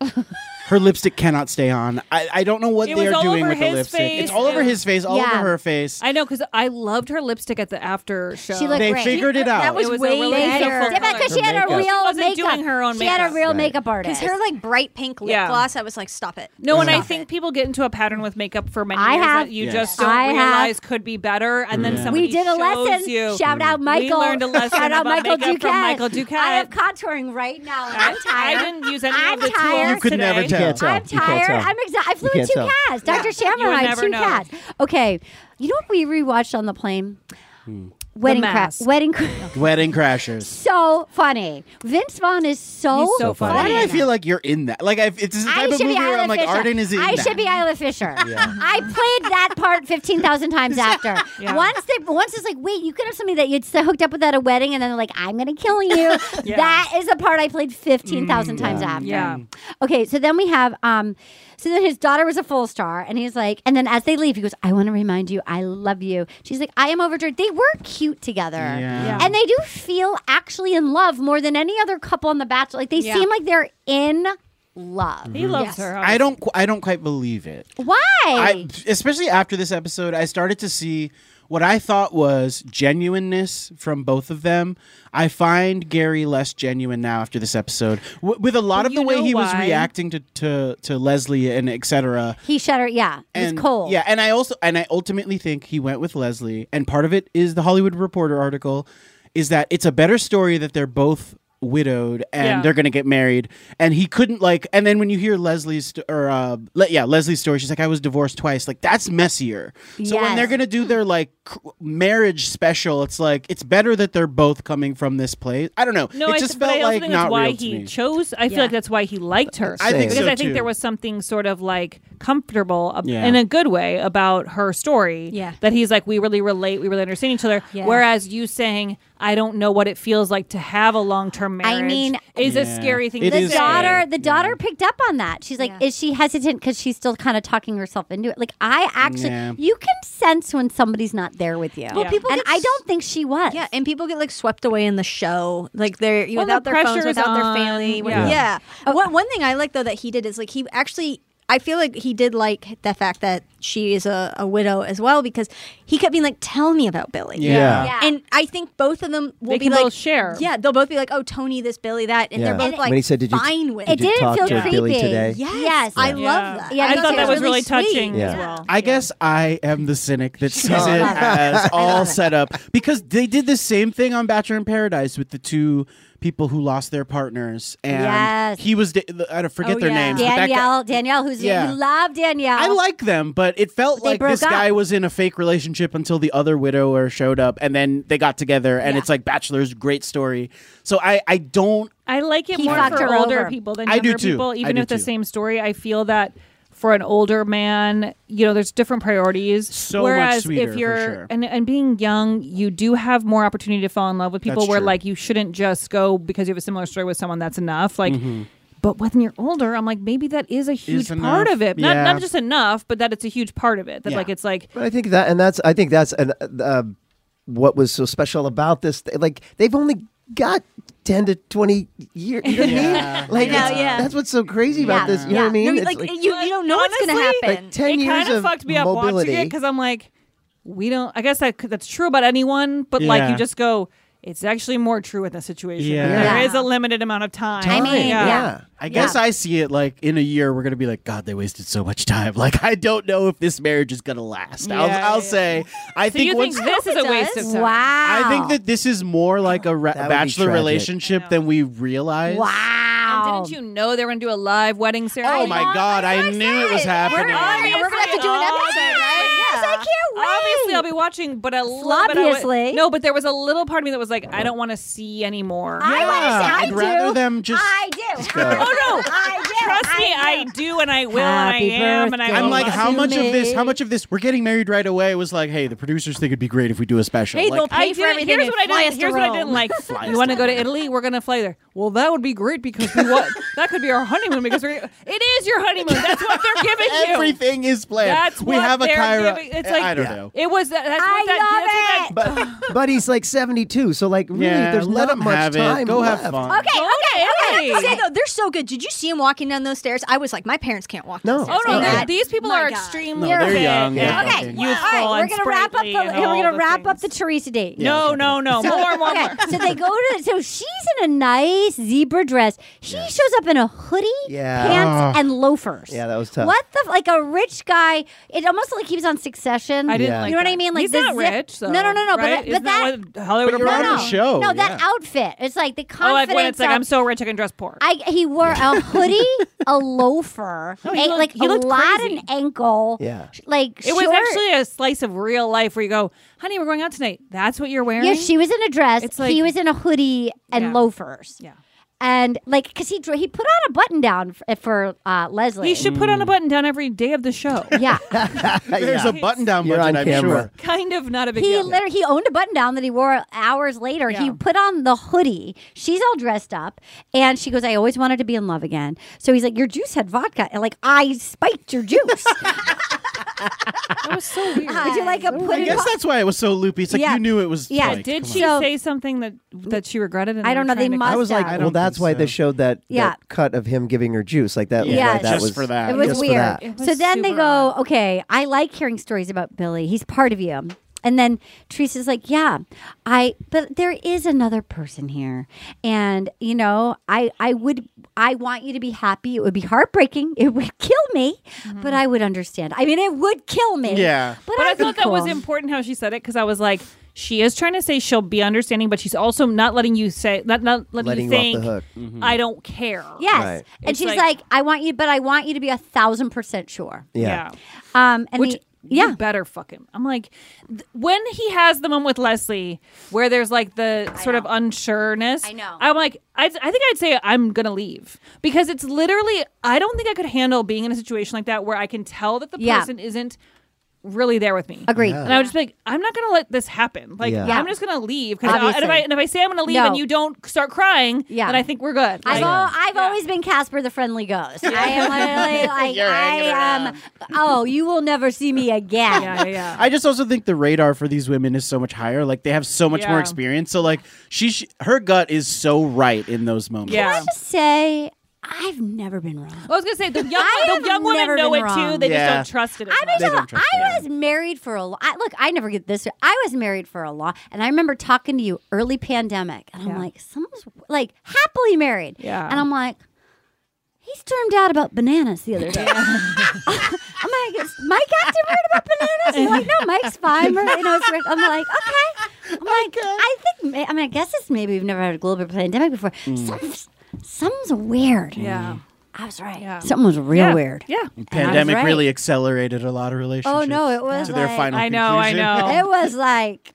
[SPEAKER 6] her lipstick cannot stay on. I, I don't know what
[SPEAKER 5] It
[SPEAKER 6] they
[SPEAKER 5] was
[SPEAKER 6] are
[SPEAKER 5] all
[SPEAKER 6] doing
[SPEAKER 5] over
[SPEAKER 6] with the
[SPEAKER 5] his
[SPEAKER 6] lipstick.
[SPEAKER 5] face.
[SPEAKER 6] It's all over his face, all
[SPEAKER 5] Yeah.
[SPEAKER 6] over her face.
[SPEAKER 5] I know because I loved her lipstick at the after show.
[SPEAKER 3] She looked
[SPEAKER 6] They
[SPEAKER 3] great.
[SPEAKER 6] figured it out.
[SPEAKER 3] That was,
[SPEAKER 5] It was a
[SPEAKER 3] way
[SPEAKER 5] really
[SPEAKER 3] better.
[SPEAKER 5] beautiful
[SPEAKER 3] Yeah,
[SPEAKER 5] color.
[SPEAKER 3] because she
[SPEAKER 6] Her
[SPEAKER 3] had a
[SPEAKER 6] makeup.
[SPEAKER 3] real
[SPEAKER 5] She wasn't
[SPEAKER 3] makeup.
[SPEAKER 5] doing her own
[SPEAKER 3] She had a
[SPEAKER 5] makeup.
[SPEAKER 3] real
[SPEAKER 5] Right.
[SPEAKER 3] makeup
[SPEAKER 7] Because
[SPEAKER 3] artist.
[SPEAKER 7] her like bright pink lip
[SPEAKER 5] Yeah.
[SPEAKER 7] gloss, I was like, stop it.
[SPEAKER 5] No, and I
[SPEAKER 7] Stop it.
[SPEAKER 5] think people get into a pattern with makeup for many
[SPEAKER 3] I
[SPEAKER 5] years
[SPEAKER 3] have.
[SPEAKER 5] that you
[SPEAKER 3] Yes.
[SPEAKER 5] just don't
[SPEAKER 3] I have.
[SPEAKER 5] realize could be better, and then
[SPEAKER 3] Yeah.
[SPEAKER 5] somebody
[SPEAKER 3] We did a
[SPEAKER 5] shows
[SPEAKER 3] lesson.
[SPEAKER 5] You.
[SPEAKER 3] Shout out Michael.
[SPEAKER 5] We learned a lesson
[SPEAKER 3] Shout out
[SPEAKER 5] about
[SPEAKER 3] Michael
[SPEAKER 5] makeup from
[SPEAKER 3] Duquette.
[SPEAKER 5] Michael Duquette.
[SPEAKER 3] I have contouring right now, and I'm tired.
[SPEAKER 5] I didn't use any
[SPEAKER 3] I'm
[SPEAKER 5] of the
[SPEAKER 3] tired.
[SPEAKER 5] tools
[SPEAKER 6] You could
[SPEAKER 5] today.
[SPEAKER 6] never tell. You can't tell.
[SPEAKER 3] I'm
[SPEAKER 6] You can't
[SPEAKER 3] tired.
[SPEAKER 6] tell.
[SPEAKER 3] I'm exhausted. I flew
[SPEAKER 6] You
[SPEAKER 3] in
[SPEAKER 6] can't
[SPEAKER 3] two
[SPEAKER 6] tell.
[SPEAKER 3] cats. Dr.
[SPEAKER 5] You would
[SPEAKER 3] Shamrock,
[SPEAKER 5] never
[SPEAKER 3] two
[SPEAKER 5] know.
[SPEAKER 3] cats. Okay, you know what we rewatched on the plane? Wedding crap.
[SPEAKER 5] Mask.
[SPEAKER 3] Wedding crap.
[SPEAKER 6] Wedding crashers.
[SPEAKER 3] So funny. Vince Vaughn is so,
[SPEAKER 6] so funny. Oh, Why do I feel like you're in that? Like, I've, it's the
[SPEAKER 3] I
[SPEAKER 6] type of
[SPEAKER 3] should
[SPEAKER 6] movie
[SPEAKER 3] be
[SPEAKER 6] where
[SPEAKER 3] Isla
[SPEAKER 6] I'm like,
[SPEAKER 3] Fisher.
[SPEAKER 6] Arden is in
[SPEAKER 3] I
[SPEAKER 6] that.
[SPEAKER 3] should be Isla Fisher. I played that part fifteen thousand times after.
[SPEAKER 5] Yeah.
[SPEAKER 3] Once they, once it's like, wait, you could have somebody that you'd s- hooked up with at a wedding, and then they're like, I'm gonna kill you.
[SPEAKER 5] Yeah.
[SPEAKER 3] That is the part I played fifteen
[SPEAKER 6] Mm,
[SPEAKER 3] thousand times after.
[SPEAKER 5] Yeah.
[SPEAKER 3] Okay, so then we have, um, so then his daughter was a full star, and he's like, and then as they leave, he goes, I want to remind you, I love you. She's like, I am overjoyed. They were cute together,
[SPEAKER 6] Yeah. Yeah.
[SPEAKER 3] and they do feel actually in love more than any other couple on The Bachelor. Like they
[SPEAKER 5] Yeah.
[SPEAKER 3] seem like they're in love.
[SPEAKER 5] He loves her.
[SPEAKER 6] I don't. qu- I don't quite believe it.
[SPEAKER 3] Why?
[SPEAKER 6] I, especially after this episode, I started to see what I thought was genuineness from both of them. I find Gary less genuine now after this episode, w- with a lot
[SPEAKER 3] But
[SPEAKER 6] of the
[SPEAKER 3] you
[SPEAKER 6] way
[SPEAKER 3] know
[SPEAKER 6] he was
[SPEAKER 3] why?
[SPEAKER 6] reacting to to, to Leslie and etc.
[SPEAKER 3] He shut her. Yeah, it
[SPEAKER 6] And
[SPEAKER 3] was cold.
[SPEAKER 6] yeah, and I also and I ultimately think he went with Leslie, and part of it is the Hollywood Reporter article, is that it's a better story that they're both widowed and
[SPEAKER 8] Yeah.
[SPEAKER 6] they're gonna get married and he couldn't like and then when you hear leslie's st- or uh le- yeah leslie's story she's like i was divorced twice like that's messier so when
[SPEAKER 8] Yes.
[SPEAKER 6] they're gonna do their like cr- marriage special it's like it's better that they're both coming from this place i don't know
[SPEAKER 5] No,
[SPEAKER 6] it
[SPEAKER 5] I,
[SPEAKER 6] just
[SPEAKER 5] but I
[SPEAKER 6] felt
[SPEAKER 5] also
[SPEAKER 6] like
[SPEAKER 5] think
[SPEAKER 6] not
[SPEAKER 5] that's why
[SPEAKER 6] real to
[SPEAKER 5] he
[SPEAKER 6] me
[SPEAKER 5] chose. I feel
[SPEAKER 6] Yeah.
[SPEAKER 5] like that's why he liked her.
[SPEAKER 6] I think
[SPEAKER 5] because
[SPEAKER 6] so,
[SPEAKER 5] I think
[SPEAKER 6] too.
[SPEAKER 5] there was something sort of like comfortable ab-
[SPEAKER 11] Yeah.
[SPEAKER 5] in a good way about her story.
[SPEAKER 11] Yeah.
[SPEAKER 5] That he's like, we really relate, we really understand each other.
[SPEAKER 11] Yeah.
[SPEAKER 5] Whereas you saying, I don't know what it feels like to have a long term marriage.
[SPEAKER 3] I mean,
[SPEAKER 5] is a scary thing. to
[SPEAKER 3] The
[SPEAKER 5] say.
[SPEAKER 3] daughter, the daughter picked up on that. She's like, is she hesitant because she's still kind of talking herself into it? Like, I actually,
[SPEAKER 7] Yeah.
[SPEAKER 3] you can sense when somebody's not there with you.
[SPEAKER 7] Well, people
[SPEAKER 3] and
[SPEAKER 7] get
[SPEAKER 3] I don't think she was.
[SPEAKER 7] Yeah, and people get like swept away in the show, like they're you know,
[SPEAKER 3] Well, the
[SPEAKER 7] without their phones,
[SPEAKER 3] pressure's
[SPEAKER 7] without
[SPEAKER 3] on,
[SPEAKER 7] their family. with-
[SPEAKER 3] yeah.
[SPEAKER 7] Yeah. One one thing I like though that he did is like he actually. I feel like he did like the fact that she is a, a widow as well because he kept being like, "Tell me about Billy."
[SPEAKER 11] Yeah. Yeah.
[SPEAKER 7] and I think both of them will
[SPEAKER 3] They
[SPEAKER 7] be
[SPEAKER 3] can
[SPEAKER 7] like,
[SPEAKER 3] both share.
[SPEAKER 7] Yeah, they'll both be like, "Oh, Tony, this Billy, that," and
[SPEAKER 4] Yeah.
[SPEAKER 7] they're both
[SPEAKER 4] And
[SPEAKER 7] like,
[SPEAKER 4] when he said, "Did you-
[SPEAKER 7] "Fine with
[SPEAKER 4] did you It talk didn't feel to Billy creepy. today?
[SPEAKER 7] Yes,
[SPEAKER 3] Yes.
[SPEAKER 7] I
[SPEAKER 3] Yeah.
[SPEAKER 7] love that.
[SPEAKER 3] Yeah, I
[SPEAKER 7] thought
[SPEAKER 3] thought
[SPEAKER 7] it
[SPEAKER 3] that was
[SPEAKER 7] really
[SPEAKER 3] really
[SPEAKER 7] sweet.
[SPEAKER 3] touching as well.
[SPEAKER 6] I guess I am the cynic that sees it
[SPEAKER 3] love it.
[SPEAKER 6] as
[SPEAKER 3] I
[SPEAKER 6] all
[SPEAKER 3] love it.
[SPEAKER 6] set up because they did the same thing on Bachelor in Paradise with the two people who lost their partners, and
[SPEAKER 3] Yes. Oh,
[SPEAKER 6] he was. I don't forget
[SPEAKER 7] Oh,
[SPEAKER 6] their names. but that guy-
[SPEAKER 3] Danielle, Danielle, who's
[SPEAKER 6] Yeah.
[SPEAKER 3] you love Danielle.
[SPEAKER 6] I like them, but it felt
[SPEAKER 3] They
[SPEAKER 6] like this
[SPEAKER 3] broke up.
[SPEAKER 6] guy was in a fake relationship until the other widower showed up, and then they got together, and
[SPEAKER 5] Yeah.
[SPEAKER 6] it's like Bachelor's great story. So I, I don't.
[SPEAKER 5] I like it
[SPEAKER 3] He
[SPEAKER 5] more
[SPEAKER 3] fucked
[SPEAKER 5] for
[SPEAKER 3] her
[SPEAKER 5] older
[SPEAKER 3] over.
[SPEAKER 5] people than
[SPEAKER 6] I do
[SPEAKER 5] younger
[SPEAKER 6] too.
[SPEAKER 5] people,
[SPEAKER 6] I
[SPEAKER 5] even
[SPEAKER 6] do
[SPEAKER 5] if the
[SPEAKER 6] too.
[SPEAKER 5] same story. I feel that for an older man, you know, there's different priorities.
[SPEAKER 6] So much
[SPEAKER 5] Whereas
[SPEAKER 6] sweeter,
[SPEAKER 5] if
[SPEAKER 6] for
[SPEAKER 5] you're
[SPEAKER 6] sure.
[SPEAKER 5] and, and being young, you do have more opportunity to fall in love with people
[SPEAKER 6] That's
[SPEAKER 5] where
[SPEAKER 6] true.
[SPEAKER 5] like you shouldn't just go because you have a similar story with someone that's enough. Like
[SPEAKER 6] Mhm.
[SPEAKER 5] But when you're older, I'm like, maybe that is a huge
[SPEAKER 6] enough.
[SPEAKER 5] part of it. Not,
[SPEAKER 4] Yeah.
[SPEAKER 5] not just enough, but that it's a huge part of it. That like it's like
[SPEAKER 4] But I think that, and that's, I think that's an, uh, what was so special about this. Th- Like they've only got ten to twenty years. You know what I
[SPEAKER 11] Yeah.
[SPEAKER 4] mean? Like
[SPEAKER 11] I know,
[SPEAKER 4] it's-
[SPEAKER 11] yeah.
[SPEAKER 4] that's what's so crazy about this. You know what I mean? It's like-
[SPEAKER 7] you don't know what's gonna
[SPEAKER 5] Honestly,
[SPEAKER 7] happen.
[SPEAKER 4] Like, 10
[SPEAKER 5] it
[SPEAKER 4] years
[SPEAKER 5] kinda
[SPEAKER 4] of
[SPEAKER 5] fucked me up watching it
[SPEAKER 4] mobility.
[SPEAKER 5] because I'm like, we don't. I guess that that's true about anyone, but like
[SPEAKER 11] Yeah.
[SPEAKER 5] you just go. It's actually more true in this situation.
[SPEAKER 6] Yeah.
[SPEAKER 5] There
[SPEAKER 6] Yeah.
[SPEAKER 5] is a limited amount of time.
[SPEAKER 6] I guess I see it like in a year we're gonna be like, God, they wasted so much time. Like I don't know if this marriage is gonna last. I'll,
[SPEAKER 5] Yeah,
[SPEAKER 6] I'll
[SPEAKER 5] yeah.
[SPEAKER 6] say. I
[SPEAKER 5] So
[SPEAKER 6] think
[SPEAKER 5] you
[SPEAKER 6] once
[SPEAKER 5] think this is a waste of time? Wow.
[SPEAKER 6] I think that this is more like a ra-
[SPEAKER 4] would be
[SPEAKER 6] bachelor
[SPEAKER 4] tragic.
[SPEAKER 6] relationship than we realize.
[SPEAKER 5] Wow. And Um, didn't you know they were going to do a live wedding ceremony?
[SPEAKER 6] Oh my God! I knew it was happening.
[SPEAKER 5] we're gonna have to do an episode, right? Yes, I can't wait. Obviously, I'll be watching, but a little bit. I
[SPEAKER 3] Obviously.
[SPEAKER 5] would, no, but there was a little part of me that was like, I don't want to see anymore.
[SPEAKER 3] I wanna see- I
[SPEAKER 6] I'd rather
[SPEAKER 3] do.
[SPEAKER 6] them just.
[SPEAKER 3] I do.
[SPEAKER 5] Oh
[SPEAKER 6] go.
[SPEAKER 5] no!
[SPEAKER 3] I do.
[SPEAKER 5] Trust me, I do, and I will, and I
[SPEAKER 3] Happy
[SPEAKER 5] am, and I will.
[SPEAKER 6] I'm like, how
[SPEAKER 5] love
[SPEAKER 6] much
[SPEAKER 5] you.
[SPEAKER 6] of this? How much of this? We're getting married right away. Was like, hey, the producers think it'd be great if we do a special.
[SPEAKER 5] Hey,
[SPEAKER 6] like,
[SPEAKER 5] they'll pay for everything. Here's
[SPEAKER 11] and
[SPEAKER 5] what I
[SPEAKER 11] fly us
[SPEAKER 5] didn't.
[SPEAKER 11] to
[SPEAKER 5] Here's what I
[SPEAKER 11] Rome.
[SPEAKER 5] didn't like.
[SPEAKER 11] Fly us
[SPEAKER 5] you want
[SPEAKER 11] to
[SPEAKER 5] to go to Italy? We're gonna fly there. Well, that would be great because we want. that could be our honeymoon because we're. It is your honeymoon. That's what they're giving you.
[SPEAKER 6] Everything is planned.
[SPEAKER 5] That's
[SPEAKER 6] We
[SPEAKER 5] what
[SPEAKER 6] have a
[SPEAKER 5] they're
[SPEAKER 6] Kyra-
[SPEAKER 5] giving- It's
[SPEAKER 6] I-
[SPEAKER 5] like
[SPEAKER 6] I don't know.
[SPEAKER 5] It was. That, that's what that, love that's what that,
[SPEAKER 4] but he's like seventy-two, so like really,
[SPEAKER 6] Yeah,
[SPEAKER 4] there's
[SPEAKER 6] let
[SPEAKER 4] not
[SPEAKER 6] him
[SPEAKER 4] much
[SPEAKER 6] have it.
[SPEAKER 4] time.
[SPEAKER 6] Go have
[SPEAKER 4] left.
[SPEAKER 6] fun.
[SPEAKER 7] Okay, okay, okay.
[SPEAKER 5] Totally.
[SPEAKER 7] I have to say though, they're so good. Did you see him walking down those stairs? I was like, my parents can't walk.
[SPEAKER 4] No.
[SPEAKER 7] down stairs.
[SPEAKER 5] Oh, no,
[SPEAKER 7] They
[SPEAKER 5] they're-
[SPEAKER 7] had-
[SPEAKER 5] these people
[SPEAKER 7] my
[SPEAKER 5] are
[SPEAKER 7] God.
[SPEAKER 5] extremely
[SPEAKER 4] No, they're
[SPEAKER 5] fit
[SPEAKER 4] young, yeah,
[SPEAKER 5] and
[SPEAKER 4] okay.
[SPEAKER 5] Youthful
[SPEAKER 3] All right,
[SPEAKER 5] and
[SPEAKER 3] we're gonna wrap up the
[SPEAKER 5] sprightly and all
[SPEAKER 3] we're gonna
[SPEAKER 5] the
[SPEAKER 3] wrap
[SPEAKER 5] things.
[SPEAKER 3] up the Teresa date.
[SPEAKER 5] No, no, no.
[SPEAKER 3] So-
[SPEAKER 5] More, more,
[SPEAKER 3] okay,
[SPEAKER 5] more.
[SPEAKER 3] So they go to the, so she's in a nice zebra dress. She shows up in a hoodie,
[SPEAKER 4] Yeah.
[SPEAKER 3] pants,
[SPEAKER 4] Ah.
[SPEAKER 3] and loafers.
[SPEAKER 4] Yeah, that was tough.
[SPEAKER 3] What the f- like a rich guy? It almost like he was on Succession.
[SPEAKER 4] I didn't Yeah. like
[SPEAKER 3] you know what I
[SPEAKER 5] that.
[SPEAKER 3] mean? Like
[SPEAKER 5] He's
[SPEAKER 3] the
[SPEAKER 5] not
[SPEAKER 3] zip-
[SPEAKER 5] rich,
[SPEAKER 3] no, no, no,
[SPEAKER 5] right?
[SPEAKER 3] no. But that,
[SPEAKER 5] Isn't
[SPEAKER 3] but that,
[SPEAKER 5] that what Hollywood
[SPEAKER 4] But you're on the
[SPEAKER 5] Reporter-
[SPEAKER 4] show,
[SPEAKER 3] No, that
[SPEAKER 4] yeah.
[SPEAKER 3] outfit. It's like the
[SPEAKER 5] Oh,
[SPEAKER 3] confidence.
[SPEAKER 5] like when it's like
[SPEAKER 3] of-
[SPEAKER 5] I'm so rich I can dress poor.
[SPEAKER 3] I he wore a hoodie, a loafer,
[SPEAKER 5] No,
[SPEAKER 3] a,
[SPEAKER 5] he looked-
[SPEAKER 3] like
[SPEAKER 5] he
[SPEAKER 3] a
[SPEAKER 5] looked
[SPEAKER 3] Latin
[SPEAKER 5] crazy.
[SPEAKER 3] ankle.
[SPEAKER 4] Yeah.
[SPEAKER 3] Like
[SPEAKER 5] It was
[SPEAKER 3] short-
[SPEAKER 5] actually a slice of real life where you go, honey, we're going out tonight. That's what you're wearing.
[SPEAKER 3] Yeah, she was in a dress.
[SPEAKER 5] It's like-
[SPEAKER 3] he was in a hoodie and
[SPEAKER 5] Yeah.
[SPEAKER 3] loafers.
[SPEAKER 5] Yeah.
[SPEAKER 3] And like, cause he dr- he put on a button down for, for uh, Leslie.
[SPEAKER 5] He should put on a button down every day of the show.
[SPEAKER 3] Yeah,
[SPEAKER 6] There's a button-down
[SPEAKER 4] You're
[SPEAKER 6] budget,
[SPEAKER 4] on
[SPEAKER 6] I'm
[SPEAKER 4] camera.
[SPEAKER 6] sure.
[SPEAKER 5] kind of not a big
[SPEAKER 3] he
[SPEAKER 5] deal.
[SPEAKER 3] literally he owned a button down that he wore hours later. He put on the hoodie. She's all dressed up, and she goes, "I always wanted to be in love again." So he's like, "Your juice had vodka," and like, "I spiked your juice."
[SPEAKER 5] that was so weird.
[SPEAKER 3] Would you like a
[SPEAKER 6] I
[SPEAKER 3] pudding?
[SPEAKER 6] guess that's why it was she so loopy. It's like
[SPEAKER 3] Yeah.
[SPEAKER 6] you knew it was.
[SPEAKER 3] Yeah.
[SPEAKER 6] like,
[SPEAKER 5] Did
[SPEAKER 6] come
[SPEAKER 5] she
[SPEAKER 6] on.
[SPEAKER 5] say something that that she regretted? And
[SPEAKER 3] I
[SPEAKER 5] they
[SPEAKER 3] don't
[SPEAKER 5] were
[SPEAKER 3] know, they
[SPEAKER 5] trying to-
[SPEAKER 3] must
[SPEAKER 4] I was like,
[SPEAKER 3] I
[SPEAKER 4] well,
[SPEAKER 3] don't
[SPEAKER 4] that's why they showed that,
[SPEAKER 3] Yeah.
[SPEAKER 4] that cut of him giving her juice. Like that, was
[SPEAKER 3] Yeah.
[SPEAKER 4] why that
[SPEAKER 3] Yes.
[SPEAKER 4] was
[SPEAKER 3] Just for
[SPEAKER 6] that.
[SPEAKER 3] It was
[SPEAKER 4] just for
[SPEAKER 3] weird.
[SPEAKER 4] that.
[SPEAKER 3] so then they go, okay, I like hearing stories about Billy. He's part of you. And then Teresa's like, yeah, I, but there is another person here. And, you know, I, I would, I want you to be happy. It would be heartbreaking. It would kill me, but I would understand. I mean, it would kill me.
[SPEAKER 5] Yeah.
[SPEAKER 3] But,
[SPEAKER 5] Mm-hmm. But, I
[SPEAKER 3] I'd be
[SPEAKER 5] thought that was
[SPEAKER 3] cool.
[SPEAKER 5] important how she said it because I was like, she is trying to say she'll be understanding, but she's also not letting you say, not not letting, you
[SPEAKER 4] Letting you off the
[SPEAKER 5] think,
[SPEAKER 4] hook. Mhm.
[SPEAKER 5] I don't care.
[SPEAKER 3] Yes.
[SPEAKER 4] Right.
[SPEAKER 3] And
[SPEAKER 5] It's
[SPEAKER 3] she's
[SPEAKER 5] like-
[SPEAKER 3] like, I want you, but I want you to be a thousand percent sure.
[SPEAKER 4] Yeah.
[SPEAKER 3] Um, and
[SPEAKER 5] Which
[SPEAKER 3] the,
[SPEAKER 5] yeah. better fuck him. I'm like, th- when he has the moment with Leslie where there's like the sort of unsureness, I know. I'm like, I, I think I'd say I'm gonna leave because it's literally, I don't think I could handle being in a situation like that where I can tell that the
[SPEAKER 3] Yeah.
[SPEAKER 5] person isn't really there with me.
[SPEAKER 3] Agreed.
[SPEAKER 5] And I would just be like, I'm not gonna let this happen. Like,
[SPEAKER 3] Yeah. Yeah.
[SPEAKER 5] I'm just gonna leave because, and if I
[SPEAKER 3] Obviously.
[SPEAKER 5] and if I say I'm gonna leave and
[SPEAKER 3] No.
[SPEAKER 5] you don't start crying, yeah. then I think we're good.
[SPEAKER 3] I've,
[SPEAKER 5] Like-
[SPEAKER 3] al- I've always been Casper the Friendly Ghost.
[SPEAKER 5] Yeah.
[SPEAKER 3] I am literally like,
[SPEAKER 5] You're hanging
[SPEAKER 3] I am, oh, you will never see me again.
[SPEAKER 5] Yeah, yeah.
[SPEAKER 6] I just also think the radar for these women is so much higher. Like they have so much more
[SPEAKER 3] Yeah.
[SPEAKER 6] experience. So like she, sh her gut is so right in those moments.
[SPEAKER 3] Can I just say, I've never been wrong.
[SPEAKER 5] I was gonna say the young,
[SPEAKER 3] I
[SPEAKER 5] the young women know it too. They
[SPEAKER 6] Yeah.
[SPEAKER 5] just don't trust it. As
[SPEAKER 3] I
[SPEAKER 5] much.
[SPEAKER 3] mean, so I was married for a long. I, look, I never get this. I was married for a long, and I remember talking to you early pandemic, and I'm like, someone's like happily married,
[SPEAKER 2] Yeah.
[SPEAKER 3] and I'm like, he stormed out about bananas the other day. I'm like, is Mike acting weird about bananas? And you're like, no, Mike's fine. We're- You know, it's weird. I'm like, okay. I'm like, I think. ma- I mean, I guess it's maybe we've never had a global pandemic before.
[SPEAKER 2] Mm.
[SPEAKER 3] Something's, something's weird.
[SPEAKER 5] Yeah.
[SPEAKER 3] I was right.
[SPEAKER 2] Something
[SPEAKER 3] was real
[SPEAKER 6] Yeah.
[SPEAKER 3] weird.
[SPEAKER 5] Yeah.
[SPEAKER 6] And
[SPEAKER 3] And I was
[SPEAKER 6] Pandemic
[SPEAKER 3] right.
[SPEAKER 6] really accelerated a lot of relationships.
[SPEAKER 3] Oh no, it was
[SPEAKER 6] to
[SPEAKER 3] like,
[SPEAKER 6] their final conclusion.
[SPEAKER 3] It was like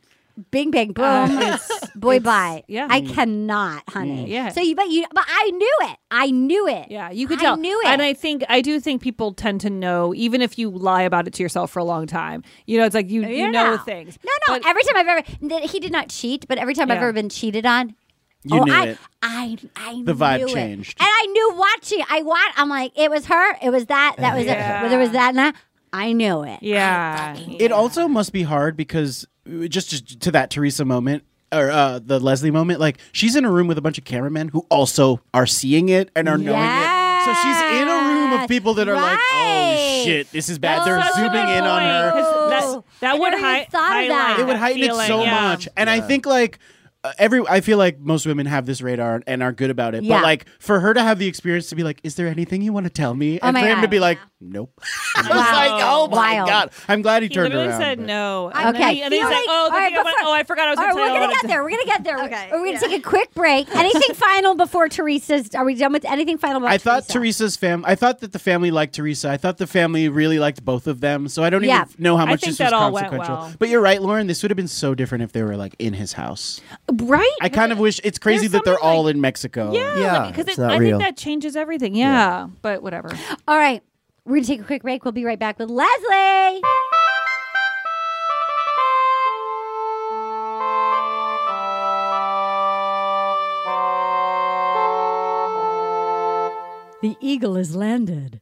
[SPEAKER 3] bing bang boom, boy bye.
[SPEAKER 5] Uh, yeah.
[SPEAKER 3] I
[SPEAKER 5] Mm.
[SPEAKER 3] cannot, honey.
[SPEAKER 5] Mm. Yeah.
[SPEAKER 3] So you, but you, but I knew it. I knew it.
[SPEAKER 5] Yeah, you could
[SPEAKER 3] I
[SPEAKER 5] tell.
[SPEAKER 3] knew it.
[SPEAKER 5] And I think I do think people tend to know, even if you lie about it to yourself for a long time. You know, it's like you you know things.
[SPEAKER 3] No, no. every time I've ever, th- he did not cheat, but every time I've
[SPEAKER 5] Yeah.
[SPEAKER 3] ever been cheated on,
[SPEAKER 6] You
[SPEAKER 3] oh,
[SPEAKER 6] knew
[SPEAKER 3] I,
[SPEAKER 6] it.
[SPEAKER 3] I, I,
[SPEAKER 6] The vibe
[SPEAKER 3] knew it.
[SPEAKER 6] changed.
[SPEAKER 3] and I knew watching. I watch. I'm like, it was her. It was that. That was it. Whether it was that and that, I knew it.
[SPEAKER 5] Yeah.
[SPEAKER 6] It also must be hard because uh, just, just to that Teresa moment or uh, the Leslie moment, like she's in a room with a bunch of cameramen who also are seeing it and are knowing
[SPEAKER 3] uh,
[SPEAKER 6] it. So she's in a room of people that are like, "Oh shit, this is bad." They're zooming in on her.
[SPEAKER 5] That, that would hi-
[SPEAKER 3] thought of that.
[SPEAKER 5] highlight
[SPEAKER 6] It would heighten it
[SPEAKER 5] feeling,
[SPEAKER 6] so
[SPEAKER 5] yeah.
[SPEAKER 6] much, and I think like. uh, Every I feel like most women have this radar and are good about it,
[SPEAKER 3] Yeah.
[SPEAKER 6] but like for her to have the experience to be like, "Is there anything you want to tell me?"
[SPEAKER 3] Oh
[SPEAKER 6] and
[SPEAKER 3] my
[SPEAKER 6] for him to
[SPEAKER 3] God.
[SPEAKER 6] be like, "Nope," I was like, "Oh my
[SPEAKER 3] Wild.
[SPEAKER 6] god!" I'm glad he,
[SPEAKER 5] He
[SPEAKER 6] turned
[SPEAKER 5] literally
[SPEAKER 6] around.
[SPEAKER 5] said no.
[SPEAKER 3] Okay.
[SPEAKER 5] Oh, And then he- and then
[SPEAKER 3] feel
[SPEAKER 5] he's like,
[SPEAKER 3] like-
[SPEAKER 5] oh,
[SPEAKER 3] all
[SPEAKER 5] the
[SPEAKER 3] right,
[SPEAKER 5] thing I
[SPEAKER 3] but
[SPEAKER 5] went-
[SPEAKER 3] for-
[SPEAKER 5] oh, I forgot I was
[SPEAKER 3] All
[SPEAKER 5] going
[SPEAKER 3] right,
[SPEAKER 5] to
[SPEAKER 3] we're
[SPEAKER 5] tell you.
[SPEAKER 3] gonna get there. We're gonna get there. We're gonna take a quick break. Anything final before Teresa's? Are we done with anything final? About
[SPEAKER 6] I thought
[SPEAKER 3] Teresa?
[SPEAKER 6] Teresa's fam. I thought that the family liked Teresa. I thought the family really liked both of them. So I don't
[SPEAKER 3] Yeah.
[SPEAKER 6] even know how
[SPEAKER 3] I
[SPEAKER 6] much
[SPEAKER 3] think
[SPEAKER 6] this was
[SPEAKER 3] that all went
[SPEAKER 6] consequential.
[SPEAKER 3] well.
[SPEAKER 6] But you're right, Lauren. This would have been so different if they were like in his house.
[SPEAKER 5] Right?
[SPEAKER 6] I kind of wish it's crazy that they're all in Mexico.
[SPEAKER 5] Yeah, because it I think that changes everything. Yeah, but whatever.
[SPEAKER 3] All right, we're gonna take a quick break. We'll be right back with Leslie. The eagle has landed.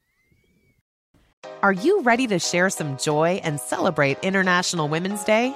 [SPEAKER 9] Are you ready to share some joy and celebrate International Women's Day?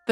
[SPEAKER 12] The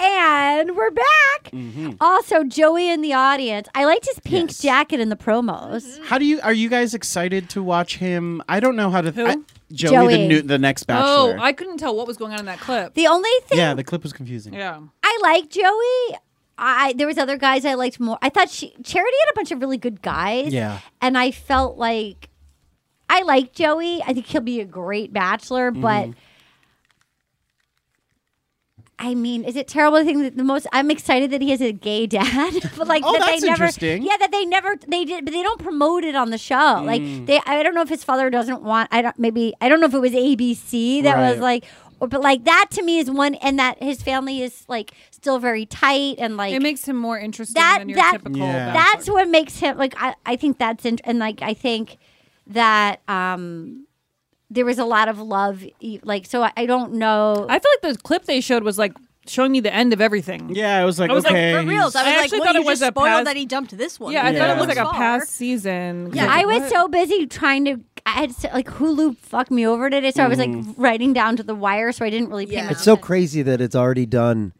[SPEAKER 3] And we're back. Also, Joey in the audience. I liked his pink jacket in the promos.
[SPEAKER 6] How do you? Are you guys excited to watch him? I don't know how to. I- Joey,
[SPEAKER 3] Joey.
[SPEAKER 6] the new, the next bachelor.
[SPEAKER 5] Oh, I couldn't tell what was going on in that clip.
[SPEAKER 3] The only thing
[SPEAKER 6] yeah, the clip was confusing.
[SPEAKER 5] Yeah.
[SPEAKER 3] I like Joey. I there was other guys I liked more. I thought she, Charity had a bunch of really good guys.
[SPEAKER 6] Yeah.
[SPEAKER 3] and I felt like I like Joey. I think he'll be a great bachelor,
[SPEAKER 6] Mm-hmm.
[SPEAKER 3] but I mean, is it terrible to think that the most I'm excited that he has a gay dad, but like
[SPEAKER 6] Oh,
[SPEAKER 3] that
[SPEAKER 6] that's
[SPEAKER 3] they never
[SPEAKER 6] interesting.
[SPEAKER 3] Yeah, that they never they did but they don't promote it on the show.
[SPEAKER 6] Mm.
[SPEAKER 3] Like they I don't know if his father doesn't want I don't maybe I don't know if it was ABC that was
[SPEAKER 6] Right.
[SPEAKER 3] like or, but like that to me is one and that his family is like still very tight and like
[SPEAKER 5] it makes him more interesting
[SPEAKER 3] that
[SPEAKER 5] than your
[SPEAKER 3] that
[SPEAKER 5] typical.
[SPEAKER 6] Yeah.
[SPEAKER 3] that's what makes him like I, I think that's in, and like I think that um there was a lot of love e- like so I, I don't know
[SPEAKER 5] I feel like the clip they showed was like showing me the end of everything.
[SPEAKER 6] Yeah, I was like,
[SPEAKER 5] I was like,
[SPEAKER 6] okay,
[SPEAKER 5] for
[SPEAKER 6] he's-
[SPEAKER 5] reals,
[SPEAKER 7] I was
[SPEAKER 5] I
[SPEAKER 7] like,
[SPEAKER 5] actually
[SPEAKER 7] well,
[SPEAKER 5] thought
[SPEAKER 7] you
[SPEAKER 5] it was
[SPEAKER 7] just
[SPEAKER 5] a
[SPEAKER 7] spoiled
[SPEAKER 5] past-
[SPEAKER 7] that he dumped this one.
[SPEAKER 5] Yeah, I thought
[SPEAKER 6] Yeah.
[SPEAKER 5] it was like a
[SPEAKER 7] Far.
[SPEAKER 5] past season.
[SPEAKER 3] yeah I was so busy trying to I had so, like Hulu fucked me over today so I was
[SPEAKER 6] Mm-hmm.
[SPEAKER 3] like writing down to the wire so I didn't really pay
[SPEAKER 7] Yeah.
[SPEAKER 3] much
[SPEAKER 4] It's so crazy that it's already done.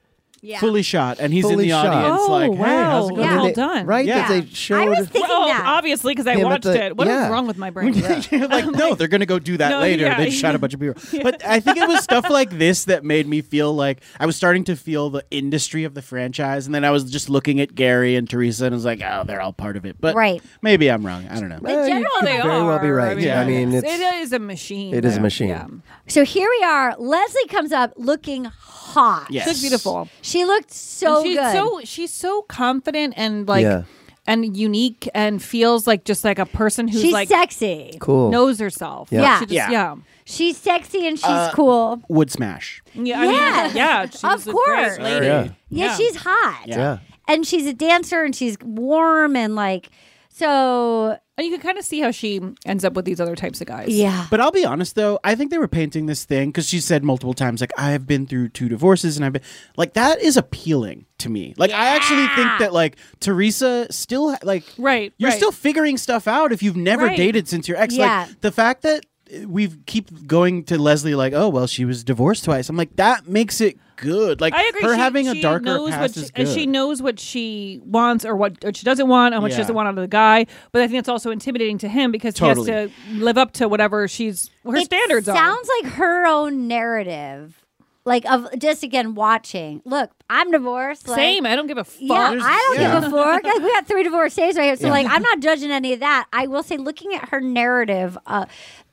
[SPEAKER 7] Yeah.
[SPEAKER 6] fully shot, and he's in
[SPEAKER 4] Fully
[SPEAKER 6] the
[SPEAKER 4] shot.
[SPEAKER 6] audience.
[SPEAKER 5] Oh,
[SPEAKER 6] like, hey, how's it
[SPEAKER 5] wow.
[SPEAKER 6] going?
[SPEAKER 3] Yeah.
[SPEAKER 4] They-
[SPEAKER 5] done.
[SPEAKER 4] Right?
[SPEAKER 6] Yeah.
[SPEAKER 4] That they
[SPEAKER 6] I was
[SPEAKER 4] showed.
[SPEAKER 3] thinking
[SPEAKER 5] well,
[SPEAKER 3] that.
[SPEAKER 5] obviously, because I
[SPEAKER 4] Him at
[SPEAKER 5] watched
[SPEAKER 4] the-
[SPEAKER 5] it. What is
[SPEAKER 4] yeah.
[SPEAKER 5] wrong with my brain?
[SPEAKER 6] You're like, no, they're gonna go do that
[SPEAKER 5] No,
[SPEAKER 6] later.
[SPEAKER 5] yeah,
[SPEAKER 6] they shot
[SPEAKER 5] yeah.
[SPEAKER 6] a bunch of people. But I think it was stuff like this that made me feel like I was starting to feel the industry of the franchise, and then I was just looking at Gary and Teresa, and I was like, oh, they're all part of it. But
[SPEAKER 3] Right.
[SPEAKER 6] maybe I'm wrong. I don't know.
[SPEAKER 4] Eh, you
[SPEAKER 5] Well,
[SPEAKER 4] could
[SPEAKER 5] they
[SPEAKER 4] very well be
[SPEAKER 5] are.
[SPEAKER 4] right.
[SPEAKER 6] mean,
[SPEAKER 4] I mean,
[SPEAKER 5] it's,
[SPEAKER 4] it's,
[SPEAKER 5] it is a machine.
[SPEAKER 4] it is a machine.
[SPEAKER 5] Yeah.
[SPEAKER 3] so here we are Leslie comes up looking hot
[SPEAKER 6] Yes.
[SPEAKER 5] She looks beautiful.
[SPEAKER 3] she looked so
[SPEAKER 5] And she's
[SPEAKER 3] good
[SPEAKER 5] so she's so confident and like
[SPEAKER 4] Yeah.
[SPEAKER 5] and unique and feels like just like a person who's
[SPEAKER 3] she's
[SPEAKER 5] like
[SPEAKER 3] sexy
[SPEAKER 4] cool.
[SPEAKER 5] knows herself.
[SPEAKER 4] Yeah.
[SPEAKER 3] Yeah.
[SPEAKER 5] She just-
[SPEAKER 6] Yeah.
[SPEAKER 5] yeah.
[SPEAKER 3] she's sexy and she's cool
[SPEAKER 6] Would Uh, smash.
[SPEAKER 5] Yeah, I mean,
[SPEAKER 3] Yes.
[SPEAKER 5] yeah, she's
[SPEAKER 3] Of
[SPEAKER 5] a great
[SPEAKER 3] course.
[SPEAKER 5] lady.
[SPEAKER 4] Yeah.
[SPEAKER 3] yeah,
[SPEAKER 5] Yeah.
[SPEAKER 3] she's hot
[SPEAKER 4] yeah.
[SPEAKER 3] and she's a dancer and she's warm and like so
[SPEAKER 5] And you can kind of see how she ends up with these other types of guys.
[SPEAKER 3] yeah
[SPEAKER 6] But I'll be honest though, I think they were painting this thing because she said multiple times, like, I have been through two divorces and I've been like that is appealing to me. Like I actually think that like Teresa still like
[SPEAKER 5] Right,
[SPEAKER 6] You're
[SPEAKER 5] right.
[SPEAKER 6] still figuring stuff out if you've never
[SPEAKER 5] Right.
[SPEAKER 6] dated since your ex.
[SPEAKER 3] Yeah.
[SPEAKER 6] Like the fact that we've keep going to Leslie like, oh well, she was divorced twice. I'm like, that makes it good. Like
[SPEAKER 5] I agree.
[SPEAKER 6] her
[SPEAKER 5] she,
[SPEAKER 6] having
[SPEAKER 5] she
[SPEAKER 6] a darker
[SPEAKER 5] knows
[SPEAKER 6] past
[SPEAKER 5] what she,
[SPEAKER 6] is
[SPEAKER 5] and
[SPEAKER 6] good.
[SPEAKER 5] she knows what she wants or what or she doesn't want and what she
[SPEAKER 6] Yeah.
[SPEAKER 5] doesn't want out of the guy. But I think it's also intimidating to him because he
[SPEAKER 6] Totally.
[SPEAKER 5] has to live up to whatever she's her
[SPEAKER 3] It
[SPEAKER 5] standards are.
[SPEAKER 3] sounds like her own narrative like of just again watching look i'm divorced like,
[SPEAKER 5] Same. I don't give a fuck.
[SPEAKER 3] yeah, I don't
[SPEAKER 6] yeah.
[SPEAKER 3] give a fork. Like we got three divorcees right here, so like I'm not judging any of that. I will say, looking at her narrative, uh,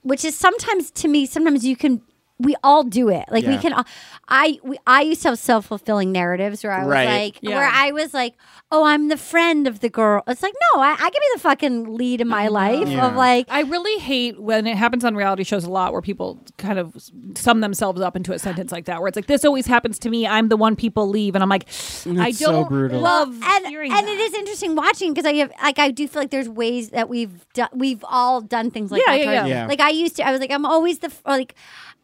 [SPEAKER 3] which is sometimes to me, sometimes you can, we all do it. Like we
[SPEAKER 6] Yeah.
[SPEAKER 3] can, all- I we, I used to have self fulfilling narratives where I was
[SPEAKER 6] Right.
[SPEAKER 3] like,
[SPEAKER 5] Yeah.
[SPEAKER 3] where I was like, oh, I'm the friend of the girl. It's like no, I, I can be the fucking lead in my life
[SPEAKER 6] Mm-hmm. Yeah.
[SPEAKER 3] of like.
[SPEAKER 5] I really hate when it happens on reality shows a lot where people kind of sum themselves up into a sentence like that where it's like this always happens to me I'm the one people leave and I'm like I don't
[SPEAKER 6] It's so brutal.
[SPEAKER 5] love
[SPEAKER 3] and,
[SPEAKER 5] hearing
[SPEAKER 3] and
[SPEAKER 5] that.
[SPEAKER 3] it is interesting watching because I have like I do feel like there's ways that we've done we've all done things like
[SPEAKER 5] Yeah,
[SPEAKER 3] that.
[SPEAKER 5] yeah,
[SPEAKER 3] towards-
[SPEAKER 6] yeah. Yeah.
[SPEAKER 3] Like I used to, I was like, I'm always the f- or, like,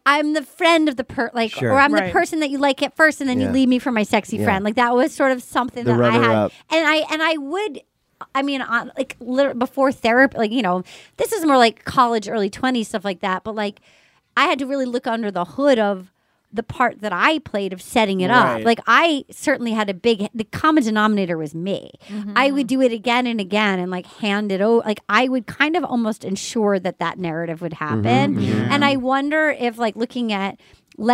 [SPEAKER 3] I'm the friend of the per like,
[SPEAKER 4] Sure.
[SPEAKER 3] or I'm the
[SPEAKER 5] Right.
[SPEAKER 3] person that you like at first, and then you
[SPEAKER 4] Yeah.
[SPEAKER 3] leave me for my sexy
[SPEAKER 4] Yeah.
[SPEAKER 3] friend. Like that was sort of something
[SPEAKER 4] The
[SPEAKER 3] that I had,
[SPEAKER 4] runner-up.
[SPEAKER 3] and I and I would. I mean, on, like liter- before therapy, like you know, this is more like college, early twenties stuff like that. But like, I had to really look under the hood of the part that I played of setting it up.
[SPEAKER 6] Right.
[SPEAKER 3] Like I certainly had a big the common denominator was me. I would do it again and again and like hand it over like I would kind of almost ensure that that narrative would happen. And I wonder if like looking at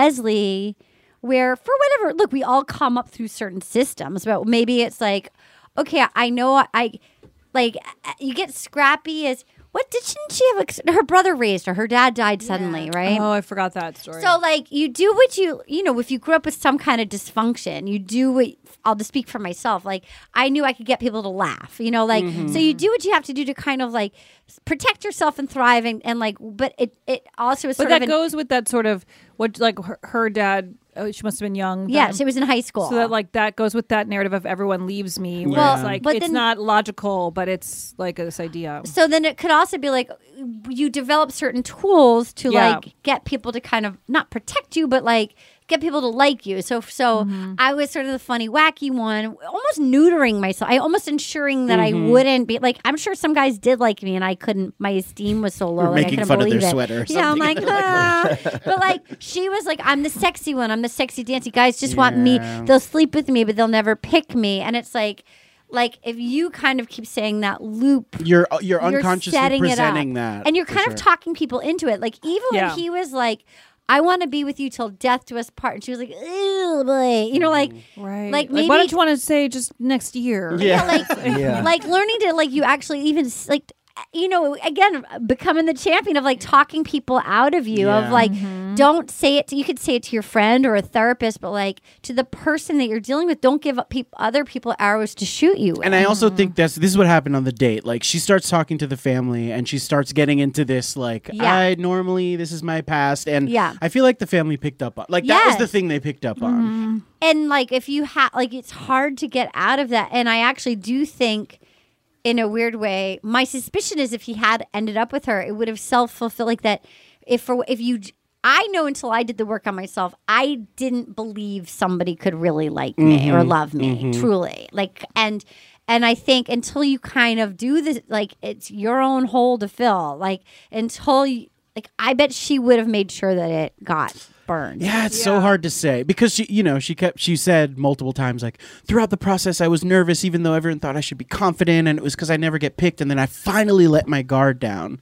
[SPEAKER 3] Leslie where for whatever look we all come up through certain systems but maybe it's like okay, I know I Like uh, you get scrappy as what did not she have? a- Her brother raised her. Her dad died suddenly, right?
[SPEAKER 5] Oh, I forgot that story.
[SPEAKER 3] So like you do what you you know if you grew up with some kind of dysfunction, you do what I'll just speak for myself. Like I knew I could get people to laugh, you know, like
[SPEAKER 7] Mhm.
[SPEAKER 3] so
[SPEAKER 5] Mm-hmm.
[SPEAKER 3] you do what you have to do to kind of like s- protect yourself and thrive and, and like but it it also is
[SPEAKER 5] but
[SPEAKER 3] sort
[SPEAKER 5] that
[SPEAKER 3] of an-
[SPEAKER 5] goes with that sort of what like her, her dad. Oh, she must have been young.
[SPEAKER 3] Yeah,
[SPEAKER 5] then.
[SPEAKER 3] she was in high school.
[SPEAKER 5] So that like that goes with that narrative of everyone leaves me. Where
[SPEAKER 3] Well,
[SPEAKER 5] it's like
[SPEAKER 3] but
[SPEAKER 5] it's
[SPEAKER 3] then-
[SPEAKER 5] not logical, but it's like this idea.
[SPEAKER 3] so then it could also be like you develop certain tools to
[SPEAKER 5] Yeah.
[SPEAKER 3] like get people to kind of not protect you but like get people to like you so so i was sort of the funny wacky one almost neutering myself i almost ensuring that
[SPEAKER 7] Mhm.
[SPEAKER 3] i wouldn't be like i'm sure some guys did like me and i couldn't my esteem was so low
[SPEAKER 7] Or
[SPEAKER 3] like, I
[SPEAKER 7] making
[SPEAKER 3] couldn't
[SPEAKER 7] fun of
[SPEAKER 3] believe
[SPEAKER 7] their
[SPEAKER 3] it.
[SPEAKER 7] sweater or
[SPEAKER 3] yeah i'm like,
[SPEAKER 7] something.
[SPEAKER 3] ah. but like she was like i'm the sexy one i'm the sexy dancy guys just want me
[SPEAKER 7] Yeah.
[SPEAKER 3] they'll sleep with me but they'll never pick me and it's like like if you kind of keep saying that loop
[SPEAKER 6] You're uh, you're unconsciously
[SPEAKER 3] setting it up.
[SPEAKER 6] presenting that,
[SPEAKER 3] and you're
[SPEAKER 6] for
[SPEAKER 3] kind
[SPEAKER 6] sure.
[SPEAKER 3] of talking people into it. Like even
[SPEAKER 6] Yeah.
[SPEAKER 3] when he was like, "I want to be with you till death do us part," and she was like, "Ew," like, you know, like
[SPEAKER 6] Mm-hmm.
[SPEAKER 5] right, Like,
[SPEAKER 3] like maybe
[SPEAKER 5] why don't you want to say just next year?
[SPEAKER 3] Yeah. like like learning to like you actually even s- like you know again becoming the champion of like talking people out of you
[SPEAKER 7] Yeah.
[SPEAKER 3] of like
[SPEAKER 5] Mm-hmm.
[SPEAKER 3] don't say it to, you could say it to your friend or a therapist but like to the person that you're dealing with don't give up peop other people arrows to shoot you with.
[SPEAKER 6] And I also
[SPEAKER 3] Mm.
[SPEAKER 6] think that's this is what happened on the date. Like she starts talking to the family and she starts getting into this like
[SPEAKER 3] Yeah.
[SPEAKER 6] I normally this is my past and
[SPEAKER 3] Yeah.
[SPEAKER 6] I feel like the family picked up on like that was the
[SPEAKER 3] Yes. Mm-hmm.
[SPEAKER 6] thing they picked up on.
[SPEAKER 3] and like if you have like it's hard to get out of that and i actually do think in a weird way my suspicion is if he had ended up with her it would have self-fulfilled like that if for if you i know until i did the work on myself i didn't believe somebody could really like me or
[SPEAKER 10] Mm-hmm.
[SPEAKER 7] Mhm.
[SPEAKER 3] love me
[SPEAKER 7] Mhm.
[SPEAKER 3] truly like and and i think until you kind of do this like it's your own hole to fill like until you like i bet she would have made sure that it got burned
[SPEAKER 6] Yeah, it's so hard to say because she, you know, she kept she said multiple times like throughout the process I was nervous even though everyone thought I should be confident and it was cuz I never get picked and then I finally let my guard down.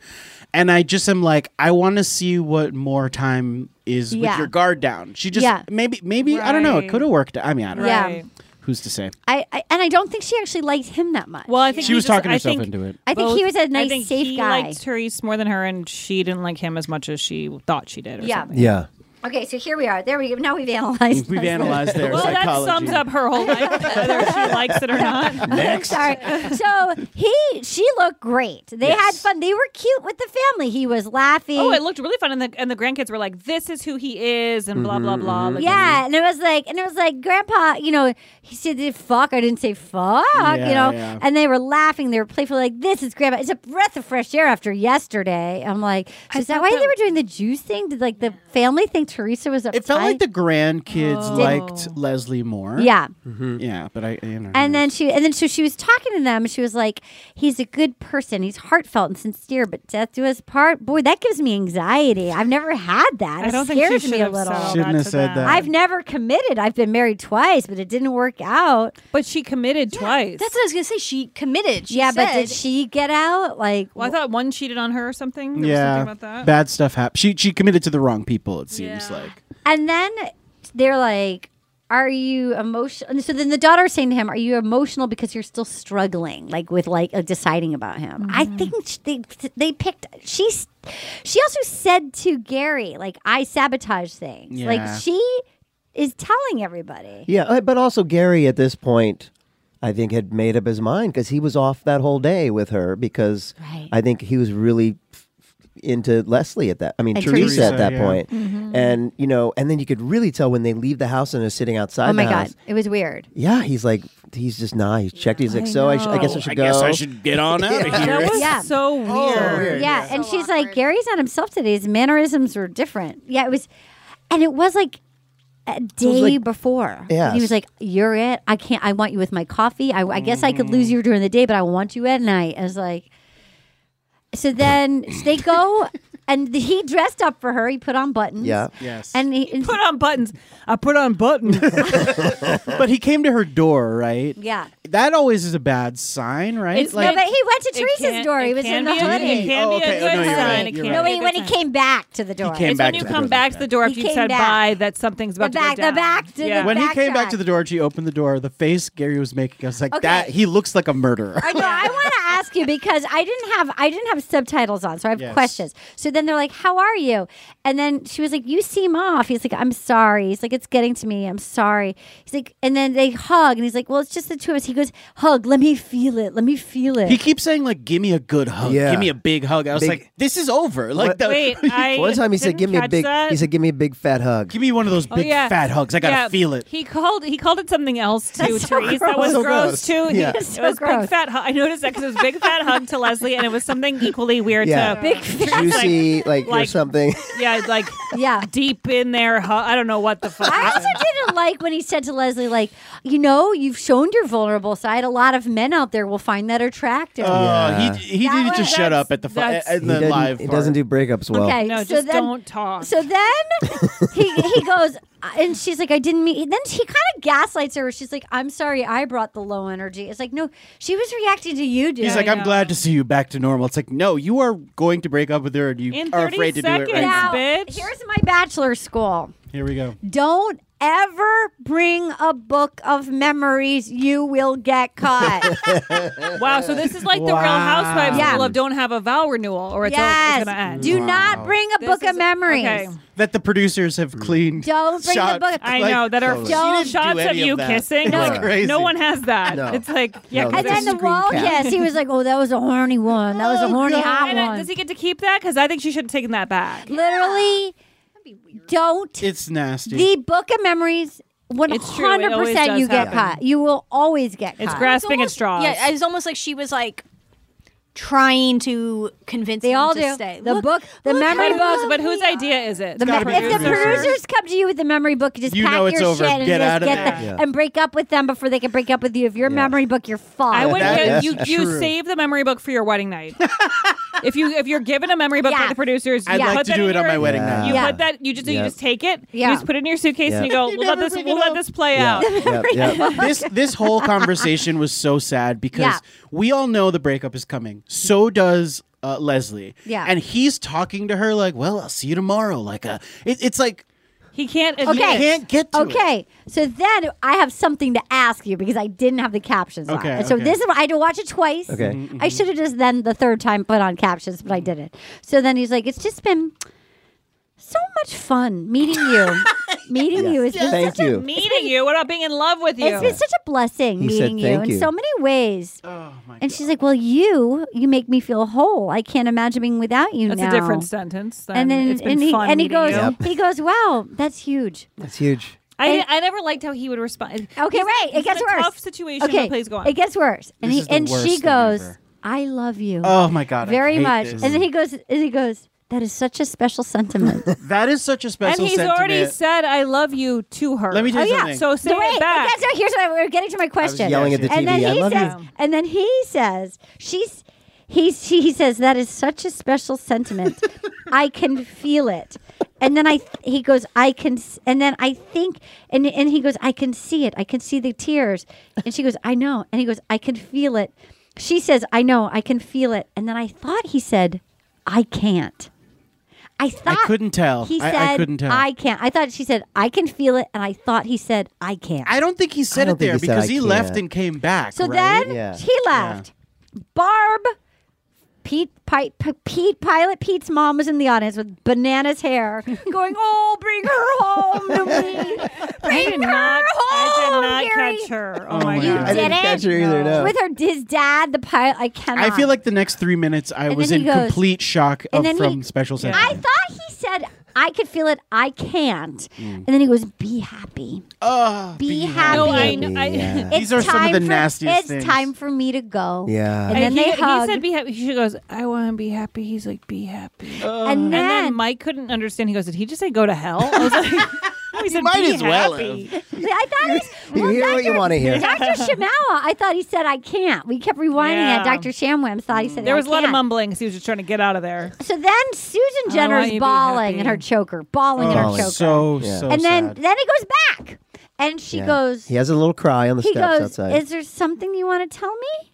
[SPEAKER 6] And I just am like I want to see what more time is
[SPEAKER 3] Yeah.
[SPEAKER 6] with your guard down. She just
[SPEAKER 3] Yeah.
[SPEAKER 6] maybe maybe I don't know, it
[SPEAKER 3] Right.
[SPEAKER 6] could have worked. I mean, I don't
[SPEAKER 3] Yeah.
[SPEAKER 6] know.
[SPEAKER 3] Right.
[SPEAKER 6] Who's to say?
[SPEAKER 3] I, I and I don't think she actually liked him that much.
[SPEAKER 5] Well, I think
[SPEAKER 6] She
[SPEAKER 5] he
[SPEAKER 6] was
[SPEAKER 5] just-
[SPEAKER 6] talking
[SPEAKER 5] I
[SPEAKER 6] herself
[SPEAKER 5] think
[SPEAKER 6] into it.
[SPEAKER 3] I think he was a
[SPEAKER 5] I
[SPEAKER 3] nice,
[SPEAKER 5] think
[SPEAKER 3] safe
[SPEAKER 5] he
[SPEAKER 3] guy.
[SPEAKER 5] liked Therese more than her, and she didn't like him as much as she thought she did. Or
[SPEAKER 3] Yeah.
[SPEAKER 5] something.
[SPEAKER 4] Yeah.
[SPEAKER 3] Okay, so here we are. There we go. Now we've analyzed.
[SPEAKER 6] We've analyzed their
[SPEAKER 5] well,
[SPEAKER 6] psychology.
[SPEAKER 5] that sums up her whole life, whether she likes it or not.
[SPEAKER 3] I'm sorry. So he, she looked great. They had fun. They were cute with the family. He was laughing.
[SPEAKER 5] Oh, it looked really fun, and the and the grandkids were like, "This is who he is," and blah blah blah.
[SPEAKER 3] mm-hmm,
[SPEAKER 6] Mm-hmm.
[SPEAKER 5] Like,
[SPEAKER 3] yeah, and it was like, and it was like, Grandpa, you know, he said, "Fuck," I didn't say "fuck,"
[SPEAKER 5] Yeah,
[SPEAKER 3] you know,
[SPEAKER 5] yeah.
[SPEAKER 3] and they were laughing, they were playful, like, "This is Grandpa." It's a breath of fresh air after yesterday. I'm like, so is that why they were doing the juice thing? Did like the family think Teresa was uptight?
[SPEAKER 6] It felt like the grandkids
[SPEAKER 3] Oh.
[SPEAKER 6] liked Leslie more.
[SPEAKER 3] Yeah.
[SPEAKER 6] Yeah, but I you know.
[SPEAKER 3] And then she, and then so she was talking to them. and She was like, "He's a good person. He's heartfelt and sincere, but death do us part." Boy, that gives me anxiety. I've never had that.
[SPEAKER 5] I
[SPEAKER 3] It
[SPEAKER 5] don't think she
[SPEAKER 3] scares
[SPEAKER 5] should
[SPEAKER 3] me a
[SPEAKER 5] have said
[SPEAKER 3] little.
[SPEAKER 5] all Shouldn't that have to said them. that.
[SPEAKER 3] I've never committed. I've been married twice, but it didn't work out.
[SPEAKER 5] But she committed twice.
[SPEAKER 13] That's what I was gonna say. She committed. She
[SPEAKER 3] yeah, but
[SPEAKER 13] said-
[SPEAKER 3] did she get out? Like,
[SPEAKER 5] Well, I thought one cheated on her or something. There was
[SPEAKER 6] yeah,
[SPEAKER 5] something about that.
[SPEAKER 6] bad stuff happened. She she committed to the wrong people. It seems like.
[SPEAKER 3] and then they're like. Are you emotional? So then the daughter's saying to him, "Are you emotional because you're still struggling, like with like uh, deciding about him?" I think sh- they they picked. She's She also said to Gary, like, I sabotage things.
[SPEAKER 4] Yeah.
[SPEAKER 3] Like, she is telling everybody.
[SPEAKER 4] Yeah, uh, but also Gary at this point, I think had made up his mind because he was off that whole day with her because I think he was really f- f- into Leslie at that. I mean
[SPEAKER 3] And
[SPEAKER 4] Teresa,
[SPEAKER 3] Teresa,
[SPEAKER 4] at that
[SPEAKER 3] yeah.
[SPEAKER 4] point.
[SPEAKER 3] Mhm.
[SPEAKER 4] and you know, and then you could really tell when they leave the house and are sitting outside.
[SPEAKER 3] oh my
[SPEAKER 4] the house,
[SPEAKER 3] God. It was weird.
[SPEAKER 4] Yeah, he's like he's just nah. He's checked. He's like, so I, sh- I guess I should go.
[SPEAKER 6] get on out of
[SPEAKER 4] here.
[SPEAKER 5] That was
[SPEAKER 3] Yeah.
[SPEAKER 6] Oh,
[SPEAKER 5] so Oh, weird.
[SPEAKER 3] Yeah. and she's like, Gary's on himself today. His mannerisms were different. Yeah. It was, and it was like a day
[SPEAKER 7] like-
[SPEAKER 3] before.
[SPEAKER 7] Yes.
[SPEAKER 3] He was like, You're it. I can't, I want you with my coffee. I, I guess I could lose
[SPEAKER 6] Mm.
[SPEAKER 3] you during the day, but I want you at night. I was like, so then they go and he dressed up for her. He put on buttons.
[SPEAKER 6] Yeah. Yes.
[SPEAKER 3] And he,
[SPEAKER 5] put on buttons. I put on buttons.
[SPEAKER 6] but he came to her door, right?
[SPEAKER 3] Yeah.
[SPEAKER 6] That always is a bad sign, right?
[SPEAKER 3] It's no, but he went to
[SPEAKER 5] It
[SPEAKER 3] Teresa's
[SPEAKER 5] can't-
[SPEAKER 3] door. He
[SPEAKER 5] it
[SPEAKER 3] was
[SPEAKER 5] can
[SPEAKER 3] in the
[SPEAKER 5] be a- it
[SPEAKER 3] hoodie.
[SPEAKER 5] can be a
[SPEAKER 6] okay. Oh,
[SPEAKER 5] good
[SPEAKER 6] no, you're
[SPEAKER 5] sign.
[SPEAKER 6] right.
[SPEAKER 5] It
[SPEAKER 6] You're
[SPEAKER 5] can't
[SPEAKER 3] No,
[SPEAKER 6] right.
[SPEAKER 5] be
[SPEAKER 3] he-
[SPEAKER 5] a
[SPEAKER 3] when
[SPEAKER 5] good
[SPEAKER 3] he
[SPEAKER 5] sign.
[SPEAKER 3] came back to the door.
[SPEAKER 6] came
[SPEAKER 5] It's
[SPEAKER 6] back
[SPEAKER 5] when you
[SPEAKER 6] to the
[SPEAKER 5] come
[SPEAKER 6] door.
[SPEAKER 5] back to the door if
[SPEAKER 3] He
[SPEAKER 5] you
[SPEAKER 3] came
[SPEAKER 5] said
[SPEAKER 3] back.
[SPEAKER 5] bye that something's about
[SPEAKER 3] The
[SPEAKER 5] to
[SPEAKER 3] back-
[SPEAKER 5] go
[SPEAKER 3] the
[SPEAKER 5] down.
[SPEAKER 3] back to the
[SPEAKER 5] yeah.
[SPEAKER 6] when he
[SPEAKER 3] back
[SPEAKER 6] came back
[SPEAKER 3] shot.
[SPEAKER 6] to the door and she opened the door, the face Gary was making, I was like,
[SPEAKER 3] Okay.
[SPEAKER 6] that he looks like a murderer.
[SPEAKER 3] I know. I want to ask you because I didn't have I didn't have subtitles on, so I have
[SPEAKER 6] Yes.
[SPEAKER 3] questions. So then they're like, "How are you?" And then she was like, "You seem off." He's like, "I'm sorry." He's like, "It's getting to me. I'm sorry." He's like, and then they hug, and he's like, "Well, it's just the two of us." He goes, "Hug. Let me feel it. Let me feel it."
[SPEAKER 6] He keeps saying like, "Give me a good hug.
[SPEAKER 4] Yeah.
[SPEAKER 6] Give me a big hug." I was
[SPEAKER 4] Big-
[SPEAKER 6] like, "This is over." Like,
[SPEAKER 4] What-
[SPEAKER 6] the,
[SPEAKER 5] Wait, I
[SPEAKER 4] One time he said,
[SPEAKER 5] didn't
[SPEAKER 4] "Give me a
[SPEAKER 5] catch
[SPEAKER 4] big."
[SPEAKER 5] that.
[SPEAKER 4] He said, "Give me a big fat hug."
[SPEAKER 6] give me one of those
[SPEAKER 5] Oh,
[SPEAKER 6] big
[SPEAKER 5] yeah.
[SPEAKER 6] fat hugs. I gotta
[SPEAKER 5] Yeah.
[SPEAKER 6] feel it.
[SPEAKER 5] He called. He called it something else too,
[SPEAKER 3] That's so
[SPEAKER 5] Therese. That was
[SPEAKER 4] gross. So
[SPEAKER 5] gross,
[SPEAKER 4] gross.
[SPEAKER 5] too. He-
[SPEAKER 4] Yeah.
[SPEAKER 5] It
[SPEAKER 3] So
[SPEAKER 5] was
[SPEAKER 3] gross.
[SPEAKER 5] big fat. Hug. I noticed that because it was big fat hug to Leslie, and it was something equally weird
[SPEAKER 4] Yeah.
[SPEAKER 5] to
[SPEAKER 3] Big
[SPEAKER 4] Juicy, like, or
[SPEAKER 5] like-
[SPEAKER 4] something.
[SPEAKER 5] yeah, like
[SPEAKER 3] yeah.
[SPEAKER 5] deep in there. Hu- I don't know what the fuck.
[SPEAKER 3] I also didn't like when he said to Leslie, like, you know, you've shown your vulnerable side. A lot of men out there will find that attractive.
[SPEAKER 6] Oh,
[SPEAKER 4] Yeah.
[SPEAKER 6] he he
[SPEAKER 3] That
[SPEAKER 6] needed to
[SPEAKER 3] was-
[SPEAKER 6] shut up at the fi-
[SPEAKER 5] that's-
[SPEAKER 6] at
[SPEAKER 4] He
[SPEAKER 6] the
[SPEAKER 4] doesn't-
[SPEAKER 6] live.
[SPEAKER 4] he
[SPEAKER 6] part.
[SPEAKER 4] doesn't do breakups well.
[SPEAKER 3] okay,
[SPEAKER 5] no,
[SPEAKER 3] so
[SPEAKER 5] just
[SPEAKER 3] then,
[SPEAKER 5] don't talk.
[SPEAKER 3] So then he he goes, uh, and she's like, I didn't mean. Then she kind of gaslights her. She's like, I'm sorry, I brought the low energy. It's like, no, she was reacting to you, dude.
[SPEAKER 6] He's like,
[SPEAKER 5] I
[SPEAKER 6] "I'm
[SPEAKER 5] know.
[SPEAKER 6] glad to see you back to normal." It's like, no, you are going to break up with her, and you
[SPEAKER 5] In
[SPEAKER 6] are
[SPEAKER 5] 30
[SPEAKER 6] afraid to do it right
[SPEAKER 5] seconds.
[SPEAKER 3] now,
[SPEAKER 6] now.
[SPEAKER 5] bitch.
[SPEAKER 3] here's my bachelor school.
[SPEAKER 6] Here we go.
[SPEAKER 3] Don't ever bring a book of memories. You will get caught.
[SPEAKER 5] wow. So this is like the Real
[SPEAKER 6] Wow.
[SPEAKER 5] Housewives
[SPEAKER 3] Yeah.
[SPEAKER 5] rule of don't have a vow renewal or it's, all,
[SPEAKER 3] yes.
[SPEAKER 5] it's gonna end.
[SPEAKER 3] Do not bring a
[SPEAKER 5] This
[SPEAKER 3] book
[SPEAKER 5] is-
[SPEAKER 3] of memories.
[SPEAKER 5] okay.
[SPEAKER 6] That the producers have cleaned.
[SPEAKER 3] Mm. Don't bring the
[SPEAKER 6] shot,
[SPEAKER 3] book-
[SPEAKER 5] I
[SPEAKER 6] like,
[SPEAKER 5] know that are
[SPEAKER 6] She
[SPEAKER 5] still
[SPEAKER 6] didn't do
[SPEAKER 5] shots of
[SPEAKER 6] any
[SPEAKER 5] you
[SPEAKER 6] that.
[SPEAKER 5] kissing.
[SPEAKER 6] It's
[SPEAKER 4] No.
[SPEAKER 6] crazy.
[SPEAKER 5] No one has that.
[SPEAKER 4] No.
[SPEAKER 5] It's like yeah.
[SPEAKER 4] No,
[SPEAKER 5] 'cause
[SPEAKER 3] And
[SPEAKER 4] That's
[SPEAKER 3] then
[SPEAKER 5] it's-
[SPEAKER 3] the
[SPEAKER 4] a screen
[SPEAKER 3] wall
[SPEAKER 4] cap.
[SPEAKER 3] kiss. He was like, "Oh, that was a horny one. That was a horny hot
[SPEAKER 5] And, uh,
[SPEAKER 3] one."
[SPEAKER 5] does he get to keep that? Because I think she should have taken that back.
[SPEAKER 3] Literally, don't
[SPEAKER 6] It's nasty.
[SPEAKER 3] the book of memories. One
[SPEAKER 5] It's true. It
[SPEAKER 3] hundred
[SPEAKER 5] always
[SPEAKER 3] percent,
[SPEAKER 5] does
[SPEAKER 3] you get
[SPEAKER 5] happen.
[SPEAKER 3] caught. You will always get caught.
[SPEAKER 5] It's grasping at straws.
[SPEAKER 7] Yeah, it's almost like she was like trying to convince
[SPEAKER 3] They
[SPEAKER 7] him
[SPEAKER 3] all
[SPEAKER 7] to
[SPEAKER 3] do.
[SPEAKER 7] stay.
[SPEAKER 3] The
[SPEAKER 7] Look-
[SPEAKER 3] book, the
[SPEAKER 7] look
[SPEAKER 3] memory
[SPEAKER 7] how
[SPEAKER 3] books.
[SPEAKER 5] But, but whose idea is it?
[SPEAKER 3] The
[SPEAKER 6] gotta
[SPEAKER 3] me-
[SPEAKER 6] be
[SPEAKER 3] if the
[SPEAKER 6] producers.
[SPEAKER 3] producers come to you with the memory book, just
[SPEAKER 6] You
[SPEAKER 3] pack
[SPEAKER 6] know it's
[SPEAKER 3] your
[SPEAKER 6] over.
[SPEAKER 3] shit and
[SPEAKER 6] Get
[SPEAKER 3] just
[SPEAKER 6] out of
[SPEAKER 3] get
[SPEAKER 6] there.
[SPEAKER 3] the,
[SPEAKER 4] Yeah.
[SPEAKER 3] and break up with them before they can break up with you. If your memory book, you're fucked.
[SPEAKER 5] I would
[SPEAKER 6] That
[SPEAKER 5] get,
[SPEAKER 6] is
[SPEAKER 5] you. You
[SPEAKER 6] true.
[SPEAKER 5] save the memory book for your wedding night. if you if you're given a memory book by
[SPEAKER 3] Yeah.
[SPEAKER 5] the producers,
[SPEAKER 6] I'd
[SPEAKER 5] you
[SPEAKER 6] like
[SPEAKER 5] put
[SPEAKER 6] to
[SPEAKER 5] that
[SPEAKER 6] do
[SPEAKER 5] in
[SPEAKER 6] it on
[SPEAKER 5] your-
[SPEAKER 6] my wedding
[SPEAKER 4] Yeah.
[SPEAKER 6] night.
[SPEAKER 5] You
[SPEAKER 3] Yeah.
[SPEAKER 5] put that. You just you
[SPEAKER 4] Yeah.
[SPEAKER 5] just take it.
[SPEAKER 3] Yeah.
[SPEAKER 5] You just put it in your suitcase and
[SPEAKER 4] Yeah.
[SPEAKER 5] you go.
[SPEAKER 6] You
[SPEAKER 5] we'll let
[SPEAKER 6] never
[SPEAKER 5] this
[SPEAKER 6] bring it
[SPEAKER 5] we'll let
[SPEAKER 6] up.
[SPEAKER 5] this play
[SPEAKER 4] Yeah.
[SPEAKER 5] out.
[SPEAKER 4] Yep, yep.
[SPEAKER 6] this this whole conversation was so sad because
[SPEAKER 3] Yeah.
[SPEAKER 6] we all know the breakup is coming. So does uh, Leslie.
[SPEAKER 3] Yeah.
[SPEAKER 6] and he's talking to her like, "Well, I'll see you tomorrow." Like, uh, it, it's like
[SPEAKER 5] He can't. Admit
[SPEAKER 3] Okay.
[SPEAKER 6] you can't get to it.
[SPEAKER 3] Okay, so then I have something to ask you because I didn't have the captions on.
[SPEAKER 6] Okay,
[SPEAKER 3] And so
[SPEAKER 6] okay. Mm-hmm,
[SPEAKER 3] this is I had to watch it twice.
[SPEAKER 4] Okay.
[SPEAKER 3] I should have just then the third time put on captions, but I didn't. So then he's like, "It's just been so much fun meeting you, meeting you. It's been
[SPEAKER 4] Thank
[SPEAKER 3] such
[SPEAKER 4] you.
[SPEAKER 5] Meeting you. What about being in love with
[SPEAKER 3] a,
[SPEAKER 5] you?
[SPEAKER 3] it's been such a blessing
[SPEAKER 4] He said
[SPEAKER 3] meeting you
[SPEAKER 4] thank
[SPEAKER 3] in
[SPEAKER 4] you.
[SPEAKER 3] so many ways."
[SPEAKER 6] Oh my
[SPEAKER 3] And she's like, "Well, you you make me feel whole. I can't imagine being without you
[SPEAKER 5] That's
[SPEAKER 3] now."
[SPEAKER 5] a different sentence. than
[SPEAKER 3] And then
[SPEAKER 5] it's been
[SPEAKER 3] and he
[SPEAKER 5] fun
[SPEAKER 3] and he
[SPEAKER 5] meeting
[SPEAKER 3] goes
[SPEAKER 5] you.
[SPEAKER 4] Yep.
[SPEAKER 3] he goes, "Wow, that's huge."
[SPEAKER 4] That's huge.
[SPEAKER 5] I, I never liked how he would respond.
[SPEAKER 3] Okay,
[SPEAKER 5] He's-
[SPEAKER 3] wait.
[SPEAKER 5] he's
[SPEAKER 3] It gets
[SPEAKER 5] in a
[SPEAKER 3] worse.
[SPEAKER 5] Tough situation. but please go on.
[SPEAKER 3] It gets worse. And
[SPEAKER 6] This
[SPEAKER 3] he
[SPEAKER 6] is the
[SPEAKER 3] and
[SPEAKER 6] worst
[SPEAKER 3] she
[SPEAKER 6] thing
[SPEAKER 3] goes,
[SPEAKER 6] ever.
[SPEAKER 3] "I love you
[SPEAKER 6] Oh my god! I
[SPEAKER 3] very
[SPEAKER 6] hate
[SPEAKER 3] much."
[SPEAKER 6] this.
[SPEAKER 3] And then he goes, and he goes, "That is such a special sentiment."
[SPEAKER 6] that is such a
[SPEAKER 5] and
[SPEAKER 6] special.
[SPEAKER 5] he's
[SPEAKER 6] sentiment.
[SPEAKER 5] already said, "I love you" to her.
[SPEAKER 6] Let me tell you
[SPEAKER 3] Oh, yeah.
[SPEAKER 6] something.
[SPEAKER 5] So say
[SPEAKER 3] So wait,
[SPEAKER 5] it back.
[SPEAKER 3] okay, so here's what I- we're getting to my question.
[SPEAKER 4] yelling at the
[SPEAKER 3] and
[SPEAKER 4] TV,
[SPEAKER 3] then
[SPEAKER 4] "I
[SPEAKER 3] he
[SPEAKER 4] love
[SPEAKER 3] says,
[SPEAKER 5] you."
[SPEAKER 3] and then he says, she's. He, she, he says that is such a special sentiment. I can feel it, and then I th- he goes I can s- and then I think and and he goes I can see it. I can see the tears, and she goes I know, and he goes I can feel it. She says I know I can feel it, and then I thought he said I can't. I thought
[SPEAKER 6] couldn't tell.
[SPEAKER 3] He
[SPEAKER 6] Oh, I- I
[SPEAKER 3] said
[SPEAKER 6] couldn't tell.
[SPEAKER 3] I can't. I thought she said I can feel it, and I thought he said I can't.
[SPEAKER 6] I don't think he said
[SPEAKER 4] don't
[SPEAKER 6] it there
[SPEAKER 4] think he said,
[SPEAKER 6] because
[SPEAKER 4] "I
[SPEAKER 6] he
[SPEAKER 4] can't."
[SPEAKER 6] left and came back.
[SPEAKER 3] So
[SPEAKER 6] right?
[SPEAKER 3] then
[SPEAKER 4] Yeah.
[SPEAKER 3] he left. Barb, Pete, Pi- P- Pete, Pilot Pete's mom was in the audience with bananas hair, going, "Oh, bring her home to me,
[SPEAKER 5] I
[SPEAKER 3] bring
[SPEAKER 5] did
[SPEAKER 3] her
[SPEAKER 5] not.
[SPEAKER 3] home,
[SPEAKER 5] I did not
[SPEAKER 3] Gary."
[SPEAKER 5] catch her. Oh,
[SPEAKER 6] Oh
[SPEAKER 5] my god.
[SPEAKER 6] my God.
[SPEAKER 4] I didn't
[SPEAKER 3] Did it?
[SPEAKER 4] catch her either. No.
[SPEAKER 3] With her, his dad, the pilot. I cannot.
[SPEAKER 6] I feel like the next three minutes I
[SPEAKER 3] And
[SPEAKER 6] was
[SPEAKER 3] then
[SPEAKER 6] in
[SPEAKER 3] he goes-
[SPEAKER 6] complete shock
[SPEAKER 3] And
[SPEAKER 6] of
[SPEAKER 3] then he-
[SPEAKER 6] from special sentiment.
[SPEAKER 3] I thought he said I could feel it. I can't. And then he goes, "Be happy.
[SPEAKER 6] Ugh,
[SPEAKER 3] Be,
[SPEAKER 6] be
[SPEAKER 3] happy."
[SPEAKER 5] No, I know. I,
[SPEAKER 4] Yeah.
[SPEAKER 3] It's
[SPEAKER 6] These are some of
[SPEAKER 3] time
[SPEAKER 6] the
[SPEAKER 3] for-
[SPEAKER 6] nastiest
[SPEAKER 3] It's
[SPEAKER 6] things.
[SPEAKER 3] time for me to
[SPEAKER 5] Oh.
[SPEAKER 3] go.
[SPEAKER 4] Yeah.
[SPEAKER 3] And then
[SPEAKER 5] he,
[SPEAKER 3] they
[SPEAKER 5] he
[SPEAKER 3] hug.
[SPEAKER 5] said, "Be happy." She goes, "I want to be happy." He's like, "Be happy."
[SPEAKER 3] and
[SPEAKER 5] And
[SPEAKER 3] then,
[SPEAKER 5] then Mike couldn't understand. He goes, "Did he just say go to hell?" I was like, We said,
[SPEAKER 6] might
[SPEAKER 5] "Be
[SPEAKER 6] as well
[SPEAKER 5] happy."
[SPEAKER 3] I thought it was,
[SPEAKER 4] You hear what you want to hear.
[SPEAKER 3] Dr. Shamawa. I thought he said I can't. We kept rewinding
[SPEAKER 5] Yeah.
[SPEAKER 3] it. Dr. Shamwam thought he said
[SPEAKER 5] There was
[SPEAKER 3] a
[SPEAKER 5] a lot of mumbling because he was just trying to get out of there.
[SPEAKER 3] So then Susan
[SPEAKER 5] I
[SPEAKER 3] Jenner
[SPEAKER 5] want you
[SPEAKER 3] is
[SPEAKER 5] to be
[SPEAKER 3] bawling in
[SPEAKER 5] happy.
[SPEAKER 3] her choker, bawling in her
[SPEAKER 4] Oh,
[SPEAKER 3] choker,
[SPEAKER 6] so
[SPEAKER 4] Yeah.
[SPEAKER 6] so
[SPEAKER 3] and then
[SPEAKER 6] sad.
[SPEAKER 3] then he goes back, and she
[SPEAKER 4] Yeah.
[SPEAKER 3] goes,
[SPEAKER 4] He has a little cry on the
[SPEAKER 3] he
[SPEAKER 4] steps
[SPEAKER 3] goes,
[SPEAKER 4] outside.
[SPEAKER 3] "Is there something you want to tell me?"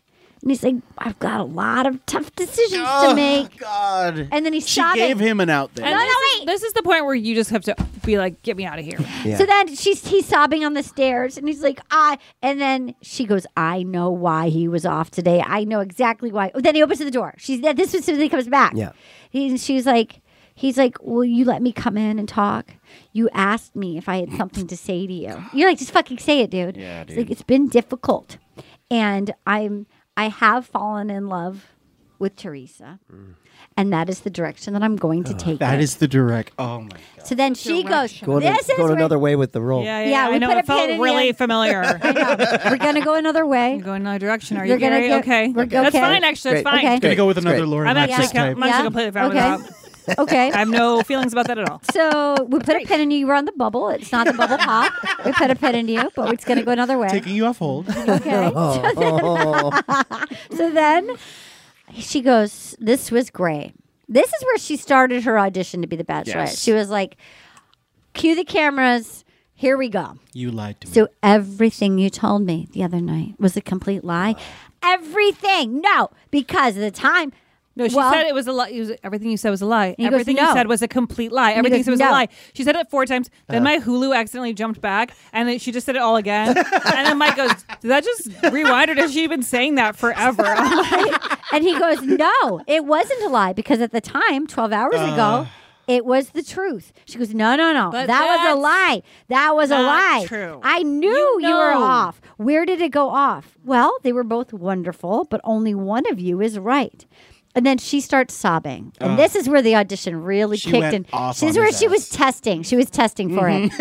[SPEAKER 3] And he's like, "I've got a lot of tough decisions to make,"
[SPEAKER 6] Oh, God.
[SPEAKER 3] and then he's
[SPEAKER 6] She
[SPEAKER 3] sobbing.
[SPEAKER 6] gave him an out there.
[SPEAKER 5] And
[SPEAKER 3] no,
[SPEAKER 5] this is-
[SPEAKER 3] wait.
[SPEAKER 5] This is the point where you just have to be like, "Get me out of here."
[SPEAKER 4] yeah.
[SPEAKER 3] So then she's he's sobbing on the stairs, and he's like, "I." And then she goes, "I know why he was off today. I know exactly why." Then he opens the door. She's this is when he comes back.
[SPEAKER 4] Yeah.
[SPEAKER 3] He, and she's like, "He's like, will you let me come in and talk? You asked me if I had something to say to you. You're like, just fucking say it, dude. Yeah, dude. like, it's been difficult, and I'm I have fallen in love with Teresa."
[SPEAKER 4] Mm.
[SPEAKER 3] And that is the direction that I'm going to take.
[SPEAKER 6] that
[SPEAKER 3] it."
[SPEAKER 6] is the direct. Oh my God.
[SPEAKER 3] so then she goes.
[SPEAKER 4] Going,
[SPEAKER 3] this is
[SPEAKER 4] going
[SPEAKER 3] where-
[SPEAKER 4] another way with the role.
[SPEAKER 5] Yeah, yeah.
[SPEAKER 3] Yeah,
[SPEAKER 5] I
[SPEAKER 3] we
[SPEAKER 5] know.
[SPEAKER 3] put a
[SPEAKER 5] it felt
[SPEAKER 3] pin in
[SPEAKER 5] really
[SPEAKER 3] the-
[SPEAKER 5] familiar.
[SPEAKER 3] We're gonna go another way.
[SPEAKER 5] You're going another direction. Are
[SPEAKER 3] You're
[SPEAKER 5] you
[SPEAKER 3] gonna
[SPEAKER 5] Gary?
[SPEAKER 3] go-
[SPEAKER 5] okay.
[SPEAKER 3] we're-
[SPEAKER 5] That's
[SPEAKER 3] okay.
[SPEAKER 5] fine. Actually, that's
[SPEAKER 4] Great.
[SPEAKER 5] fine.
[SPEAKER 3] Okay.
[SPEAKER 6] Gonna go with
[SPEAKER 4] It's
[SPEAKER 6] another
[SPEAKER 4] great.
[SPEAKER 6] Lauren
[SPEAKER 5] I'm
[SPEAKER 6] Lapkus
[SPEAKER 5] actually,
[SPEAKER 6] type.
[SPEAKER 5] I'm actually completely fine with that.
[SPEAKER 3] okay.
[SPEAKER 5] I have no feelings about that at all.
[SPEAKER 3] So we put a pin in you. You were on the bubble. It's not the bubble pop. We put a pin in you, but it's going to go another way.
[SPEAKER 6] Taking you off hold.
[SPEAKER 3] Okay.
[SPEAKER 4] Oh, oh, oh,
[SPEAKER 3] So then she goes, This was great. This is where she started her audition to be the bachelorette.
[SPEAKER 6] Yes.
[SPEAKER 3] She was like, Cue the cameras. Here we go.
[SPEAKER 6] You lied to me.
[SPEAKER 3] So everything you told me the other night was a complete lie. Everything. No, because at the time.
[SPEAKER 5] No, she
[SPEAKER 3] Well-
[SPEAKER 5] said it was a lie. It was- Everything you said was a lie.
[SPEAKER 3] he goes,
[SPEAKER 5] Everything
[SPEAKER 3] "No."
[SPEAKER 5] you said was a complete lie.
[SPEAKER 3] he
[SPEAKER 5] Everything
[SPEAKER 3] goes,
[SPEAKER 5] you said was
[SPEAKER 3] "No." Uh-huh.
[SPEAKER 5] a lie. She said it four times. Then my Hulu accidentally jumped back, and then she just said it all again. and then Mike goes, "Did that just rewind, or has she been saying that forever?" I'm like,
[SPEAKER 3] and he goes, No, it wasn't a lie because at the time, 12 hours
[SPEAKER 6] Uh.
[SPEAKER 3] ago, it was the truth. She goes, No, no, no.
[SPEAKER 5] But
[SPEAKER 3] That was a
[SPEAKER 5] that's
[SPEAKER 3] lie. That was a
[SPEAKER 5] not
[SPEAKER 3] lie.
[SPEAKER 5] true.
[SPEAKER 3] I knew you,
[SPEAKER 5] You
[SPEAKER 3] were
[SPEAKER 5] know.
[SPEAKER 3] off. Where did it go off? Well, they were both wonderful, but only one of you is right. And then she starts sobbing. And this is where the audition really
[SPEAKER 6] Uh. She
[SPEAKER 3] kicked
[SPEAKER 6] went
[SPEAKER 3] in.
[SPEAKER 6] off
[SPEAKER 3] this is
[SPEAKER 6] on
[SPEAKER 3] where
[SPEAKER 6] his
[SPEAKER 3] she was
[SPEAKER 6] ass.
[SPEAKER 3] testing. She was testing for it.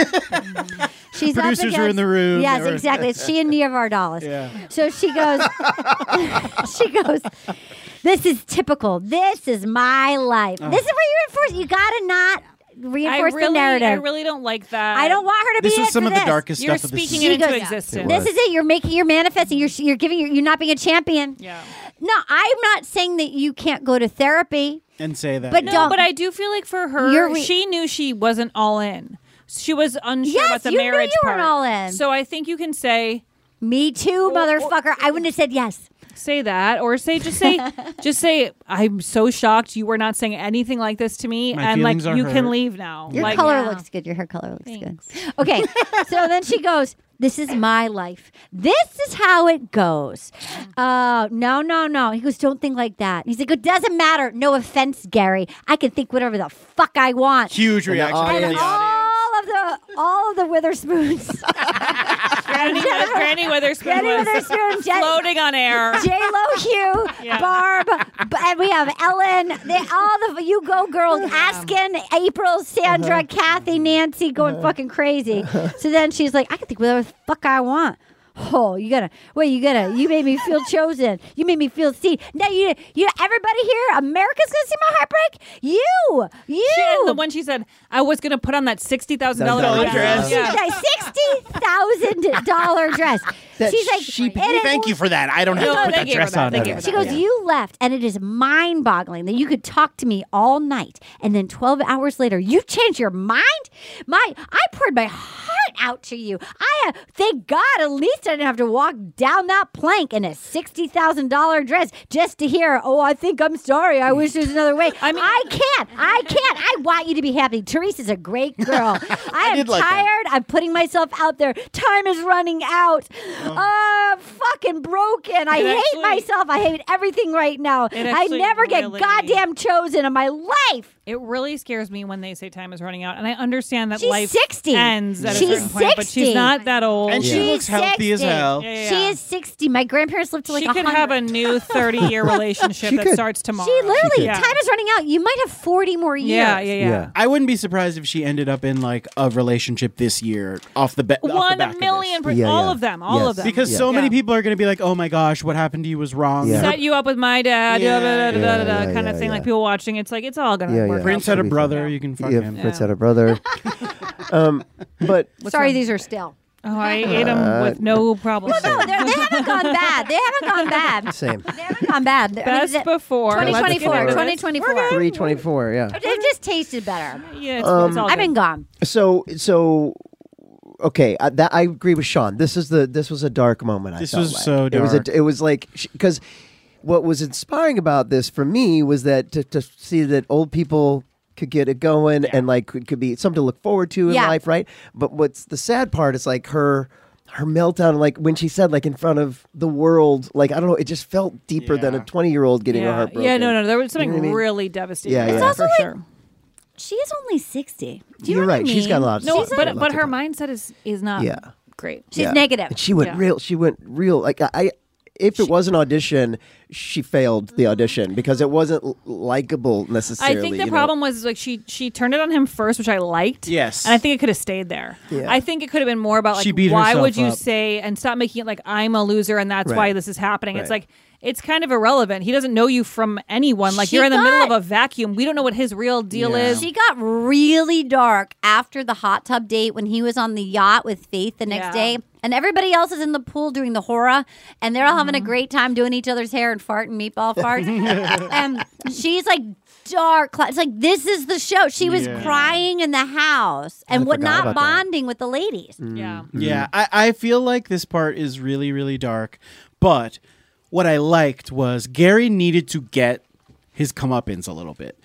[SPEAKER 3] She's up
[SPEAKER 6] Mm-hmm. Producers were in
[SPEAKER 3] against-
[SPEAKER 6] the room.
[SPEAKER 3] Yes,
[SPEAKER 6] They were-
[SPEAKER 3] exactly. It's she and Nia Vardalos.
[SPEAKER 6] Yeah.
[SPEAKER 3] So she goes, she goes, this is typical. This is my life. This is where you reinforce. You gotta not
[SPEAKER 5] I
[SPEAKER 3] reinforce
[SPEAKER 5] really,
[SPEAKER 3] the narrative.
[SPEAKER 5] I really don't like that.
[SPEAKER 3] I don't want her to
[SPEAKER 6] this
[SPEAKER 3] be
[SPEAKER 6] was
[SPEAKER 3] it
[SPEAKER 6] some
[SPEAKER 3] for
[SPEAKER 6] of
[SPEAKER 3] this.
[SPEAKER 6] the darkest
[SPEAKER 5] You're
[SPEAKER 6] stuff of this
[SPEAKER 5] speaking
[SPEAKER 3] She
[SPEAKER 5] it into
[SPEAKER 3] goes-
[SPEAKER 5] existence.
[SPEAKER 3] This is it. You're making. You're manifesting. You're you're giving. You're, you're not being a champion.
[SPEAKER 5] Yeah.
[SPEAKER 3] No, I'm not saying that you can't go to therapy.
[SPEAKER 6] and say that.
[SPEAKER 3] But
[SPEAKER 6] yeah.
[SPEAKER 3] don't-
[SPEAKER 5] No, but I do feel like for her,
[SPEAKER 3] You're re-
[SPEAKER 5] she knew she wasn't all in. She was unsure
[SPEAKER 3] Yes,
[SPEAKER 5] about the
[SPEAKER 3] you knew
[SPEAKER 5] marriage
[SPEAKER 3] you
[SPEAKER 5] part.
[SPEAKER 3] weren't all in.
[SPEAKER 5] So I think you can say
[SPEAKER 3] Me too, motherfucker. I wouldn't have said yes.
[SPEAKER 5] say that or say just say just say I'm so shocked you were not saying anything like this to me
[SPEAKER 6] My
[SPEAKER 5] and like
[SPEAKER 6] feelings are
[SPEAKER 5] you can
[SPEAKER 6] hurt.
[SPEAKER 5] leave now.
[SPEAKER 3] Your
[SPEAKER 5] like
[SPEAKER 3] color looks good. Your hair color looks good. Okay. so then she goes, This is my life. This is how it goes. Oh, no, no, no. He goes, Don't think like that. he's like, It doesn't matter. No offense, Gary. I can think whatever the fuck I want.
[SPEAKER 6] huge
[SPEAKER 4] the
[SPEAKER 6] reaction. from
[SPEAKER 4] audience- And
[SPEAKER 6] the audience.
[SPEAKER 3] all of the all of the Witherspoons,
[SPEAKER 5] Granny, Granny Witherspoon
[SPEAKER 3] Granny
[SPEAKER 5] was
[SPEAKER 3] Witherspoon, Jen-
[SPEAKER 5] floating on air.
[SPEAKER 3] J Lo, Hugh,
[SPEAKER 5] Yeah.
[SPEAKER 3] Barb, b- and we have Ellen. They, all the you go girls, Askin, April,
[SPEAKER 6] Uh-huh.
[SPEAKER 3] Sandra,
[SPEAKER 6] Mm-hmm.
[SPEAKER 3] Kathy, Nancy, going fucking crazy. so then she's like, I can think whatever the fuck I want. Oh, you gotta wait. You gotta. You made me feel chosen. You made me feel seen. Now you, you, everybody here, America's gonna see my heartbreak. You, you.
[SPEAKER 5] She- and the one she said, I was gonna put on that sixty thousand
[SPEAKER 4] Dollar
[SPEAKER 5] dollar
[SPEAKER 4] dress.
[SPEAKER 5] Yeah.
[SPEAKER 3] sixty thousand dollar dress.
[SPEAKER 4] That
[SPEAKER 3] She's like,
[SPEAKER 4] sheep-
[SPEAKER 3] "It is-
[SPEAKER 6] Thank you for that. I don't have
[SPEAKER 5] No,
[SPEAKER 6] to put
[SPEAKER 5] they
[SPEAKER 6] that
[SPEAKER 5] gave her
[SPEAKER 6] dress
[SPEAKER 5] that.
[SPEAKER 6] on.
[SPEAKER 5] They
[SPEAKER 6] at
[SPEAKER 5] gave
[SPEAKER 6] all.
[SPEAKER 5] her
[SPEAKER 3] She
[SPEAKER 5] that.
[SPEAKER 3] goes, You left, and it is mind boggling that you could talk to me all night. And then 12 hours later, you changed your mind? My, I poured my heart out to you. I, uh, thank God, at least I didn't have to walk down that plank in a $60,000 dress just to hear, Oh, I think I'm sorry. I wish there was another way. I mean, I can't. I can't. I want you to be happy. Teresa's a great girl. I, am
[SPEAKER 6] did like that.
[SPEAKER 3] tired tired. I'm putting myself out there. Time is running out. Oh, I'm fucking broken. I
[SPEAKER 5] It
[SPEAKER 3] hate
[SPEAKER 5] actually-
[SPEAKER 3] myself. I hate everything right now. I
[SPEAKER 5] actually
[SPEAKER 3] never
[SPEAKER 5] really-
[SPEAKER 3] get goddamn chosen in my life.
[SPEAKER 5] It really scares me when they say time is running out, and I understand that
[SPEAKER 3] She's
[SPEAKER 5] life
[SPEAKER 3] 60.
[SPEAKER 5] ends at
[SPEAKER 3] She's
[SPEAKER 5] a certain point, but
[SPEAKER 3] 60.
[SPEAKER 5] she's not that old.
[SPEAKER 6] And she
[SPEAKER 3] She's
[SPEAKER 6] looks healthy as
[SPEAKER 3] 60.
[SPEAKER 6] hell.
[SPEAKER 5] Yeah, yeah,
[SPEAKER 3] She
[SPEAKER 5] yeah.
[SPEAKER 3] is 60. My grandparents lived to like
[SPEAKER 5] she could have a
[SPEAKER 3] 100.
[SPEAKER 5] new 30 year relationship
[SPEAKER 4] She
[SPEAKER 5] that
[SPEAKER 4] could.
[SPEAKER 5] starts tomorrow.
[SPEAKER 3] She literally,
[SPEAKER 5] Yeah.
[SPEAKER 3] time is running out. You might have 40 more years.
[SPEAKER 5] Yeah, yeah, yeah.
[SPEAKER 4] Yeah.
[SPEAKER 6] I wouldn't be surprised if she ended up in like a relationship this year off the, ba- off the
[SPEAKER 5] One
[SPEAKER 6] back of
[SPEAKER 5] million, per-
[SPEAKER 6] this.
[SPEAKER 4] Yeah,
[SPEAKER 5] all
[SPEAKER 4] yeah.
[SPEAKER 5] of them, all
[SPEAKER 4] Yes.
[SPEAKER 5] of them.
[SPEAKER 6] Because
[SPEAKER 4] Yeah.
[SPEAKER 6] so many
[SPEAKER 5] Yeah.
[SPEAKER 6] people are going to be like, "Oh my gosh, what happened to you was wrong."
[SPEAKER 4] Yeah.
[SPEAKER 5] set you up with my dad,
[SPEAKER 6] Yeah.
[SPEAKER 5] da, da, da, da, da, da,
[SPEAKER 4] Yeah,
[SPEAKER 5] da,
[SPEAKER 4] yeah,
[SPEAKER 5] kind of thing.
[SPEAKER 4] yeah.
[SPEAKER 5] Like people watching, it's like it's all gonna
[SPEAKER 4] Yeah,
[SPEAKER 5] work.
[SPEAKER 4] yeah.
[SPEAKER 5] out.
[SPEAKER 6] Prince had a
[SPEAKER 4] Absolutely.
[SPEAKER 6] brother. You can fuck
[SPEAKER 4] Yeah,
[SPEAKER 6] him.
[SPEAKER 4] Prince had a brother. um, but Uh,
[SPEAKER 3] Sorry, these are stale.
[SPEAKER 5] Oh, I ate them with no problem.
[SPEAKER 3] No, they're- they haven't gone bad. They haven't gone bad.
[SPEAKER 4] Same.
[SPEAKER 3] They haven't gone bad. They're- I mean,
[SPEAKER 5] Best
[SPEAKER 3] the-
[SPEAKER 5] before. Let's get
[SPEAKER 3] 2024.
[SPEAKER 5] into this.
[SPEAKER 3] 2024.
[SPEAKER 4] Three twenty four. Yeah.
[SPEAKER 3] It just tasted better.
[SPEAKER 5] Yeah, it's,
[SPEAKER 6] Um,
[SPEAKER 5] it's all
[SPEAKER 3] I've
[SPEAKER 5] good.
[SPEAKER 3] been gone.
[SPEAKER 4] So so okay, I, that I agree with Sean. This is the this was a dark moment. I
[SPEAKER 6] This
[SPEAKER 4] felt
[SPEAKER 6] was
[SPEAKER 4] like.
[SPEAKER 6] so
[SPEAKER 4] It was
[SPEAKER 6] dark.
[SPEAKER 4] a, it was like because what was inspiring about this for me was that to, to see that old people could get it going and like could, could be something to look forward to in
[SPEAKER 3] Yeah.
[SPEAKER 4] life, right? But what's the sad part is like her. Her meltdown, like when she said, like in front of the world, like I don't know, it just felt deeper than a
[SPEAKER 6] Yeah.
[SPEAKER 4] twenty-year-old getting her
[SPEAKER 5] yeah.
[SPEAKER 4] heart broken.
[SPEAKER 5] yeah, no, no, there was something
[SPEAKER 4] what I mean?
[SPEAKER 5] really devastating.
[SPEAKER 4] Yeah,
[SPEAKER 5] about
[SPEAKER 4] yeah.
[SPEAKER 5] it,
[SPEAKER 4] It's
[SPEAKER 5] for sure.
[SPEAKER 14] She is only 60. Do you
[SPEAKER 4] You're
[SPEAKER 14] know what I
[SPEAKER 4] right. She's got a
[SPEAKER 14] mean?
[SPEAKER 4] lot.
[SPEAKER 5] No,
[SPEAKER 4] she's got
[SPEAKER 5] but
[SPEAKER 4] lots
[SPEAKER 5] but
[SPEAKER 4] of
[SPEAKER 5] her mindset is is not
[SPEAKER 4] Yeah.
[SPEAKER 5] Um, great.
[SPEAKER 3] She's
[SPEAKER 4] Yeah.
[SPEAKER 3] negative.
[SPEAKER 4] And she went
[SPEAKER 5] Yeah.
[SPEAKER 4] real. She went real. Like I- I, if it was an audition, she failed the audition because it wasn't l- likable necessarily.
[SPEAKER 5] Mm-hmm. I think
[SPEAKER 4] you
[SPEAKER 5] the
[SPEAKER 4] know?
[SPEAKER 5] problem was like she she turned it on him first, which I liked.
[SPEAKER 6] Yes.
[SPEAKER 5] and I think it could have stayed there.
[SPEAKER 4] Yeah.
[SPEAKER 5] I think it could have been more about like
[SPEAKER 6] She beat
[SPEAKER 5] why
[SPEAKER 6] herself
[SPEAKER 5] would you
[SPEAKER 6] up.
[SPEAKER 5] say and stop making it like I'm a loser and that's why
[SPEAKER 4] Right.
[SPEAKER 5] this is happening. It's
[SPEAKER 4] Right.
[SPEAKER 5] like it's kind of irrelevant. He doesn't know you from anyone. Like
[SPEAKER 3] She
[SPEAKER 5] you're in the middle
[SPEAKER 3] got-
[SPEAKER 5] of a vacuum. We don't know what his real deal
[SPEAKER 6] Yeah.
[SPEAKER 5] is.
[SPEAKER 3] She got really dark after the hot tub date when he was on the yacht with Faith the next
[SPEAKER 5] Yeah.
[SPEAKER 3] day. And everybody else is in the pool doing the hora, and they're all having
[SPEAKER 6] Mm-hmm.
[SPEAKER 3] a great time doing each other's hair and fart and meatball farts. and she's like dark. cla- It's like this is the show. She was
[SPEAKER 6] Yeah.
[SPEAKER 3] crying in the house and what
[SPEAKER 4] forgot
[SPEAKER 3] not
[SPEAKER 4] about that.
[SPEAKER 3] bonding with the ladies.
[SPEAKER 4] Mm.
[SPEAKER 5] yeah,
[SPEAKER 3] Mm-hmm.
[SPEAKER 6] Yeah, I, I feel like this part is really, really dark. But what I liked was Gary needed to get his comeuppance a little bit.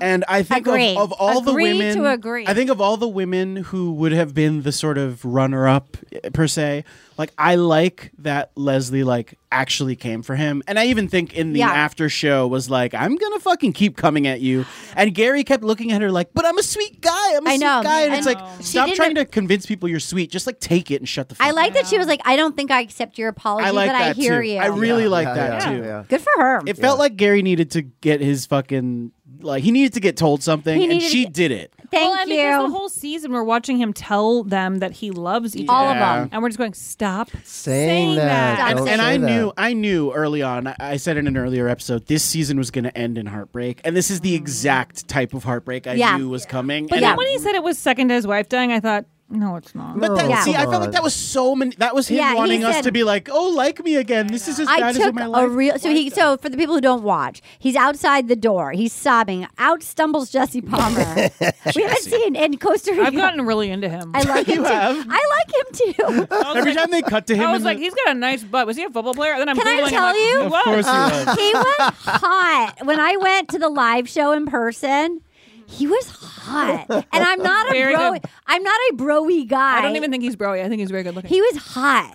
[SPEAKER 6] And I think of-
[SPEAKER 3] Agree.
[SPEAKER 6] of, all the
[SPEAKER 3] Agree
[SPEAKER 6] women,
[SPEAKER 3] to agree.
[SPEAKER 6] I think of all the women who would have been the sort of runner-up eh, per se. Like I like that Leslie like actually came for him, and I even think in the
[SPEAKER 3] Yeah.
[SPEAKER 6] after show was like, "I'm gonna fucking keep coming at you," and Gary kept looking at her like, "But I'm a sweet guy. I'm a
[SPEAKER 3] I
[SPEAKER 6] sweet
[SPEAKER 3] know.
[SPEAKER 6] guy," and,
[SPEAKER 3] I
[SPEAKER 6] it's
[SPEAKER 3] know.
[SPEAKER 6] like,
[SPEAKER 3] She
[SPEAKER 6] stop
[SPEAKER 3] didn't
[SPEAKER 6] trying
[SPEAKER 3] have-
[SPEAKER 6] to convince people you're sweet. Just like take it and shut the fuck.
[SPEAKER 3] I
[SPEAKER 6] up.
[SPEAKER 3] like that she was like, I don't think I accept your apology,
[SPEAKER 6] I like
[SPEAKER 3] but
[SPEAKER 6] that
[SPEAKER 3] I hear
[SPEAKER 6] too.
[SPEAKER 3] Oh, you.
[SPEAKER 6] I really like
[SPEAKER 4] Yeah,
[SPEAKER 6] that
[SPEAKER 4] yeah,
[SPEAKER 6] too.
[SPEAKER 4] yeah.
[SPEAKER 3] Good for her.
[SPEAKER 6] It felt like Gary needed to get his fucking like he needed to get told something,
[SPEAKER 3] He
[SPEAKER 6] and
[SPEAKER 3] needed to
[SPEAKER 6] she
[SPEAKER 3] get-
[SPEAKER 6] did it.
[SPEAKER 3] Thank
[SPEAKER 5] well, I mean,
[SPEAKER 3] you.
[SPEAKER 5] there's the whole season we're watching him tell them that he loves each
[SPEAKER 3] All of
[SPEAKER 5] other.
[SPEAKER 6] Yeah.
[SPEAKER 3] them.
[SPEAKER 5] and we're just going stop
[SPEAKER 4] Saying
[SPEAKER 5] that.
[SPEAKER 4] that.
[SPEAKER 3] Stop
[SPEAKER 6] And,
[SPEAKER 4] Don't
[SPEAKER 6] and
[SPEAKER 4] say
[SPEAKER 6] I
[SPEAKER 4] that.
[SPEAKER 6] knew, I knew early on. I, I said in an earlier episode, this season was going to end in heartbreak, and this is the exact type of heartbreak I
[SPEAKER 3] Mm. Yeah.
[SPEAKER 6] knew was coming.
[SPEAKER 5] But
[SPEAKER 6] and
[SPEAKER 5] then when he said it was second to his wife dying, I thought, no, it's not.
[SPEAKER 6] But that,
[SPEAKER 3] Yeah.
[SPEAKER 6] see, I
[SPEAKER 4] Come
[SPEAKER 6] felt like
[SPEAKER 4] on.
[SPEAKER 6] that was so many. That was him
[SPEAKER 3] Yeah, he
[SPEAKER 6] wanting us
[SPEAKER 3] said-
[SPEAKER 6] to be like, "Oh, like me again. This is as
[SPEAKER 3] I
[SPEAKER 6] bad as
[SPEAKER 3] took
[SPEAKER 6] in my life."
[SPEAKER 3] a real so he so for the people who don't watch, he's outside the door. He's sobbing. Out stumbles Jesse Palmer. we haven't seen in Costa Rica.
[SPEAKER 5] I've gotten really into him.
[SPEAKER 3] I like him too.
[SPEAKER 6] have?
[SPEAKER 3] I like him too.
[SPEAKER 5] I was
[SPEAKER 6] Every
[SPEAKER 5] like-
[SPEAKER 6] time they cut to him,
[SPEAKER 5] I was
[SPEAKER 6] in
[SPEAKER 5] like,
[SPEAKER 6] the,
[SPEAKER 5] he's got a nice butt. Was he a football player? And then I'm
[SPEAKER 3] Can I
[SPEAKER 5] Googling, I'm
[SPEAKER 3] tell
[SPEAKER 5] like,
[SPEAKER 3] you?
[SPEAKER 5] he
[SPEAKER 6] "Of
[SPEAKER 5] was.
[SPEAKER 6] course he was."
[SPEAKER 3] he was hot. When I went to the live show in person, he was hot. And I'm not a
[SPEAKER 5] Very
[SPEAKER 3] bro
[SPEAKER 5] good.
[SPEAKER 3] I'm not a broy guy.
[SPEAKER 5] I don't even think he's broy. I think he's very good looking.
[SPEAKER 3] he was hot.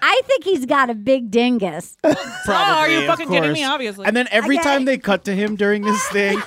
[SPEAKER 3] I think he's got a big dingus.
[SPEAKER 6] Probably,
[SPEAKER 5] Oh, are you
[SPEAKER 6] of
[SPEAKER 5] fucking kidding me?
[SPEAKER 6] course.
[SPEAKER 5] Obviously.
[SPEAKER 6] And then every
[SPEAKER 3] Okay.
[SPEAKER 6] time they cut to him during this thing,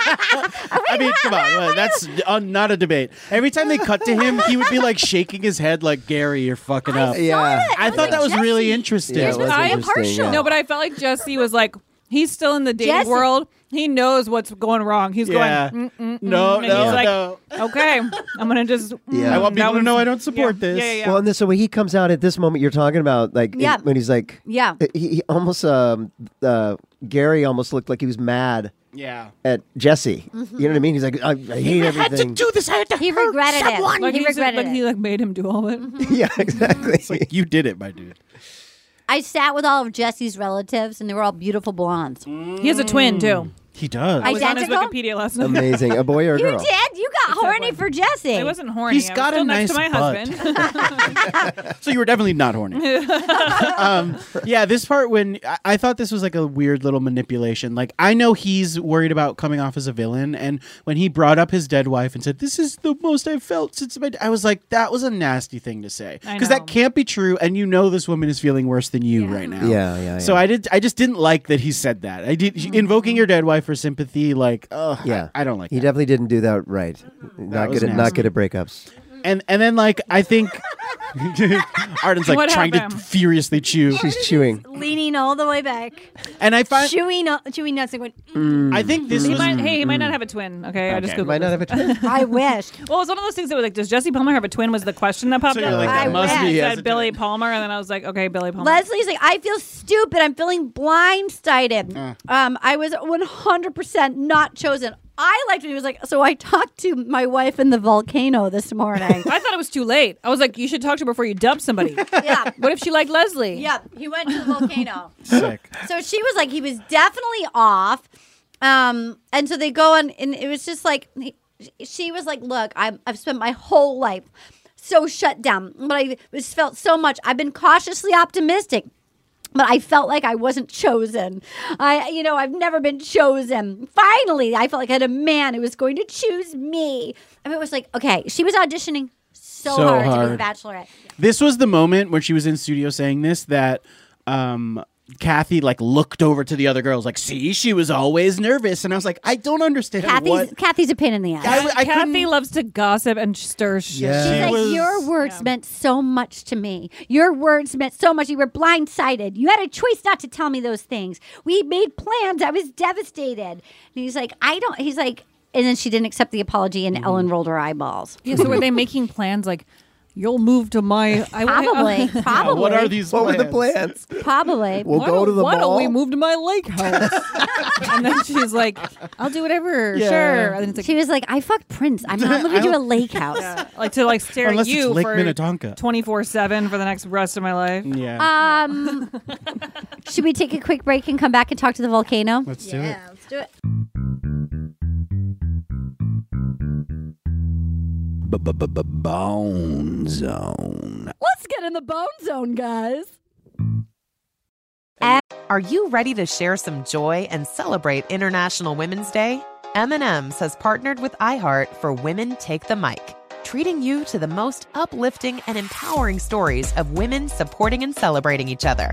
[SPEAKER 6] I mean, come on, uh, that's uh, not a debate. Every time they cut to him, he would be like shaking his head, like Gary, you're fucking up.
[SPEAKER 4] Yeah.
[SPEAKER 6] I thought that was really interesting.
[SPEAKER 4] Yeah, it was
[SPEAKER 5] I am
[SPEAKER 4] interesting, yeah.
[SPEAKER 5] no, but I felt like Jesse was like, he's still in the dating
[SPEAKER 3] Jesse-
[SPEAKER 5] world. He knows what's going wrong. He's
[SPEAKER 6] Yeah.
[SPEAKER 5] going, mm, mm,
[SPEAKER 6] No,
[SPEAKER 5] mm," and
[SPEAKER 6] no,
[SPEAKER 5] he's like,
[SPEAKER 6] no.
[SPEAKER 5] okay, I'm gonna just. mm,
[SPEAKER 4] Yeah.
[SPEAKER 6] I
[SPEAKER 4] I
[SPEAKER 6] want
[SPEAKER 5] that
[SPEAKER 6] people to
[SPEAKER 5] one's-
[SPEAKER 6] know I don't support
[SPEAKER 5] yeah,
[SPEAKER 6] this.
[SPEAKER 5] Yeah, yeah, yeah.
[SPEAKER 4] Well, and then so when he comes out at this moment you're talking about, like it-
[SPEAKER 3] Yeah.
[SPEAKER 4] when he's like,
[SPEAKER 3] Yeah.
[SPEAKER 4] he, he almost um uh Gary almost looked like he was mad
[SPEAKER 6] Yeah.
[SPEAKER 4] at Jesse.
[SPEAKER 5] Mm-hmm.
[SPEAKER 4] You know what I mean? He's like, I, I hate everything.
[SPEAKER 6] this. I had to
[SPEAKER 3] He regretted it.
[SPEAKER 5] like
[SPEAKER 3] he
[SPEAKER 5] he's-
[SPEAKER 3] regretted
[SPEAKER 5] like
[SPEAKER 3] it. Mm-hmm.
[SPEAKER 5] he like made him do all of it.
[SPEAKER 4] yeah, exactly.
[SPEAKER 6] You did it, my dude.
[SPEAKER 3] I sat with all of Jesse's relatives, and they were all beautiful blondes.
[SPEAKER 5] He has a twin too.
[SPEAKER 6] He does.
[SPEAKER 3] I
[SPEAKER 5] It was on his
[SPEAKER 3] Identical?
[SPEAKER 5] Wikipedia last night.
[SPEAKER 4] Amazing. A boy or a
[SPEAKER 3] You
[SPEAKER 4] girl?
[SPEAKER 3] did? You got horny for Jesse.
[SPEAKER 5] It wasn't horny.
[SPEAKER 6] He's
[SPEAKER 5] I was
[SPEAKER 6] got a
[SPEAKER 5] still next to
[SPEAKER 6] nice
[SPEAKER 5] my
[SPEAKER 6] butt.
[SPEAKER 5] husband.
[SPEAKER 6] so you were definitely not horny. um, yeah, this part when I, I thought this was like a weird little manipulation. Like I know he's worried about coming off as a villain, and when he brought up his dead wife and said, "This is the most I've felt since my," d-" I was like, "That was a nasty thing to say,"
[SPEAKER 5] I
[SPEAKER 6] because
[SPEAKER 5] know.
[SPEAKER 6] that can't be true. And you know, this woman is feeling worse than you right now.
[SPEAKER 4] Yeah, yeah,
[SPEAKER 6] So
[SPEAKER 4] yeah.
[SPEAKER 6] I did. I just didn't like that he said that. I did
[SPEAKER 5] Mm-hmm.
[SPEAKER 6] invoking your dead wife for sympathy. Like, oh,
[SPEAKER 4] Yeah.
[SPEAKER 6] yeah, I, I don't like.
[SPEAKER 4] He
[SPEAKER 6] that.
[SPEAKER 4] definitely didn't do that right.
[SPEAKER 5] Mm-hmm.
[SPEAKER 4] Not
[SPEAKER 6] was
[SPEAKER 4] good at not
[SPEAKER 6] nasty.
[SPEAKER 4] good at breakups.
[SPEAKER 6] and and then like I think. Arden's like
[SPEAKER 5] What
[SPEAKER 6] trying to
[SPEAKER 5] happened?
[SPEAKER 6] furiously chew,
[SPEAKER 4] She's chewing.
[SPEAKER 7] leaning all the way back,
[SPEAKER 6] and I find
[SPEAKER 7] chewing, o- chewing nuts, and going. "Mm."
[SPEAKER 6] I think this
[SPEAKER 5] he Mm.
[SPEAKER 6] was
[SPEAKER 5] might, hey, he might not have a twin. Okay, I just
[SPEAKER 6] Okay.
[SPEAKER 5] googled.
[SPEAKER 4] Might not
[SPEAKER 5] this.
[SPEAKER 4] have a twin.
[SPEAKER 3] I wish.
[SPEAKER 5] Well, it was one of those things that was like, does Jesse Palmer have a twin? Was the question that popped
[SPEAKER 6] So you're
[SPEAKER 5] up.
[SPEAKER 6] like,
[SPEAKER 3] that I must bet. be
[SPEAKER 6] he
[SPEAKER 5] It
[SPEAKER 6] has
[SPEAKER 5] said
[SPEAKER 6] a
[SPEAKER 5] Billy
[SPEAKER 6] twin.
[SPEAKER 5] Palmer, and then I was like, okay, Billy Palmer.
[SPEAKER 3] Leslie's like, I feel stupid. I'm feeling blindsided. Um, I was 100% not chosen. I liked when he was like, so I talked to my wife in the volcano this morning.
[SPEAKER 5] I thought it was too late. I was like, you should talk to her before you dump somebody. yeah. What if she liked Leslie?
[SPEAKER 3] yeah, he went to the volcano.
[SPEAKER 6] Sick.
[SPEAKER 3] so she was like, he was definitely off. Um, and so they go on, and it was just like, he, she was like, look, I'm, I've spent my whole life so shut down, but I just felt so much. I've been cautiously optimistic. But I felt like I wasn't chosen. I, you know, I've never been chosen. Finally, I felt like I had a man who was going to choose me. I mean, it was like, okay, she was auditioning so,
[SPEAKER 6] So
[SPEAKER 3] hard, to be
[SPEAKER 6] hard.
[SPEAKER 3] the Bachelorette.
[SPEAKER 6] This was the moment when she was in studio saying this that um Kathy like looked over to the other girls like, see, she was always nervous, and I was like, I don't understand
[SPEAKER 3] Kathy's
[SPEAKER 6] what.
[SPEAKER 3] Kathy's a pain in the ass.
[SPEAKER 6] I, I
[SPEAKER 5] Kathy
[SPEAKER 6] couldn't.
[SPEAKER 5] loves to gossip and stir shit.
[SPEAKER 6] Yeah.
[SPEAKER 3] She's
[SPEAKER 6] She
[SPEAKER 3] like,
[SPEAKER 6] was-
[SPEAKER 3] your words meant so much to me. Your words meant so much. You were blindsided. You had a choice not to tell me those things. We made plans. I was devastated. And he's like, I don't. He's like, and then she didn't accept the apology, and Ellen rolled her eyeballs.
[SPEAKER 5] Mm-hmm. Yeah, so were they making plans like you'll move to my I,
[SPEAKER 3] Probably,
[SPEAKER 6] Yeah,
[SPEAKER 3] probably,
[SPEAKER 6] what are these?
[SPEAKER 15] What were the
[SPEAKER 6] plans?
[SPEAKER 15] plans?
[SPEAKER 3] probably.
[SPEAKER 15] We'll go to the
[SPEAKER 5] why
[SPEAKER 15] mall.
[SPEAKER 5] don't we move to my lake house? and then she's like, I'll do whatever.
[SPEAKER 6] Yeah.
[SPEAKER 5] Sure. And then it's like,
[SPEAKER 3] She was like, I fucked Prince. I'm not moving to a lake house.
[SPEAKER 5] like to like stare
[SPEAKER 6] Unless
[SPEAKER 5] at
[SPEAKER 6] it's
[SPEAKER 5] you
[SPEAKER 6] Lake
[SPEAKER 5] for
[SPEAKER 6] Minnetonka.
[SPEAKER 5] twenty four seven for the next rest of my life.
[SPEAKER 6] Yeah.
[SPEAKER 3] Um, should we take a quick break and come back and talk to the volcano?
[SPEAKER 6] Let's do it.
[SPEAKER 7] Yeah, let's do it.
[SPEAKER 8] Bone Zone.
[SPEAKER 3] Let's get in the bone zone, guys.
[SPEAKER 9] Are you ready to share some joy and celebrate International Women's Day? M&M's has partnered with iHeart for Women Take the Mic, treating you to the most uplifting and empowering stories of women supporting and celebrating each other.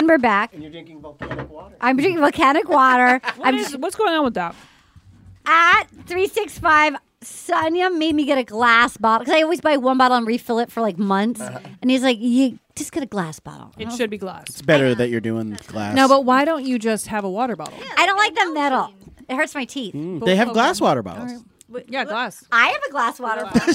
[SPEAKER 3] And we're back. And you're drinking volcanic water. I'm drinking volcanic water.
[SPEAKER 5] What
[SPEAKER 3] Uh, I'm
[SPEAKER 5] is, what's going on with that?
[SPEAKER 3] at 365 Sonia made me get a glass bottle because I always buy one bottle and refill it for like months.
[SPEAKER 6] Uh-huh.
[SPEAKER 3] And he's like, "You just get a glass bottle."
[SPEAKER 5] It should be glass.
[SPEAKER 6] It's better that you're doing glass.
[SPEAKER 5] No, but why don't you just have a water bottle?
[SPEAKER 3] I don't like the metal. It hurts my teeth.
[SPEAKER 6] Mm, they have
[SPEAKER 5] okay.
[SPEAKER 6] glass water bottles.
[SPEAKER 5] yeah, glass.
[SPEAKER 3] I have a glass water bottle.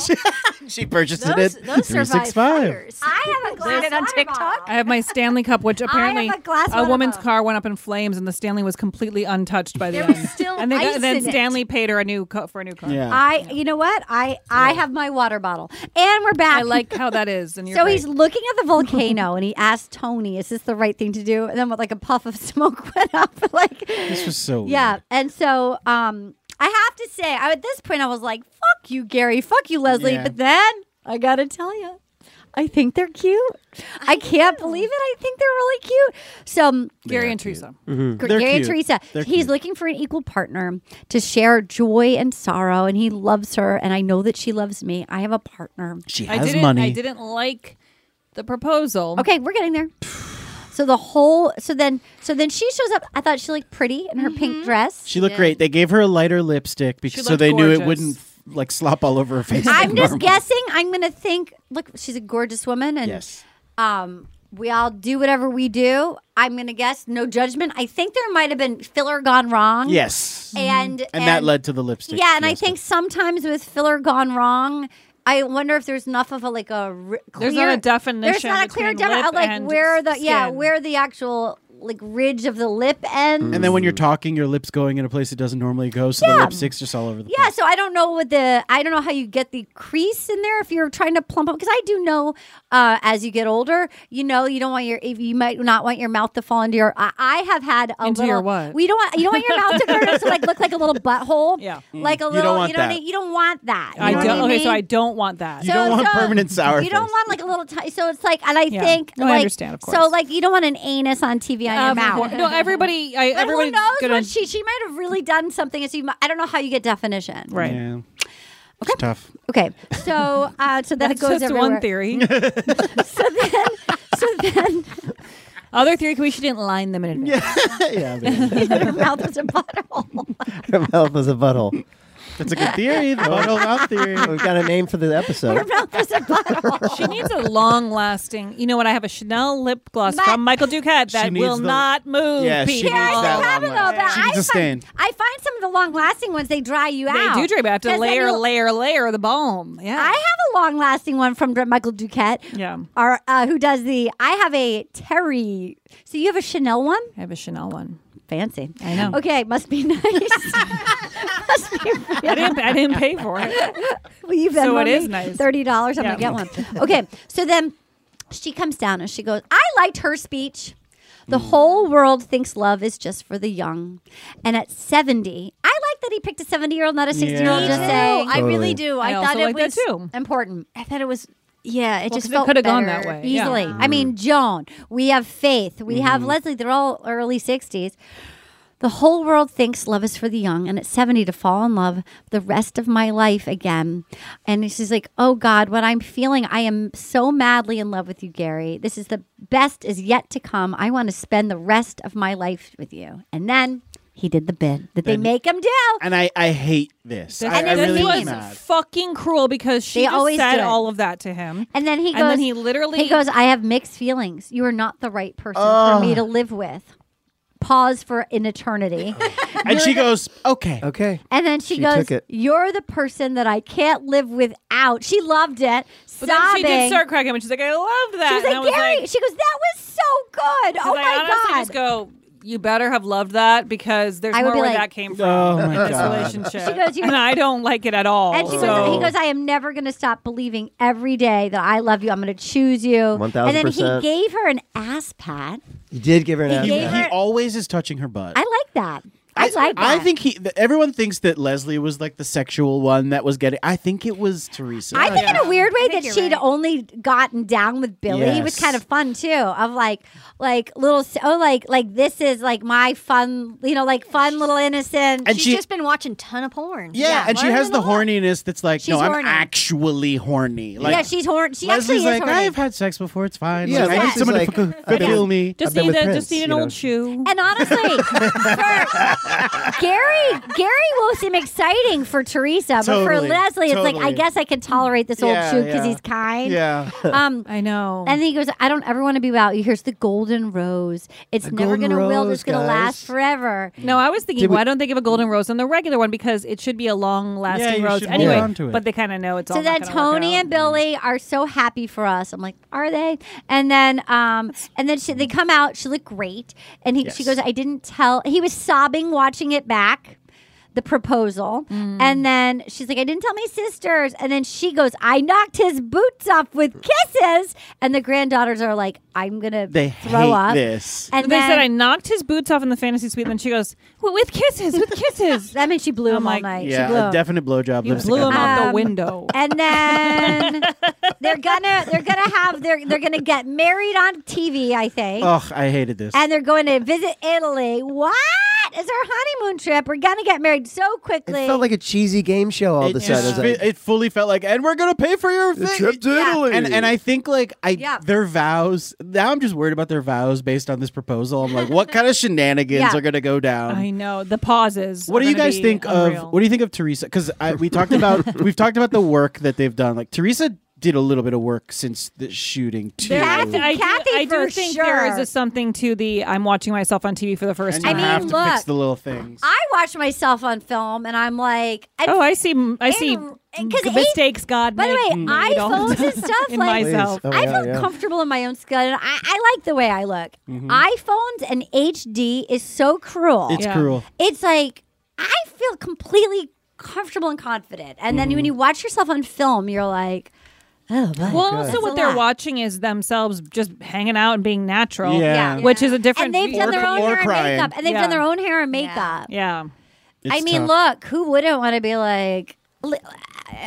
[SPEAKER 6] she purchased
[SPEAKER 3] Those-
[SPEAKER 6] it at
[SPEAKER 3] those
[SPEAKER 6] three
[SPEAKER 3] survive
[SPEAKER 6] six five.
[SPEAKER 3] I have a glass
[SPEAKER 5] it on
[SPEAKER 3] water
[SPEAKER 5] TikTok?
[SPEAKER 3] bottle.
[SPEAKER 5] I have my Stanley cup, which apparently
[SPEAKER 3] have a glass water
[SPEAKER 5] woman's
[SPEAKER 3] bottle.
[SPEAKER 5] car went up in flames, and the Stanley was completely untouched by the
[SPEAKER 3] There
[SPEAKER 5] end.
[SPEAKER 3] was still
[SPEAKER 5] and they got-
[SPEAKER 3] ice
[SPEAKER 5] then
[SPEAKER 3] in it.
[SPEAKER 5] Stanley paid her a new co- for a new car.
[SPEAKER 6] Yeah.
[SPEAKER 3] I, you know what? I, I have my water bottle, and we're back.
[SPEAKER 5] I like how that is. And you're
[SPEAKER 3] so
[SPEAKER 5] right.
[SPEAKER 3] he's looking at the volcano, and he asked Tony, "Is this the right thing to do?" And then, with like a puff of smoke went up, like
[SPEAKER 6] This was so
[SPEAKER 3] yeah. And so, um, I have to say, I, at this point, I was like, "Fuck you, Gary. Fuck you, Leslie."
[SPEAKER 6] Yeah.
[SPEAKER 3] But then I gotta tell you, I think they're cute. I, can't believe it. I think they're really cute. So um,
[SPEAKER 5] Gary and Teresa.
[SPEAKER 3] Gr-
[SPEAKER 6] They're
[SPEAKER 3] Gary and
[SPEAKER 6] cute.
[SPEAKER 3] Teresa.
[SPEAKER 6] They're
[SPEAKER 3] He's
[SPEAKER 6] cute.
[SPEAKER 3] looking for an equal partner to share joy and sorrow, and he loves her, and I know that she loves me. I have a partner.
[SPEAKER 6] She
[SPEAKER 5] I
[SPEAKER 6] has
[SPEAKER 5] didn't.
[SPEAKER 6] money.
[SPEAKER 5] I didn't like the proposal.
[SPEAKER 3] Okay, we're getting there. So the whole so then so then she shows up. I thought she looked pretty in her
[SPEAKER 5] Mm-hmm.
[SPEAKER 3] pink dress.
[SPEAKER 6] She looked great. They gave her a lighter lipstick because so
[SPEAKER 5] looked
[SPEAKER 6] they knew it
[SPEAKER 5] gorgeous.
[SPEAKER 6] wouldn't like slop all over her face.
[SPEAKER 3] I'm
[SPEAKER 6] like
[SPEAKER 3] just
[SPEAKER 6] normal.
[SPEAKER 3] guessing. I'm gonna think. Look, she's a gorgeous woman, and
[SPEAKER 6] Yes.
[SPEAKER 3] um, we all do whatever we do. I'm gonna guess. No judgment. I think there might have been filler gone wrong.
[SPEAKER 6] Yes. Mm-hmm.
[SPEAKER 3] and
[SPEAKER 6] And that led to the lipstick.
[SPEAKER 3] Yeah, and I
[SPEAKER 6] fiasco.
[SPEAKER 3] think sometimes with filler gone wrong, I wonder if there's enough of a like a r- clear,
[SPEAKER 5] There's not a definition
[SPEAKER 3] There's not a clear
[SPEAKER 5] between
[SPEAKER 3] definition.
[SPEAKER 5] lip
[SPEAKER 3] Like
[SPEAKER 5] and
[SPEAKER 3] where the yeah
[SPEAKER 5] skin.
[SPEAKER 3] where the actual like ridge of the lip end.
[SPEAKER 6] And then when you're talking, your lips going in a place it doesn't normally go, so
[SPEAKER 3] Yeah.
[SPEAKER 6] the lipstick's just all over the
[SPEAKER 3] Yeah,
[SPEAKER 6] place.
[SPEAKER 3] so I don't know what the I don't know how you get the crease in there if you're trying to plump up because I do know uh, as you get older, you know you don't want your if you might not want your mouth to fall into your. I, I have had a
[SPEAKER 5] Into
[SPEAKER 3] little,
[SPEAKER 5] your what?
[SPEAKER 3] We don't want you don't want your mouth to turn to like look like a little butthole.
[SPEAKER 5] Yeah.
[SPEAKER 3] like a
[SPEAKER 6] don't
[SPEAKER 3] little.
[SPEAKER 6] want
[SPEAKER 3] you know what I
[SPEAKER 6] that.
[SPEAKER 3] mean? You don't want that. You
[SPEAKER 5] I
[SPEAKER 3] know what
[SPEAKER 5] don't.
[SPEAKER 3] I
[SPEAKER 5] okay,
[SPEAKER 3] mean?
[SPEAKER 5] so I don't want that.
[SPEAKER 6] You don't want permanent sour
[SPEAKER 3] You don't
[SPEAKER 6] face.
[SPEAKER 3] want like a little. T- so it's like, and I
[SPEAKER 5] Yeah.
[SPEAKER 3] think
[SPEAKER 5] No, I
[SPEAKER 3] like,
[SPEAKER 5] understand, of
[SPEAKER 3] So
[SPEAKER 5] course.
[SPEAKER 3] like you don't want an anus on TV on your
[SPEAKER 5] Of
[SPEAKER 3] mouth.
[SPEAKER 5] course. No, everybody. I,
[SPEAKER 3] But who
[SPEAKER 5] everybody's
[SPEAKER 3] knows
[SPEAKER 5] gonna.
[SPEAKER 3] what she she might have really done something. So you mi- I don't know how you get definition.
[SPEAKER 5] right.
[SPEAKER 6] Yeah. It's tough.
[SPEAKER 3] Okay, so uh, so then it
[SPEAKER 5] That's
[SPEAKER 3] goes
[SPEAKER 5] just
[SPEAKER 3] everywhere.
[SPEAKER 5] one theory.
[SPEAKER 3] So then, so then
[SPEAKER 5] Other theory could be she didn't line them in advance.
[SPEAKER 6] yeah, man.
[SPEAKER 3] her mouth is a butthole.
[SPEAKER 4] Her mouth was a butthole.
[SPEAKER 6] that's a good theory. The bottle mouth theory.
[SPEAKER 4] We've got a name for the
[SPEAKER 3] Her
[SPEAKER 4] episode.
[SPEAKER 3] mouth is a butthole.
[SPEAKER 5] She needs a long lasting. You know what? I have a Chanel lip gloss
[SPEAKER 3] But-
[SPEAKER 5] from Michael Duquette that
[SPEAKER 6] needs
[SPEAKER 5] will
[SPEAKER 6] the-
[SPEAKER 5] not move.
[SPEAKER 6] Yeah, she
[SPEAKER 5] people.
[SPEAKER 6] needs
[SPEAKER 3] Here's
[SPEAKER 6] that
[SPEAKER 3] the problem, though.
[SPEAKER 6] long
[SPEAKER 3] But
[SPEAKER 6] lash. She
[SPEAKER 3] I
[SPEAKER 6] needs a
[SPEAKER 3] find,
[SPEAKER 6] stain.
[SPEAKER 3] I find some of the long-lasting ones they dry you
[SPEAKER 5] They
[SPEAKER 3] out.
[SPEAKER 5] do drape. I have to
[SPEAKER 3] 'Cause then
[SPEAKER 5] layer,
[SPEAKER 3] you'll-
[SPEAKER 5] layer, layer the balm. Yeah.
[SPEAKER 3] I have a long-lasting one from Dr- Michael Duquette.
[SPEAKER 5] Yeah.
[SPEAKER 3] Our, uh, who does the? I have a Terry. So you have a Chanel one?
[SPEAKER 5] I have a Chanel one.
[SPEAKER 3] Fancy.
[SPEAKER 5] I know.
[SPEAKER 3] Okay, must be nice. must be
[SPEAKER 5] I didn't. I didn't pay for it.
[SPEAKER 3] Will you
[SPEAKER 5] So
[SPEAKER 3] Venmo
[SPEAKER 5] it is
[SPEAKER 3] me
[SPEAKER 5] nice.
[SPEAKER 3] Thirty dollars. I'm
[SPEAKER 5] Yeah.
[SPEAKER 3] gonna get one. Okay. So then she comes down and she goes, "I liked her speech." The
[SPEAKER 5] Mm.
[SPEAKER 3] whole world thinks love is just for the young, and at seventy, I like that he picked a seventy-year-old, not a sixty-year-old.
[SPEAKER 6] Yeah.
[SPEAKER 3] Just
[SPEAKER 6] Me too.
[SPEAKER 3] saying,
[SPEAKER 7] I really
[SPEAKER 4] Totally.
[SPEAKER 7] do.
[SPEAKER 5] I
[SPEAKER 7] I,
[SPEAKER 5] also
[SPEAKER 7] thought it
[SPEAKER 5] like that
[SPEAKER 7] was
[SPEAKER 5] too.
[SPEAKER 3] important.
[SPEAKER 7] I thought it was. Yeah, it
[SPEAKER 5] 'cause
[SPEAKER 7] just
[SPEAKER 5] it
[SPEAKER 7] felt
[SPEAKER 5] could've gone that
[SPEAKER 7] better.
[SPEAKER 5] way. Yeah. Mm-hmm.
[SPEAKER 3] Easily. I mean, Joan, we have Faith, we have Leslie, they're all early 60s. The whole world thinks love is for the young, and at 70 to fall in love the rest of my life again. And she's like, Oh God, what I'm feeling. I am so madly in love with you, Gary. This is the best is yet to come. I want to spend the rest of my life with you. And then he did the bid that they
[SPEAKER 6] Then-
[SPEAKER 3] make him do.
[SPEAKER 6] And I, I hate this. I,
[SPEAKER 5] and
[SPEAKER 6] I
[SPEAKER 5] it's
[SPEAKER 6] really was
[SPEAKER 3] mean.
[SPEAKER 6] mad.
[SPEAKER 5] fucking cruel because she
[SPEAKER 3] They
[SPEAKER 5] just
[SPEAKER 3] always
[SPEAKER 5] said
[SPEAKER 3] do it.
[SPEAKER 5] all of that to him.
[SPEAKER 3] And then he goes,
[SPEAKER 5] And then he literally-
[SPEAKER 3] he goes, I have mixed feelings. You are not the right person for me to live with. Pause for an eternity.
[SPEAKER 6] And she goes, okay.
[SPEAKER 4] Okay.
[SPEAKER 3] and then she,
[SPEAKER 4] She
[SPEAKER 3] goes,
[SPEAKER 4] took it.
[SPEAKER 3] You're the person that I can't live without. She loved it.
[SPEAKER 5] But
[SPEAKER 3] sobbing.
[SPEAKER 5] then she did start cracking, and she's like, "I love that."
[SPEAKER 3] She was
[SPEAKER 5] and I
[SPEAKER 3] like, Gary,
[SPEAKER 5] like-
[SPEAKER 3] she goes, That was so good. Oh
[SPEAKER 5] 'cause I
[SPEAKER 3] my
[SPEAKER 5] honestly
[SPEAKER 3] God.
[SPEAKER 5] Just go. You better have loved that because there's
[SPEAKER 3] I would
[SPEAKER 5] more
[SPEAKER 3] be
[SPEAKER 5] where
[SPEAKER 3] like-
[SPEAKER 5] that came from.
[SPEAKER 6] Oh my
[SPEAKER 5] in this
[SPEAKER 6] God.
[SPEAKER 5] relationship.
[SPEAKER 3] She goes, "You-
[SPEAKER 5] and I don't like it at all.
[SPEAKER 3] and she
[SPEAKER 5] so-
[SPEAKER 3] goes, he goes, I am never going to stop believing every day that I love you. I'm going to choose you. And then he
[SPEAKER 4] 1000%.
[SPEAKER 3] gave her an ass pat.
[SPEAKER 4] You did give her an
[SPEAKER 3] He
[SPEAKER 4] ass.
[SPEAKER 6] He,
[SPEAKER 3] gave
[SPEAKER 4] pat.
[SPEAKER 6] he
[SPEAKER 3] her-
[SPEAKER 6] always is touching her butt.
[SPEAKER 3] I like that. I, like that.
[SPEAKER 6] I think he. th- Everyone thinks that Leslie was like the sexual one that was getting. I think it was Teresa.
[SPEAKER 3] I think in a weird way that
[SPEAKER 7] you're
[SPEAKER 3] she'd
[SPEAKER 7] right.
[SPEAKER 3] only gotten down with Billy was
[SPEAKER 6] Yes.
[SPEAKER 3] kind of fun too. Of like, like little, s- oh, like, like this is like my fun, you know, like fun little innocent.
[SPEAKER 6] And
[SPEAKER 7] She's
[SPEAKER 6] she-
[SPEAKER 7] just been watching ton of porn.
[SPEAKER 6] yeah, and she
[SPEAKER 7] learning
[SPEAKER 6] has
[SPEAKER 7] a
[SPEAKER 6] the
[SPEAKER 7] lot.
[SPEAKER 6] horniness that's like,
[SPEAKER 3] She's
[SPEAKER 6] no, I'm
[SPEAKER 3] horny.
[SPEAKER 6] actually horny. Like,
[SPEAKER 3] yeah, she's horny. She
[SPEAKER 6] Leslie's
[SPEAKER 3] actually is
[SPEAKER 6] like,
[SPEAKER 3] horny.
[SPEAKER 6] I've had sex before. It's fine.
[SPEAKER 4] Yeah,
[SPEAKER 6] like, I need
[SPEAKER 4] Leslie's
[SPEAKER 6] someone
[SPEAKER 4] like,
[SPEAKER 6] to f-
[SPEAKER 4] I've been-
[SPEAKER 6] feel me.
[SPEAKER 5] just
[SPEAKER 4] I've been
[SPEAKER 5] need
[SPEAKER 4] with
[SPEAKER 5] a,
[SPEAKER 4] Prince,
[SPEAKER 5] just need an
[SPEAKER 4] you know.
[SPEAKER 5] old shoe.
[SPEAKER 3] and honestly, for, Gary Gary will seem exciting for Teresa, but for
[SPEAKER 16] Totally,
[SPEAKER 3] Leslie, it's like I
[SPEAKER 16] totally.
[SPEAKER 3] guess I can tolerate this
[SPEAKER 16] Yeah,
[SPEAKER 3] old shoe because
[SPEAKER 16] yeah.
[SPEAKER 3] he's kind.
[SPEAKER 16] Yeah.
[SPEAKER 3] um,
[SPEAKER 5] I know.
[SPEAKER 3] And then he goes, I don't ever want to be without you. Here's the golden rose. It's never
[SPEAKER 5] golden
[SPEAKER 3] going to wilt.
[SPEAKER 5] rose,
[SPEAKER 3] It's going to
[SPEAKER 5] guys.
[SPEAKER 3] last forever.
[SPEAKER 5] No, I was thinking,
[SPEAKER 3] Did we-
[SPEAKER 5] why don't they give a golden rose on the regular one because it should be a long
[SPEAKER 3] Yeah,
[SPEAKER 5] lasting
[SPEAKER 3] you
[SPEAKER 5] rose
[SPEAKER 3] should
[SPEAKER 5] anyway.
[SPEAKER 3] hold on to it.
[SPEAKER 5] But they kind of know it's
[SPEAKER 3] so
[SPEAKER 5] all
[SPEAKER 3] then
[SPEAKER 5] not gonna work
[SPEAKER 3] Tony
[SPEAKER 5] out.
[SPEAKER 3] and Billy are so happy for us. I'm like, are they? And then, um, and then she, they come out. She looked great, and he, she
[SPEAKER 16] Yes.
[SPEAKER 3] goes, "I didn't tell." He was sobbing watching it back, the proposal,
[SPEAKER 5] Mm.
[SPEAKER 3] and then she's like, "I didn't tell my sisters." And then she goes, "I knocked his boots off with kisses," and the granddaughters are like, "I'm gonna
[SPEAKER 5] They
[SPEAKER 3] throw
[SPEAKER 5] hate
[SPEAKER 3] up."
[SPEAKER 5] this.
[SPEAKER 3] And
[SPEAKER 5] they
[SPEAKER 3] then,
[SPEAKER 5] said I knocked his boots off in the fantasy suite, and then she goes, "Well, with kisses, with kisses."
[SPEAKER 3] that means she blew
[SPEAKER 5] him all
[SPEAKER 3] night.
[SPEAKER 5] she blew
[SPEAKER 6] Yeah, a
[SPEAKER 5] him.
[SPEAKER 6] definite blowjob.
[SPEAKER 5] You
[SPEAKER 6] lipstick
[SPEAKER 5] blew him
[SPEAKER 6] on
[SPEAKER 5] out the
[SPEAKER 6] that.
[SPEAKER 5] window.
[SPEAKER 3] and then they're gonna they're gonna have they're they're gonna get married on TV, I think.
[SPEAKER 6] Ugh, I hated this.
[SPEAKER 3] And they're going to visit Italy. What? It's our honeymoon trip. We're gonna get married so quickly.
[SPEAKER 4] It felt like a cheesy game show all of a
[SPEAKER 6] It just
[SPEAKER 4] sudden. It was
[SPEAKER 6] fe-
[SPEAKER 4] like,
[SPEAKER 6] it fully felt like, and we're gonna pay for your
[SPEAKER 4] The
[SPEAKER 6] thing."
[SPEAKER 4] trip to Yeah. Italy.
[SPEAKER 6] And and I think like I
[SPEAKER 3] Yeah.
[SPEAKER 6] their vows. Now I'm just worried about their vows based on this proposal. I'm like, what kind of shenanigans
[SPEAKER 5] Yeah.
[SPEAKER 6] are gonna go down?
[SPEAKER 5] I know the pauses.
[SPEAKER 6] what
[SPEAKER 5] are
[SPEAKER 6] do you
[SPEAKER 5] gonna
[SPEAKER 6] guys
[SPEAKER 5] be
[SPEAKER 6] think
[SPEAKER 5] unreal.
[SPEAKER 6] of what do you think of Teresa? Because we talked about we've talked about the work that they've done. Like Teresa did a little bit of work since the shooting too.
[SPEAKER 5] Kathy, I do,
[SPEAKER 3] Kathy
[SPEAKER 5] I do
[SPEAKER 3] for
[SPEAKER 5] think there is
[SPEAKER 3] sure.
[SPEAKER 5] a something to the I'm watching myself on TV for the first
[SPEAKER 6] and you
[SPEAKER 5] time.
[SPEAKER 6] have to fix
[SPEAKER 3] look.
[SPEAKER 6] the little things.
[SPEAKER 3] I watch myself on film and I'm like I-
[SPEAKER 5] oh, I see. I see
[SPEAKER 3] and- 'cause
[SPEAKER 5] mistakes God
[SPEAKER 3] by the
[SPEAKER 5] make-
[SPEAKER 3] way,
[SPEAKER 5] made all the
[SPEAKER 3] iPhones
[SPEAKER 5] time
[SPEAKER 3] and stuff
[SPEAKER 5] in
[SPEAKER 3] like
[SPEAKER 5] myself.
[SPEAKER 16] Oh,
[SPEAKER 3] I feel comfortable in my own skin. And I, I like the way I look. iPhones and HD is so cruel.
[SPEAKER 16] It's Yeah. cruel.
[SPEAKER 3] It's like I feel completely comfortable and confident. And
[SPEAKER 16] Mm-hmm.
[SPEAKER 3] then when you watch yourself on film, you're like, oh, my
[SPEAKER 5] Well,
[SPEAKER 3] God.
[SPEAKER 5] also what they're watching is themselves just hanging out and being natural.
[SPEAKER 3] Yeah. Yeah.
[SPEAKER 5] which is a different.
[SPEAKER 3] And they've done their own hair and makeup. And they've done their own hair and makeup.
[SPEAKER 5] Yeah.
[SPEAKER 3] I
[SPEAKER 6] It's
[SPEAKER 3] mean, look, who wouldn't want to be like, li-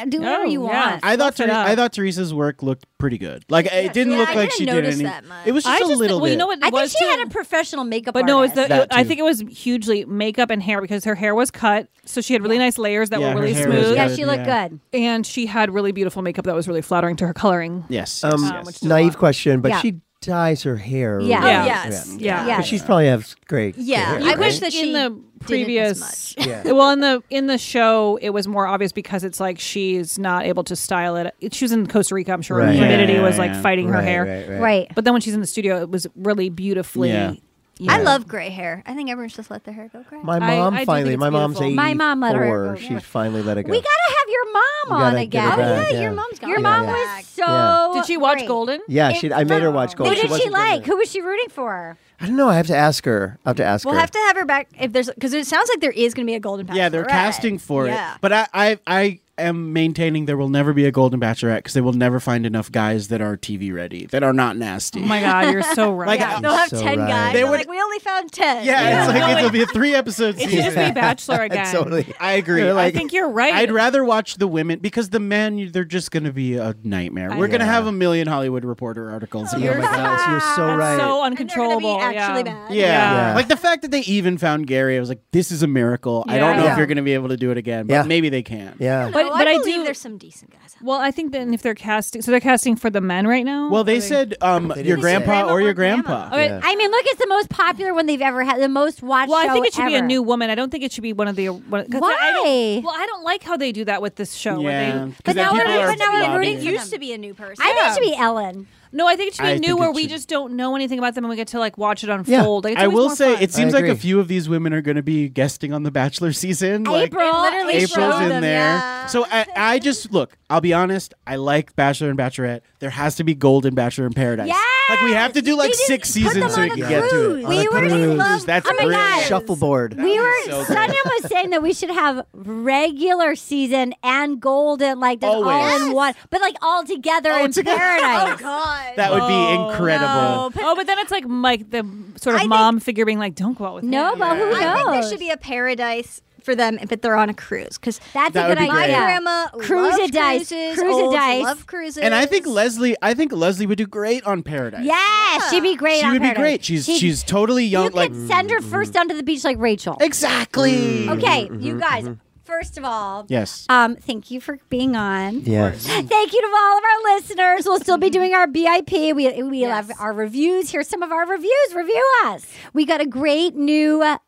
[SPEAKER 3] do
[SPEAKER 5] Oh,
[SPEAKER 3] whatever you want?
[SPEAKER 6] I thought Ther- I thought Teresa's work looked pretty good. Like it didn't
[SPEAKER 3] Yeah,
[SPEAKER 6] look
[SPEAKER 3] I
[SPEAKER 6] like
[SPEAKER 3] didn't
[SPEAKER 6] she did
[SPEAKER 3] notice
[SPEAKER 6] any.
[SPEAKER 3] that much.
[SPEAKER 6] It was just
[SPEAKER 5] I
[SPEAKER 6] a
[SPEAKER 5] just
[SPEAKER 6] little
[SPEAKER 5] well,
[SPEAKER 6] bit.
[SPEAKER 5] you know what?
[SPEAKER 3] I think
[SPEAKER 5] was
[SPEAKER 3] she
[SPEAKER 5] too?
[SPEAKER 3] had a professional makeup
[SPEAKER 5] But no, it was
[SPEAKER 3] artist.
[SPEAKER 5] the,
[SPEAKER 6] That
[SPEAKER 5] I
[SPEAKER 6] too.
[SPEAKER 5] think it was hugely makeup and hair because her hair was cut, so she had really nice layers that
[SPEAKER 6] Yeah,
[SPEAKER 5] were
[SPEAKER 6] her
[SPEAKER 5] really
[SPEAKER 6] hair was
[SPEAKER 5] smooth.
[SPEAKER 6] Yeah, good, she looked yeah.
[SPEAKER 3] good,
[SPEAKER 5] and she had really beautiful makeup that was really flattering to her coloring.
[SPEAKER 6] Yes.
[SPEAKER 4] um,
[SPEAKER 5] yes, yes.
[SPEAKER 4] naive question, but
[SPEAKER 5] Yeah.
[SPEAKER 4] she dyes her hair.
[SPEAKER 5] Yeah. Yeah.
[SPEAKER 4] really well.
[SPEAKER 5] Yes.
[SPEAKER 4] Yeah.
[SPEAKER 5] Yeah.
[SPEAKER 4] But she's probably has great.
[SPEAKER 5] Yeah,
[SPEAKER 4] hair,
[SPEAKER 5] I
[SPEAKER 4] right?
[SPEAKER 5] wish that in the previous.
[SPEAKER 4] much.
[SPEAKER 5] well, in the in the show, it was more obvious because it's like she's not able to style it. It- She was in Costa Rica, I'm sure.
[SPEAKER 4] Right.
[SPEAKER 5] and
[SPEAKER 4] Yeah,
[SPEAKER 5] Humidity
[SPEAKER 4] yeah,
[SPEAKER 5] was like
[SPEAKER 4] yeah.
[SPEAKER 5] fighting her
[SPEAKER 4] Right,
[SPEAKER 5] hair.
[SPEAKER 4] right,
[SPEAKER 3] right. Right.
[SPEAKER 5] But then when she's in the studio, it was really beautifully.
[SPEAKER 4] Yeah.
[SPEAKER 5] you
[SPEAKER 7] I
[SPEAKER 5] know.
[SPEAKER 7] love gray hair. I think everyone's just let their hair go gray.
[SPEAKER 4] My mom
[SPEAKER 3] I do
[SPEAKER 4] finally.
[SPEAKER 3] think
[SPEAKER 4] My
[SPEAKER 3] it's
[SPEAKER 4] mom's
[SPEAKER 3] beautiful.
[SPEAKER 4] eighty-four.
[SPEAKER 3] My mom let her go,
[SPEAKER 4] She's
[SPEAKER 3] yeah.
[SPEAKER 4] finally let it go.
[SPEAKER 3] We gotta have your
[SPEAKER 4] We
[SPEAKER 3] mom
[SPEAKER 4] gotta
[SPEAKER 3] on
[SPEAKER 4] get
[SPEAKER 3] again.
[SPEAKER 4] her back, yeah.
[SPEAKER 3] Your
[SPEAKER 4] Yeah,
[SPEAKER 3] mom
[SPEAKER 4] yeah.
[SPEAKER 3] was so.
[SPEAKER 4] Yeah.
[SPEAKER 5] Did she watch Golden?
[SPEAKER 4] yeah, she. I made her watch Gold.
[SPEAKER 3] Who did she
[SPEAKER 4] wasn't gonna-
[SPEAKER 3] like? Who was she rooting for?
[SPEAKER 4] I don't know. I have to ask her. I have to ask
[SPEAKER 7] We'll
[SPEAKER 4] her.
[SPEAKER 7] have to have her back if there's because it sounds like there is going to be a golden.
[SPEAKER 6] Yeah, they're
[SPEAKER 7] Bachelorette.
[SPEAKER 6] casting for
[SPEAKER 7] Yeah.
[SPEAKER 6] it. But I, I, I am maintaining there will never be a Golden Bachelorette because they will never find enough guys that are TV ready, that are not nasty.
[SPEAKER 5] Oh my God, you're so right.
[SPEAKER 6] Like,
[SPEAKER 7] yeah.
[SPEAKER 6] I-
[SPEAKER 7] they'll have
[SPEAKER 6] So
[SPEAKER 7] ten
[SPEAKER 6] right.
[SPEAKER 7] guys.
[SPEAKER 6] They
[SPEAKER 7] They're
[SPEAKER 6] would-
[SPEAKER 7] like we only found ten.
[SPEAKER 6] yeah, it's like it'll be a three episode
[SPEAKER 5] It
[SPEAKER 6] season.
[SPEAKER 5] should just be Bachelor again.
[SPEAKER 4] Totally.
[SPEAKER 6] I agree.
[SPEAKER 5] I
[SPEAKER 6] Like,
[SPEAKER 5] think you're right.
[SPEAKER 6] I'd rather watch the women because the men, they're just going to be a nightmare.
[SPEAKER 5] I
[SPEAKER 6] We're going to
[SPEAKER 5] Yeah.
[SPEAKER 6] have a million Hollywood Reporter articles. and
[SPEAKER 5] You're
[SPEAKER 6] all that.
[SPEAKER 5] so-
[SPEAKER 4] You're so
[SPEAKER 5] That's
[SPEAKER 4] right.
[SPEAKER 5] So uncontrollable.
[SPEAKER 7] actually
[SPEAKER 5] yeah.
[SPEAKER 6] Oh, Yeah.
[SPEAKER 4] Yeah.
[SPEAKER 6] Like the fact that they even found Gary, I was like, this is a miracle. I don't know
[SPEAKER 5] Yeah.
[SPEAKER 6] if you're going to be able to do it again, but
[SPEAKER 4] Yeah.
[SPEAKER 6] maybe they can.
[SPEAKER 4] Yeah.
[SPEAKER 5] But,
[SPEAKER 7] I
[SPEAKER 5] but I,
[SPEAKER 7] believe
[SPEAKER 5] do.
[SPEAKER 7] there's some decent guys.
[SPEAKER 5] Well, I think then if they're casting, so they're casting for the men right now.
[SPEAKER 6] Well, they said um, your grandpa or your grandpa.
[SPEAKER 3] I mean, look, it's the most popular one they've ever had, the most watched.
[SPEAKER 5] Well, I
[SPEAKER 3] show
[SPEAKER 5] think it should be a
[SPEAKER 3] ever.
[SPEAKER 5] new woman. I don't think it should be one of the. One, 'cause
[SPEAKER 3] Why?
[SPEAKER 5] I don't- well, I don't like how they do that with this show.
[SPEAKER 6] Yeah,
[SPEAKER 5] Where they,
[SPEAKER 6] 'cause But then now we're- people are but now we're lobbying. rooting
[SPEAKER 7] It
[SPEAKER 6] for
[SPEAKER 7] used to be a new person.
[SPEAKER 3] I think it should be Ellen.
[SPEAKER 5] No, I think it should be
[SPEAKER 6] I
[SPEAKER 5] new
[SPEAKER 6] think
[SPEAKER 5] where
[SPEAKER 6] it
[SPEAKER 5] we
[SPEAKER 6] should-
[SPEAKER 5] just don't know anything about them and we get to like watch it
[SPEAKER 6] Yeah.
[SPEAKER 5] unfold. Like, it's
[SPEAKER 6] I
[SPEAKER 5] always
[SPEAKER 6] will
[SPEAKER 5] more
[SPEAKER 6] say
[SPEAKER 5] fun.
[SPEAKER 6] it seems like a few of these women are going to be guesting on the Bachelor season. Like,
[SPEAKER 3] April,
[SPEAKER 7] literally
[SPEAKER 6] April's
[SPEAKER 7] showed
[SPEAKER 6] in
[SPEAKER 7] them,
[SPEAKER 6] there.
[SPEAKER 7] yeah.
[SPEAKER 6] So I, I just look. I'll be honest. I like Bachelor and Bachelorette. There has to be Golden Bachelor in Paradise. Like we have to do like six seasons so we can get to it.
[SPEAKER 3] We On a were in cruise. love-
[SPEAKER 6] That's
[SPEAKER 3] Oh my
[SPEAKER 6] brilliant.
[SPEAKER 3] God.
[SPEAKER 4] Shuffleboard.
[SPEAKER 3] we were.
[SPEAKER 6] so good.
[SPEAKER 3] Sonia was saying that we should have regular season and golden, like that's all
[SPEAKER 6] Always.
[SPEAKER 3] in one, but like all together in
[SPEAKER 16] together.
[SPEAKER 3] paradise.
[SPEAKER 16] Oh,
[SPEAKER 7] God.
[SPEAKER 6] That would
[SPEAKER 5] Oh,
[SPEAKER 6] be incredible.
[SPEAKER 5] no. oh, but then it's like Mike, the sort of mom figure being like, don't go out with him.
[SPEAKER 7] I think there should be a paradise for them, but they're on a cruise because
[SPEAKER 3] that's
[SPEAKER 6] That a good would be idea. great.
[SPEAKER 7] My grandma
[SPEAKER 3] Cruise
[SPEAKER 7] loved
[SPEAKER 3] a dice.
[SPEAKER 7] cruises,
[SPEAKER 3] Cruise a
[SPEAKER 7] olds
[SPEAKER 3] dice.
[SPEAKER 7] love cruises,
[SPEAKER 6] And I think Leslie. I think Leslie would do great on Paradise.
[SPEAKER 3] Yes, she'd be great.
[SPEAKER 6] She
[SPEAKER 3] on
[SPEAKER 6] would be
[SPEAKER 3] Paradise.
[SPEAKER 6] great. She's
[SPEAKER 3] She'd-
[SPEAKER 6] she's totally young.
[SPEAKER 3] You
[SPEAKER 6] like mm-hmm.
[SPEAKER 3] could send her first down to the beach like Rachel.
[SPEAKER 6] Exactly. Mm-hmm,
[SPEAKER 3] Okay, you guys. First of all,
[SPEAKER 6] Yes.
[SPEAKER 3] Um, thank you for being on.
[SPEAKER 4] Yes.
[SPEAKER 3] Thank you to all of our listeners. We'll still be doing our BIP. We we love our reviews. Here's some of our reviews. Review us. We got a great new uh,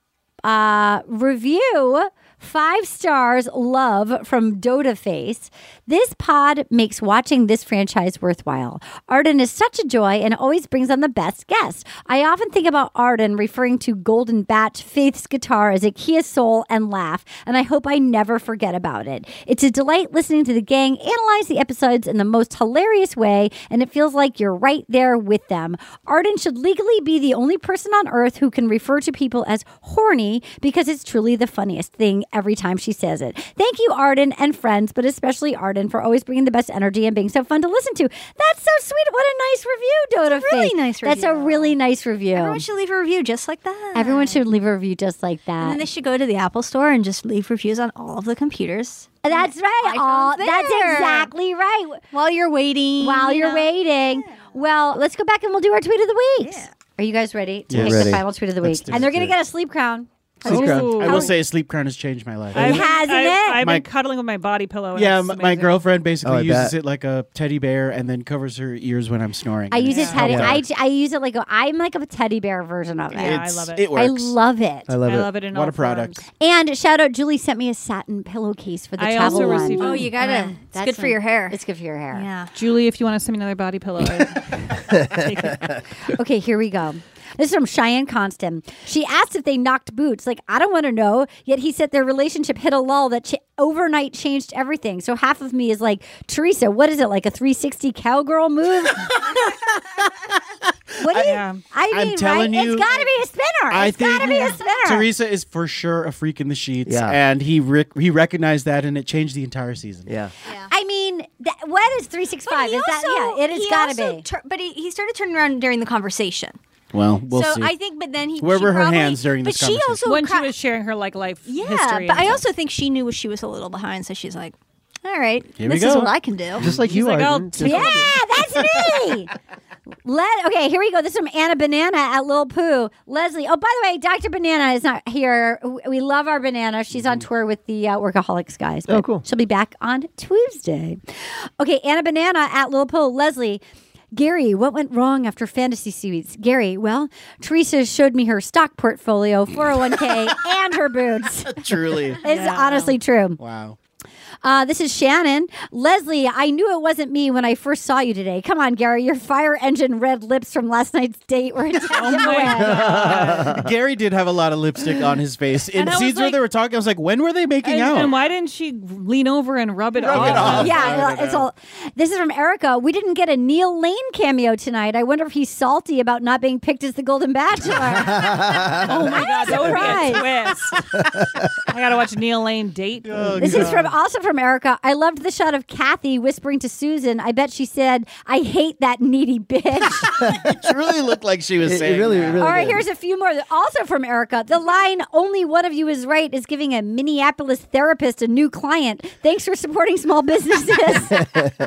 [SPEAKER 3] uh, review. Five stars love from Doda Face. This pod makes watching this franchise worthwhile. Arden is such a joy and always brings on the best guests. I often think about Arden referring to Golden Bat Faith's guitar as a Kia soul and laugh, and I hope I never forget about it. It's a delight listening to the gang analyze the episodes in the most hilarious way, and it feels like you're right there with them. Arden should legally be the only person on earth who can refer to people as horny because it's truly the funniest thing every time she says it. Thank you, Arden and friends, but especially Arden for always bringing the best energy and being so fun to listen to. That's so sweet. What a nice review, Doda.
[SPEAKER 7] really
[SPEAKER 3] Faith.
[SPEAKER 7] nice
[SPEAKER 3] That's a
[SPEAKER 7] review.
[SPEAKER 3] really nice review.
[SPEAKER 7] Everyone should leave a review just like that.
[SPEAKER 3] Everyone should leave a review just like
[SPEAKER 7] And then
[SPEAKER 3] that.
[SPEAKER 7] they should go to the Apple Store and just leave reviews on all of the computers.
[SPEAKER 3] That's right. All, that's exactly right.
[SPEAKER 7] While you're waiting.
[SPEAKER 3] While
[SPEAKER 7] you
[SPEAKER 3] you're
[SPEAKER 7] know.
[SPEAKER 3] waiting. Well, let's go back and we'll do our tweet of the week. Are you guys ready to
[SPEAKER 6] Yes.
[SPEAKER 3] make
[SPEAKER 6] Ready.
[SPEAKER 3] the final tweet of the
[SPEAKER 6] Let's
[SPEAKER 3] week?
[SPEAKER 6] do
[SPEAKER 3] And
[SPEAKER 6] it.
[SPEAKER 3] they're going
[SPEAKER 6] Do
[SPEAKER 3] to
[SPEAKER 6] it.
[SPEAKER 3] get a sleep crown.
[SPEAKER 6] Sleep crown. I
[SPEAKER 3] How-
[SPEAKER 6] will say, sleep crown has changed my life.
[SPEAKER 3] Oh. It
[SPEAKER 5] I've,
[SPEAKER 3] has, isn't it?
[SPEAKER 5] I've
[SPEAKER 6] My-
[SPEAKER 5] been cuddling with my body pillow. And
[SPEAKER 6] yeah,
[SPEAKER 5] it's
[SPEAKER 6] m- my
[SPEAKER 5] amazing.
[SPEAKER 6] girlfriend basically
[SPEAKER 4] Oh, I
[SPEAKER 6] uses
[SPEAKER 4] bet.
[SPEAKER 6] it like a teddy bear and then covers her ears when I'm snoring.
[SPEAKER 3] I
[SPEAKER 6] and
[SPEAKER 3] use it
[SPEAKER 6] it's
[SPEAKER 3] teddy.
[SPEAKER 6] helped out.
[SPEAKER 3] I, j- I use it like a, I'm like a teddy bear version of it.
[SPEAKER 6] Yeah, I It's- love it. it
[SPEAKER 3] I
[SPEAKER 6] works.
[SPEAKER 3] love it.
[SPEAKER 6] I love
[SPEAKER 5] I
[SPEAKER 6] it.
[SPEAKER 5] love it in
[SPEAKER 6] What
[SPEAKER 5] all
[SPEAKER 6] a product.
[SPEAKER 5] forms.
[SPEAKER 3] And shout out, Julie sent me a satin pillowcase for the
[SPEAKER 5] I
[SPEAKER 3] travel
[SPEAKER 5] also
[SPEAKER 3] one.
[SPEAKER 5] received-
[SPEAKER 7] Oh, you gotta.
[SPEAKER 3] Yeah,
[SPEAKER 7] it's
[SPEAKER 3] that's
[SPEAKER 7] good for
[SPEAKER 3] one.
[SPEAKER 7] your hair.
[SPEAKER 3] It's good for your hair.
[SPEAKER 7] yeah.
[SPEAKER 5] Julie, if you want to send me another body pillow,
[SPEAKER 3] Okay, here we go. This is from Cheyenne Constant. She asked if they knocked boots. Like, I don't want to know. Yet he said their relationship hit a lull that ch- overnight changed everything. So half of me is like, Teresa, what is it, like a 360 cowgirl move? what do you,
[SPEAKER 5] Yeah.
[SPEAKER 3] I mean,
[SPEAKER 6] I'm telling
[SPEAKER 3] right?
[SPEAKER 6] you-
[SPEAKER 3] it's got to be a spinner.
[SPEAKER 6] I
[SPEAKER 3] it's got to be a
[SPEAKER 6] Mm.
[SPEAKER 3] spinner.
[SPEAKER 6] Teresa is for sure a freak in the sheets,
[SPEAKER 4] Yeah.
[SPEAKER 6] and he rec- he recognized that, and it changed the entire season.
[SPEAKER 4] Yeah.
[SPEAKER 3] I mean, that, what is 365? Is that, yeah, it has
[SPEAKER 7] he
[SPEAKER 3] got to
[SPEAKER 7] also
[SPEAKER 3] be.
[SPEAKER 7] tur- but he, he started turning around during the conversation.
[SPEAKER 6] Well, we'll
[SPEAKER 7] so
[SPEAKER 6] see.
[SPEAKER 7] I think, but then he.
[SPEAKER 6] Where
[SPEAKER 7] she
[SPEAKER 6] were her
[SPEAKER 7] probably-
[SPEAKER 6] hands during
[SPEAKER 7] but
[SPEAKER 6] this
[SPEAKER 7] she
[SPEAKER 6] conversation?
[SPEAKER 7] also
[SPEAKER 5] when
[SPEAKER 7] cra-
[SPEAKER 5] she was sharing her like life
[SPEAKER 7] Yeah,
[SPEAKER 5] history.
[SPEAKER 7] but
[SPEAKER 5] and
[SPEAKER 7] I
[SPEAKER 5] stuff.
[SPEAKER 7] also think she knew she was a little behind, so she's like, "All right,
[SPEAKER 6] Here we
[SPEAKER 7] this is
[SPEAKER 6] go.
[SPEAKER 7] what I can do."
[SPEAKER 4] Just like
[SPEAKER 5] She's
[SPEAKER 4] you
[SPEAKER 5] like,
[SPEAKER 4] are.
[SPEAKER 7] "Oh,
[SPEAKER 5] I'll
[SPEAKER 4] Just
[SPEAKER 5] do
[SPEAKER 4] like you.
[SPEAKER 3] Yeah, that's me. Let okay, here we go. This is from Anna Banana at Lil Poo. Leslie. Oh, by the way, Dr. Banana is not here. W- We love our banana. She's on tour with the uh, Workaholics guys. but
[SPEAKER 4] Mm-hmm. Oh, cool.
[SPEAKER 3] She'll be back on Tuesday. Okay, Anna Banana at Lil Poo. Leslie. Gary, what went wrong after fantasy series? Gary, well, Teresa showed me her stock portfolio, 401k, and her boots.
[SPEAKER 6] Truly,
[SPEAKER 3] It's honestly true.
[SPEAKER 6] wow.
[SPEAKER 3] Uh, this is Shannon. Leslie, I knew it wasn't me when I first saw you today. Come on, Gary, your fire engine red lips from last night's date were a
[SPEAKER 5] Oh my
[SPEAKER 3] away.
[SPEAKER 5] God.
[SPEAKER 6] Gary did have a lot of lipstick on his face. In
[SPEAKER 5] And I was
[SPEAKER 6] scenes where
[SPEAKER 5] like-
[SPEAKER 6] they were talking, I was like, when were they making
[SPEAKER 5] And,
[SPEAKER 6] out?
[SPEAKER 5] and why didn't she lean over and rub it off?
[SPEAKER 6] it off.
[SPEAKER 3] Oh, Yeah, it's all. This is from Erica. We didn't get a Neil Lane cameo tonight. I wonder if he's salty about not being picked as the Golden Bachelor.
[SPEAKER 5] Oh my god, that would be
[SPEAKER 3] Surprise.
[SPEAKER 5] a twist. I gotta watch Neil Lane date.
[SPEAKER 6] Oh,
[SPEAKER 3] this is
[SPEAKER 6] God.
[SPEAKER 3] from also from Erica. I loved the shot of Kathy whispering to Susan. I bet she said, "I hate that needy bitch."
[SPEAKER 6] It really looked like she was
[SPEAKER 4] It- it
[SPEAKER 6] saying
[SPEAKER 4] really-
[SPEAKER 6] that.
[SPEAKER 4] it really-
[SPEAKER 3] All right,
[SPEAKER 4] good.
[SPEAKER 3] here's a few more. that- Also from Erica. The line, only one of you is right, is giving a Minneapolis therapist a new client. Thanks for supporting small businesses.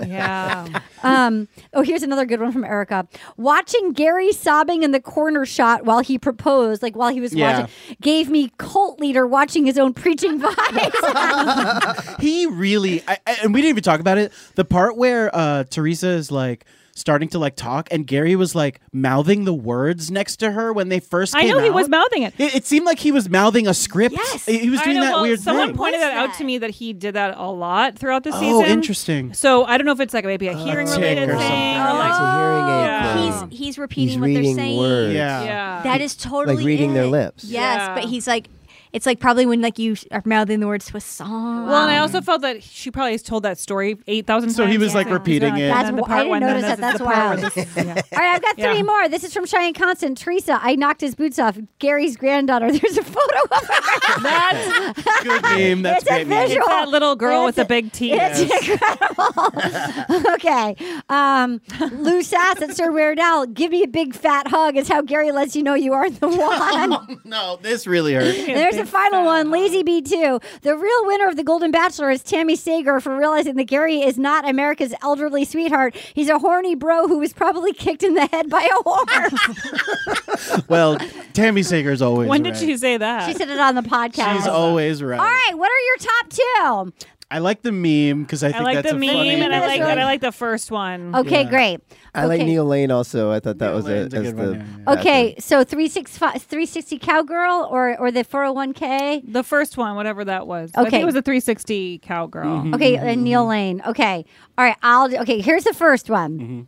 [SPEAKER 5] Yeah.
[SPEAKER 3] um, oh, here's another good one from Erica. Watching Gary sobbing in the corner shot while he proposed, like while he was
[SPEAKER 6] Yeah.
[SPEAKER 3] watching, gave me cult leader watching his own preaching vibes.
[SPEAKER 6] he really I, I- and we didn't even talk about it the part where uh teresa is like starting to like talk and gary was like mouthing the words next to her when they first
[SPEAKER 5] I
[SPEAKER 6] came
[SPEAKER 5] know he was
[SPEAKER 6] out.
[SPEAKER 5] mouthing it.
[SPEAKER 6] it, it seemed like he was mouthing a script
[SPEAKER 7] Yes.
[SPEAKER 6] he he was doing
[SPEAKER 5] I know,
[SPEAKER 6] that
[SPEAKER 5] well,
[SPEAKER 6] weird
[SPEAKER 5] someone
[SPEAKER 6] thing
[SPEAKER 5] pointed that, out
[SPEAKER 7] that?
[SPEAKER 5] to me that he did that a lot throughout the
[SPEAKER 6] oh
[SPEAKER 5] season.
[SPEAKER 6] interesting Uh,
[SPEAKER 5] So I don't know if it's like maybe a hearing related
[SPEAKER 6] tick or
[SPEAKER 5] thing.
[SPEAKER 6] something.
[SPEAKER 5] Or like,
[SPEAKER 4] It's a hearing aid
[SPEAKER 5] Yeah.
[SPEAKER 4] thing.
[SPEAKER 7] he's he's repeating
[SPEAKER 4] He's
[SPEAKER 7] what
[SPEAKER 4] reading
[SPEAKER 7] they're saying.
[SPEAKER 4] words.
[SPEAKER 6] yeah,
[SPEAKER 5] yeah.
[SPEAKER 7] That is totally
[SPEAKER 4] reading their
[SPEAKER 7] it.
[SPEAKER 4] lips.
[SPEAKER 7] Yes,
[SPEAKER 5] Yeah.
[SPEAKER 7] but he's like, it's like probably when like you are mouthing the words to a song.
[SPEAKER 5] well, and I also felt that she probably has told that story eight thousand times.
[SPEAKER 6] So he was, like,
[SPEAKER 5] Yeah.
[SPEAKER 6] repeating
[SPEAKER 5] And
[SPEAKER 6] it.
[SPEAKER 5] then
[SPEAKER 3] That's
[SPEAKER 5] the
[SPEAKER 3] wh- I
[SPEAKER 5] part
[SPEAKER 3] didn't
[SPEAKER 5] one, then
[SPEAKER 3] notice that.
[SPEAKER 5] this is the part
[SPEAKER 3] That's wild.
[SPEAKER 5] where this is- yeah.
[SPEAKER 3] All right, I've got three
[SPEAKER 5] Yeah.
[SPEAKER 3] more. This is from Cheyenne Constant. Teresa, I knocked his boots off. Gary's granddaughter. There's a photo of her.
[SPEAKER 5] That's
[SPEAKER 6] good name that's
[SPEAKER 3] It's a
[SPEAKER 6] great name.
[SPEAKER 3] visual.
[SPEAKER 5] it's that little girl with the
[SPEAKER 3] It's-
[SPEAKER 5] big teeth.
[SPEAKER 3] It's incredible. okay. Um, Lou Sass at Sir Weird Al, give me a big fat hug is how Gary lets you know you are the one.
[SPEAKER 6] no this really hurt
[SPEAKER 3] And There's a final one, Lazy B2. The real winner of the Golden Bachelor is Tammy Sager for realizing that Gary is not America's elderly sweetheart. He's a horny bro who was probably kicked in the head by a horse.
[SPEAKER 6] well tammy sager's always
[SPEAKER 5] When did
[SPEAKER 6] right.
[SPEAKER 5] she say that?
[SPEAKER 3] she said it on the podcast.
[SPEAKER 6] she's always right
[SPEAKER 3] All right, what are your top two?
[SPEAKER 6] I like the meme because I
[SPEAKER 5] I,
[SPEAKER 6] think
[SPEAKER 5] like
[SPEAKER 6] that's
[SPEAKER 5] the
[SPEAKER 6] a
[SPEAKER 5] meme,
[SPEAKER 6] funny.
[SPEAKER 5] and I like
[SPEAKER 3] one.
[SPEAKER 5] and I like the first one.
[SPEAKER 3] Okay, great.
[SPEAKER 4] I like
[SPEAKER 3] Okay.
[SPEAKER 4] Neil Lane also. I thought that was a, as the
[SPEAKER 3] Okay, so 365, 360 cowgirl or or the 401k?
[SPEAKER 5] The first one, whatever that was. I think
[SPEAKER 3] Okay.
[SPEAKER 5] it was a 360 cowgirl.
[SPEAKER 3] Okay, and Neil Lane. Okay. All right, I'll Okay, here's the first one.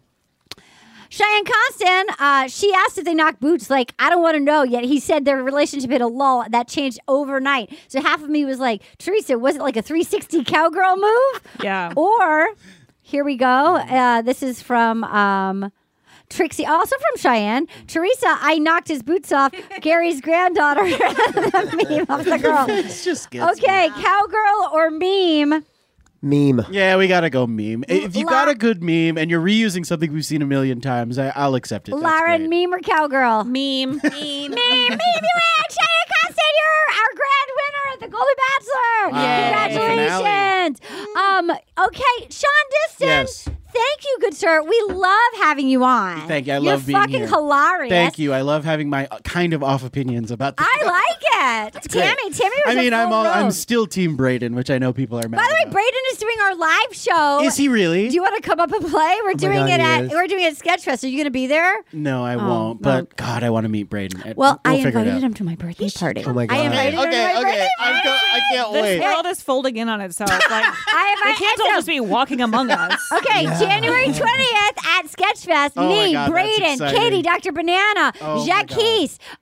[SPEAKER 3] Cheyenne Constant, uh, she asked if they knocked boots. Like, I don't want to know. Yet he said their relationship hit a lull that changed overnight. So half of me was like, Teresa, was it like a 360 cowgirl move?
[SPEAKER 5] Yeah.
[SPEAKER 3] Oh, Or here we go. Uh, this is from um, Trixie, also from Cheyenne. Teresa, I knocked his boots off. Gary's granddaughter. the meme of the girl.
[SPEAKER 6] It's
[SPEAKER 5] Oh.
[SPEAKER 6] just gets
[SPEAKER 3] okay, cowgirl or meme.
[SPEAKER 4] meme.
[SPEAKER 6] Yeah, we gotta go meme. If you got
[SPEAKER 3] La-
[SPEAKER 6] a good meme and you're reusing something we've seen a million times, I, I'll accept it. That's
[SPEAKER 3] Lauren,
[SPEAKER 6] great.
[SPEAKER 3] meme or cowgirl?
[SPEAKER 5] Meme.
[SPEAKER 3] Meme. Meme, meme, you win. Cheyenne Constant, you're our grand winner at the Golden Bachelor.
[SPEAKER 6] Wow, the
[SPEAKER 3] Congratulations. Um, okay, Sean Diston.
[SPEAKER 6] Yes.
[SPEAKER 3] Thank you, good sir. We love having you on.
[SPEAKER 6] Thank you. I
[SPEAKER 3] You're
[SPEAKER 6] love being
[SPEAKER 3] fucking
[SPEAKER 6] here.
[SPEAKER 3] hilarious.
[SPEAKER 6] Thank you. I love having my uh, kind of off opinions about this.
[SPEAKER 3] I like it.
[SPEAKER 6] great.
[SPEAKER 3] Tammy, Tammy was
[SPEAKER 6] I mean,
[SPEAKER 3] a full
[SPEAKER 6] I'm all, I'm
[SPEAKER 3] road.
[SPEAKER 6] still Team Braden, which I know people are mad.
[SPEAKER 3] By the way,
[SPEAKER 6] about.
[SPEAKER 3] Braden is doing our live show.
[SPEAKER 6] Is he really? Oh
[SPEAKER 3] Do you want to come up and play? We're doing
[SPEAKER 6] God,
[SPEAKER 3] it
[SPEAKER 6] he
[SPEAKER 3] at
[SPEAKER 6] is.
[SPEAKER 3] we're doing it at Sketchfest. Are you going to be there?
[SPEAKER 6] no, I
[SPEAKER 3] Oh,
[SPEAKER 6] won't.
[SPEAKER 3] well.
[SPEAKER 6] But God, I want to meet Braden. It-
[SPEAKER 3] Well,
[SPEAKER 6] we'll
[SPEAKER 3] I
[SPEAKER 6] figure it
[SPEAKER 3] invited
[SPEAKER 6] out.
[SPEAKER 3] him to my birthday party.
[SPEAKER 4] Oh my
[SPEAKER 3] I
[SPEAKER 4] god.
[SPEAKER 3] invited him to my birthday
[SPEAKER 6] I'm go- I can't
[SPEAKER 5] This world is folding in on itself. Like
[SPEAKER 3] I
[SPEAKER 5] they
[SPEAKER 3] invited
[SPEAKER 5] can't all just be walking among us.
[SPEAKER 3] Okay, January 20th at Sketchfest.
[SPEAKER 6] Oh my
[SPEAKER 3] me,
[SPEAKER 6] God, that's
[SPEAKER 3] Braden,
[SPEAKER 6] exciting.
[SPEAKER 3] Katie, Dr. Banana,
[SPEAKER 6] Oh my
[SPEAKER 3] Jacques.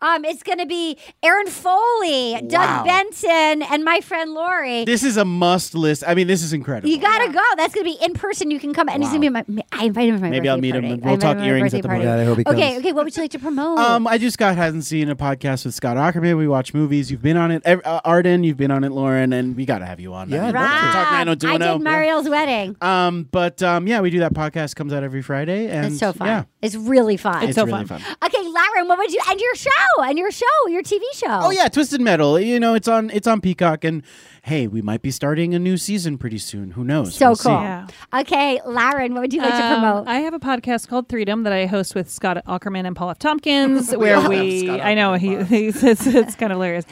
[SPEAKER 3] Um, it's going to be Aaron Foley,
[SPEAKER 6] Wow.
[SPEAKER 3] Doug Benson, and my friend Lori.
[SPEAKER 6] This is a must list. I mean, this is incredible.
[SPEAKER 3] you gotta go. That's gonna be in person. You can come, and it's gonna be my. I invited him to my
[SPEAKER 6] Maybe
[SPEAKER 3] birthday
[SPEAKER 6] I'll meet him
[SPEAKER 3] party.
[SPEAKER 6] and
[SPEAKER 3] I
[SPEAKER 6] we'll
[SPEAKER 3] invited
[SPEAKER 6] talk
[SPEAKER 3] him to my
[SPEAKER 6] earrings at
[SPEAKER 3] birthday
[SPEAKER 6] the
[SPEAKER 3] party.
[SPEAKER 6] bar.
[SPEAKER 4] God, I hope he comes.
[SPEAKER 3] Okay, okay. What would you like to promote?
[SPEAKER 6] Um, I just got hasn't seen a podcast with Scott Ackerman. We watch movies. You've been on it, Ev- uh, Arden. You've been on it, Lauren, and we gotta have you on.
[SPEAKER 4] Yeah, I'd
[SPEAKER 6] I mean,
[SPEAKER 3] Rob,
[SPEAKER 6] Talk
[SPEAKER 3] Ah, I
[SPEAKER 6] 90210.
[SPEAKER 3] did Mariel's wedding.
[SPEAKER 6] Um, but um, yeah, we do that podcast. Comes out every Friday, and
[SPEAKER 3] It's so fun.
[SPEAKER 6] Yeah,
[SPEAKER 3] It's really fun.
[SPEAKER 6] it's,
[SPEAKER 5] so
[SPEAKER 6] really
[SPEAKER 5] fun.
[SPEAKER 6] fun.
[SPEAKER 3] Okay, Lauren, what would you and your show and your show, your TV show?
[SPEAKER 6] Oh yeah, Twisted Metal. You know, it's on it's on Peacock, and hey, we might be starting a new season pretty soon. Who knows?
[SPEAKER 3] So
[SPEAKER 6] We'll see.
[SPEAKER 3] cool.
[SPEAKER 5] Yeah.
[SPEAKER 3] Okay, Lauren, what would you like to
[SPEAKER 5] Um,
[SPEAKER 3] promote?
[SPEAKER 5] I have a podcast called Freedom that I host with Scott Ackerman and Paul F. Tompkins, where
[SPEAKER 6] all have
[SPEAKER 5] we
[SPEAKER 6] Scott
[SPEAKER 5] I know he
[SPEAKER 6] Ackerman
[SPEAKER 5] he's, it's, it's kind of hilarious,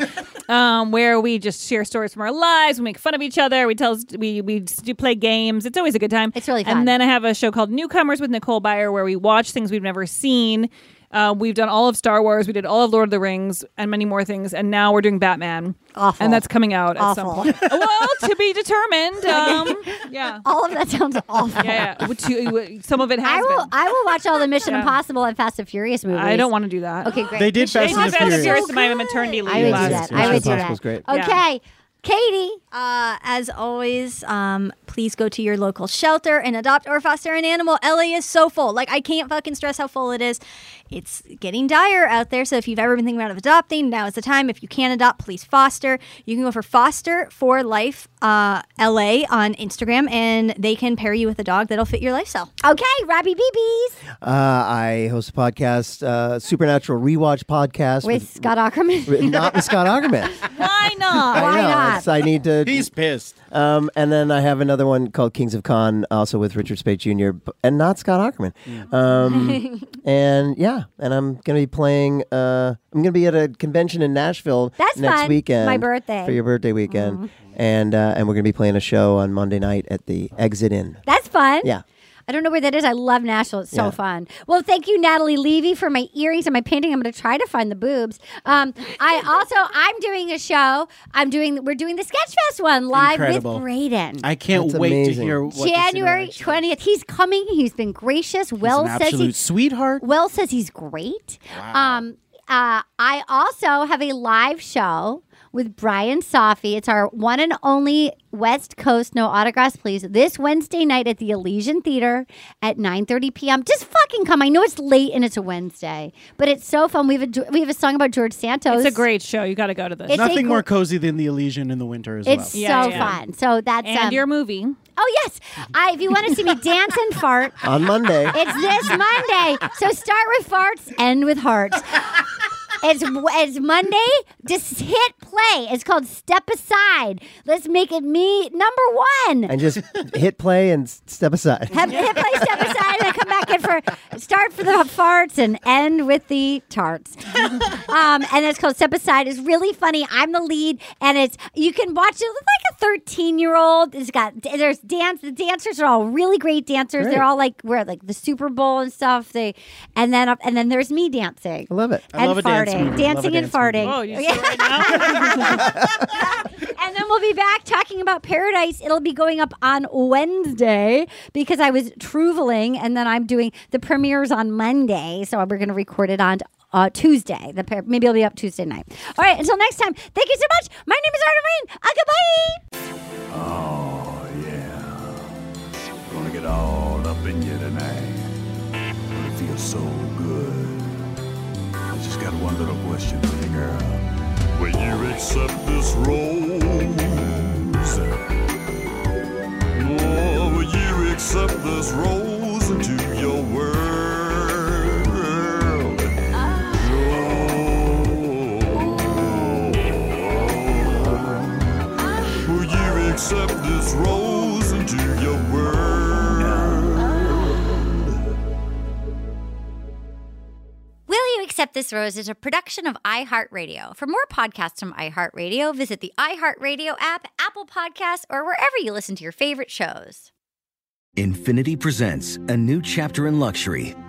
[SPEAKER 5] um, where we just share stories from our lives, we make fun of each other, we tell we we do play games. It's always a good time.
[SPEAKER 3] It's really fun.
[SPEAKER 5] And then I have a show called Newcomers with Nicole Byer, where we watch things we've never seen. Uh, we've done all of Star Wars, we did all of Lord of the Rings, and many more things, and now we're doing Batman.
[SPEAKER 3] Awful.
[SPEAKER 5] And that's coming out
[SPEAKER 3] Awful.
[SPEAKER 5] at some point. well, to be determined. Um, yeah.
[SPEAKER 3] All of that sounds awful.
[SPEAKER 5] Yeah, yeah. Would you- some of it has
[SPEAKER 3] I will.
[SPEAKER 5] been.
[SPEAKER 3] I will watch all the Mission
[SPEAKER 5] Yeah.
[SPEAKER 3] Impossible and Fast and Furious movies.
[SPEAKER 5] I don't want to do that.
[SPEAKER 3] Okay, great.
[SPEAKER 6] They did
[SPEAKER 5] They
[SPEAKER 6] Fast
[SPEAKER 5] did
[SPEAKER 6] and the
[SPEAKER 5] Fast and the Furious
[SPEAKER 6] Furious.
[SPEAKER 5] to my maternity leave
[SPEAKER 3] I would do
[SPEAKER 5] last
[SPEAKER 3] that.
[SPEAKER 6] Yes,
[SPEAKER 3] I would do
[SPEAKER 4] Mission
[SPEAKER 3] that.
[SPEAKER 4] Impossible's great.
[SPEAKER 5] Yeah.
[SPEAKER 3] Okay, Katie.
[SPEAKER 7] Uh, as always, um, please go to your local shelter and adopt or foster an animal. LA is so full. Like, I can't fucking stress how full it is. It's getting dire out there. So, if you've ever been thinking about adopting, now is the time. If you can adopt, please foster. You can go for Foster for Life uh, LA on Instagram, and they can pair you with a dog that'll fit your lifestyle.
[SPEAKER 3] Okay, Robbie BB's
[SPEAKER 4] Uh, I host a podcast, uh, Supernatural Rewatch Podcast,
[SPEAKER 3] with Scott Ackerman.
[SPEAKER 4] with- not with Scott Ackerman.
[SPEAKER 5] Why not?
[SPEAKER 4] I
[SPEAKER 3] Why
[SPEAKER 4] know.
[SPEAKER 3] not?
[SPEAKER 4] it's- I need to.
[SPEAKER 6] He's pissed.
[SPEAKER 4] Um, and then I have another one called Kings of Con, also with Richard Spade Jr. b- and not Scott Ackerman.
[SPEAKER 6] Mm.
[SPEAKER 4] Um, and yeah, and I'm gonna be playing. Uh, I'm gonna be at a convention in Nashville
[SPEAKER 3] That's
[SPEAKER 4] next
[SPEAKER 3] fun.
[SPEAKER 4] weekend,
[SPEAKER 3] My birthday. Mm-hmm.
[SPEAKER 4] for your birthday weekend, and uh, and we're gonna be playing a show on Monday night at the Exit Inn.
[SPEAKER 3] That's fun.
[SPEAKER 4] Yeah.
[SPEAKER 3] I don't know where that is. I love Nashville. It's so
[SPEAKER 4] Yeah.
[SPEAKER 3] fun. Well, thank you, Natalie Levy, for my earrings and my painting. I'm going to try to find the boobs. Um, I also I'm doing a show. I'm doing we're doing the Sketchfest one live
[SPEAKER 6] Incredible.
[SPEAKER 3] with Braden.
[SPEAKER 6] I can't
[SPEAKER 4] That's
[SPEAKER 6] wait to
[SPEAKER 4] amazing.
[SPEAKER 6] hear what this
[SPEAKER 3] January
[SPEAKER 6] interaction-
[SPEAKER 3] 20th. He's coming. He's been gracious. Well
[SPEAKER 6] He's an
[SPEAKER 3] says
[SPEAKER 6] absolute
[SPEAKER 3] he,
[SPEAKER 6] sweetheart.
[SPEAKER 3] Well says he's great. Um, uh, I also have a live show with Brian Safi. It's our one and only West Coast No Autographs Please this Wednesday night at the Elysian Theater at 9:30 p.m. Just fucking come. I know it's late and it's a Wednesday, but it's so fun. We have a jo- we have a song about George Santos.
[SPEAKER 5] It's a great show. You got to go to this.
[SPEAKER 3] It's a
[SPEAKER 6] Nothing more
[SPEAKER 3] gr-
[SPEAKER 6] cozy than the Elysian in the winter as
[SPEAKER 3] It's
[SPEAKER 6] well.
[SPEAKER 5] Yeah,
[SPEAKER 3] so
[SPEAKER 5] yeah.
[SPEAKER 3] fun. So that's
[SPEAKER 5] and
[SPEAKER 3] um,
[SPEAKER 5] your movie.
[SPEAKER 3] oh yes. I, if you want to see me dance and fart,
[SPEAKER 4] On Monday,
[SPEAKER 3] It's this Monday. So start with farts, end with hearts. It's it's Monday. Just hit play. It's called Step Aside. Let's make it me number one.
[SPEAKER 4] and just hit play and s- step aside.
[SPEAKER 3] Have, hit play, step aside, and then come back in for start for the farts and end with the tarts. Um, and it's called Step Aside. It's really funny. I'm the lead, and it's you can watch it like a 13 year old. It's got there's dance. The dancers are all really great dancers.
[SPEAKER 4] Great.
[SPEAKER 3] They're all like we're at, like the Super Bowl and stuff. They and then and then there's me dancing.
[SPEAKER 4] I love it.
[SPEAKER 3] and farting, dancing and farting.
[SPEAKER 5] Oh, you
[SPEAKER 3] Okay. and then we'll be back talking about Paradise. It'll be going up on Wednesday because I was truveling, and then I'm doing the premieres on Monday. So we're going to record it on. Uh, Tuesday. The pair, maybe it'll be up Tuesday night. All right. Until next time. Thank you so much. My name is Artemarine. Uh, goodbye.
[SPEAKER 8] Oh, yeah. Gonna get all up in you tonight. It feels so good. I just got one little question for you, girl. Will you accept this rose? Oh, will you accept this rose into your world? Oh. Will you accept this rose into your world?
[SPEAKER 10] Will You Accept This Rose is a production of iHeartRadio. For more podcasts from iHeartRadio, visit the iHeartRadio app, Apple Podcasts, or wherever you listen to your favorite shows.
[SPEAKER 17] Infinity presents a new chapter in luxury,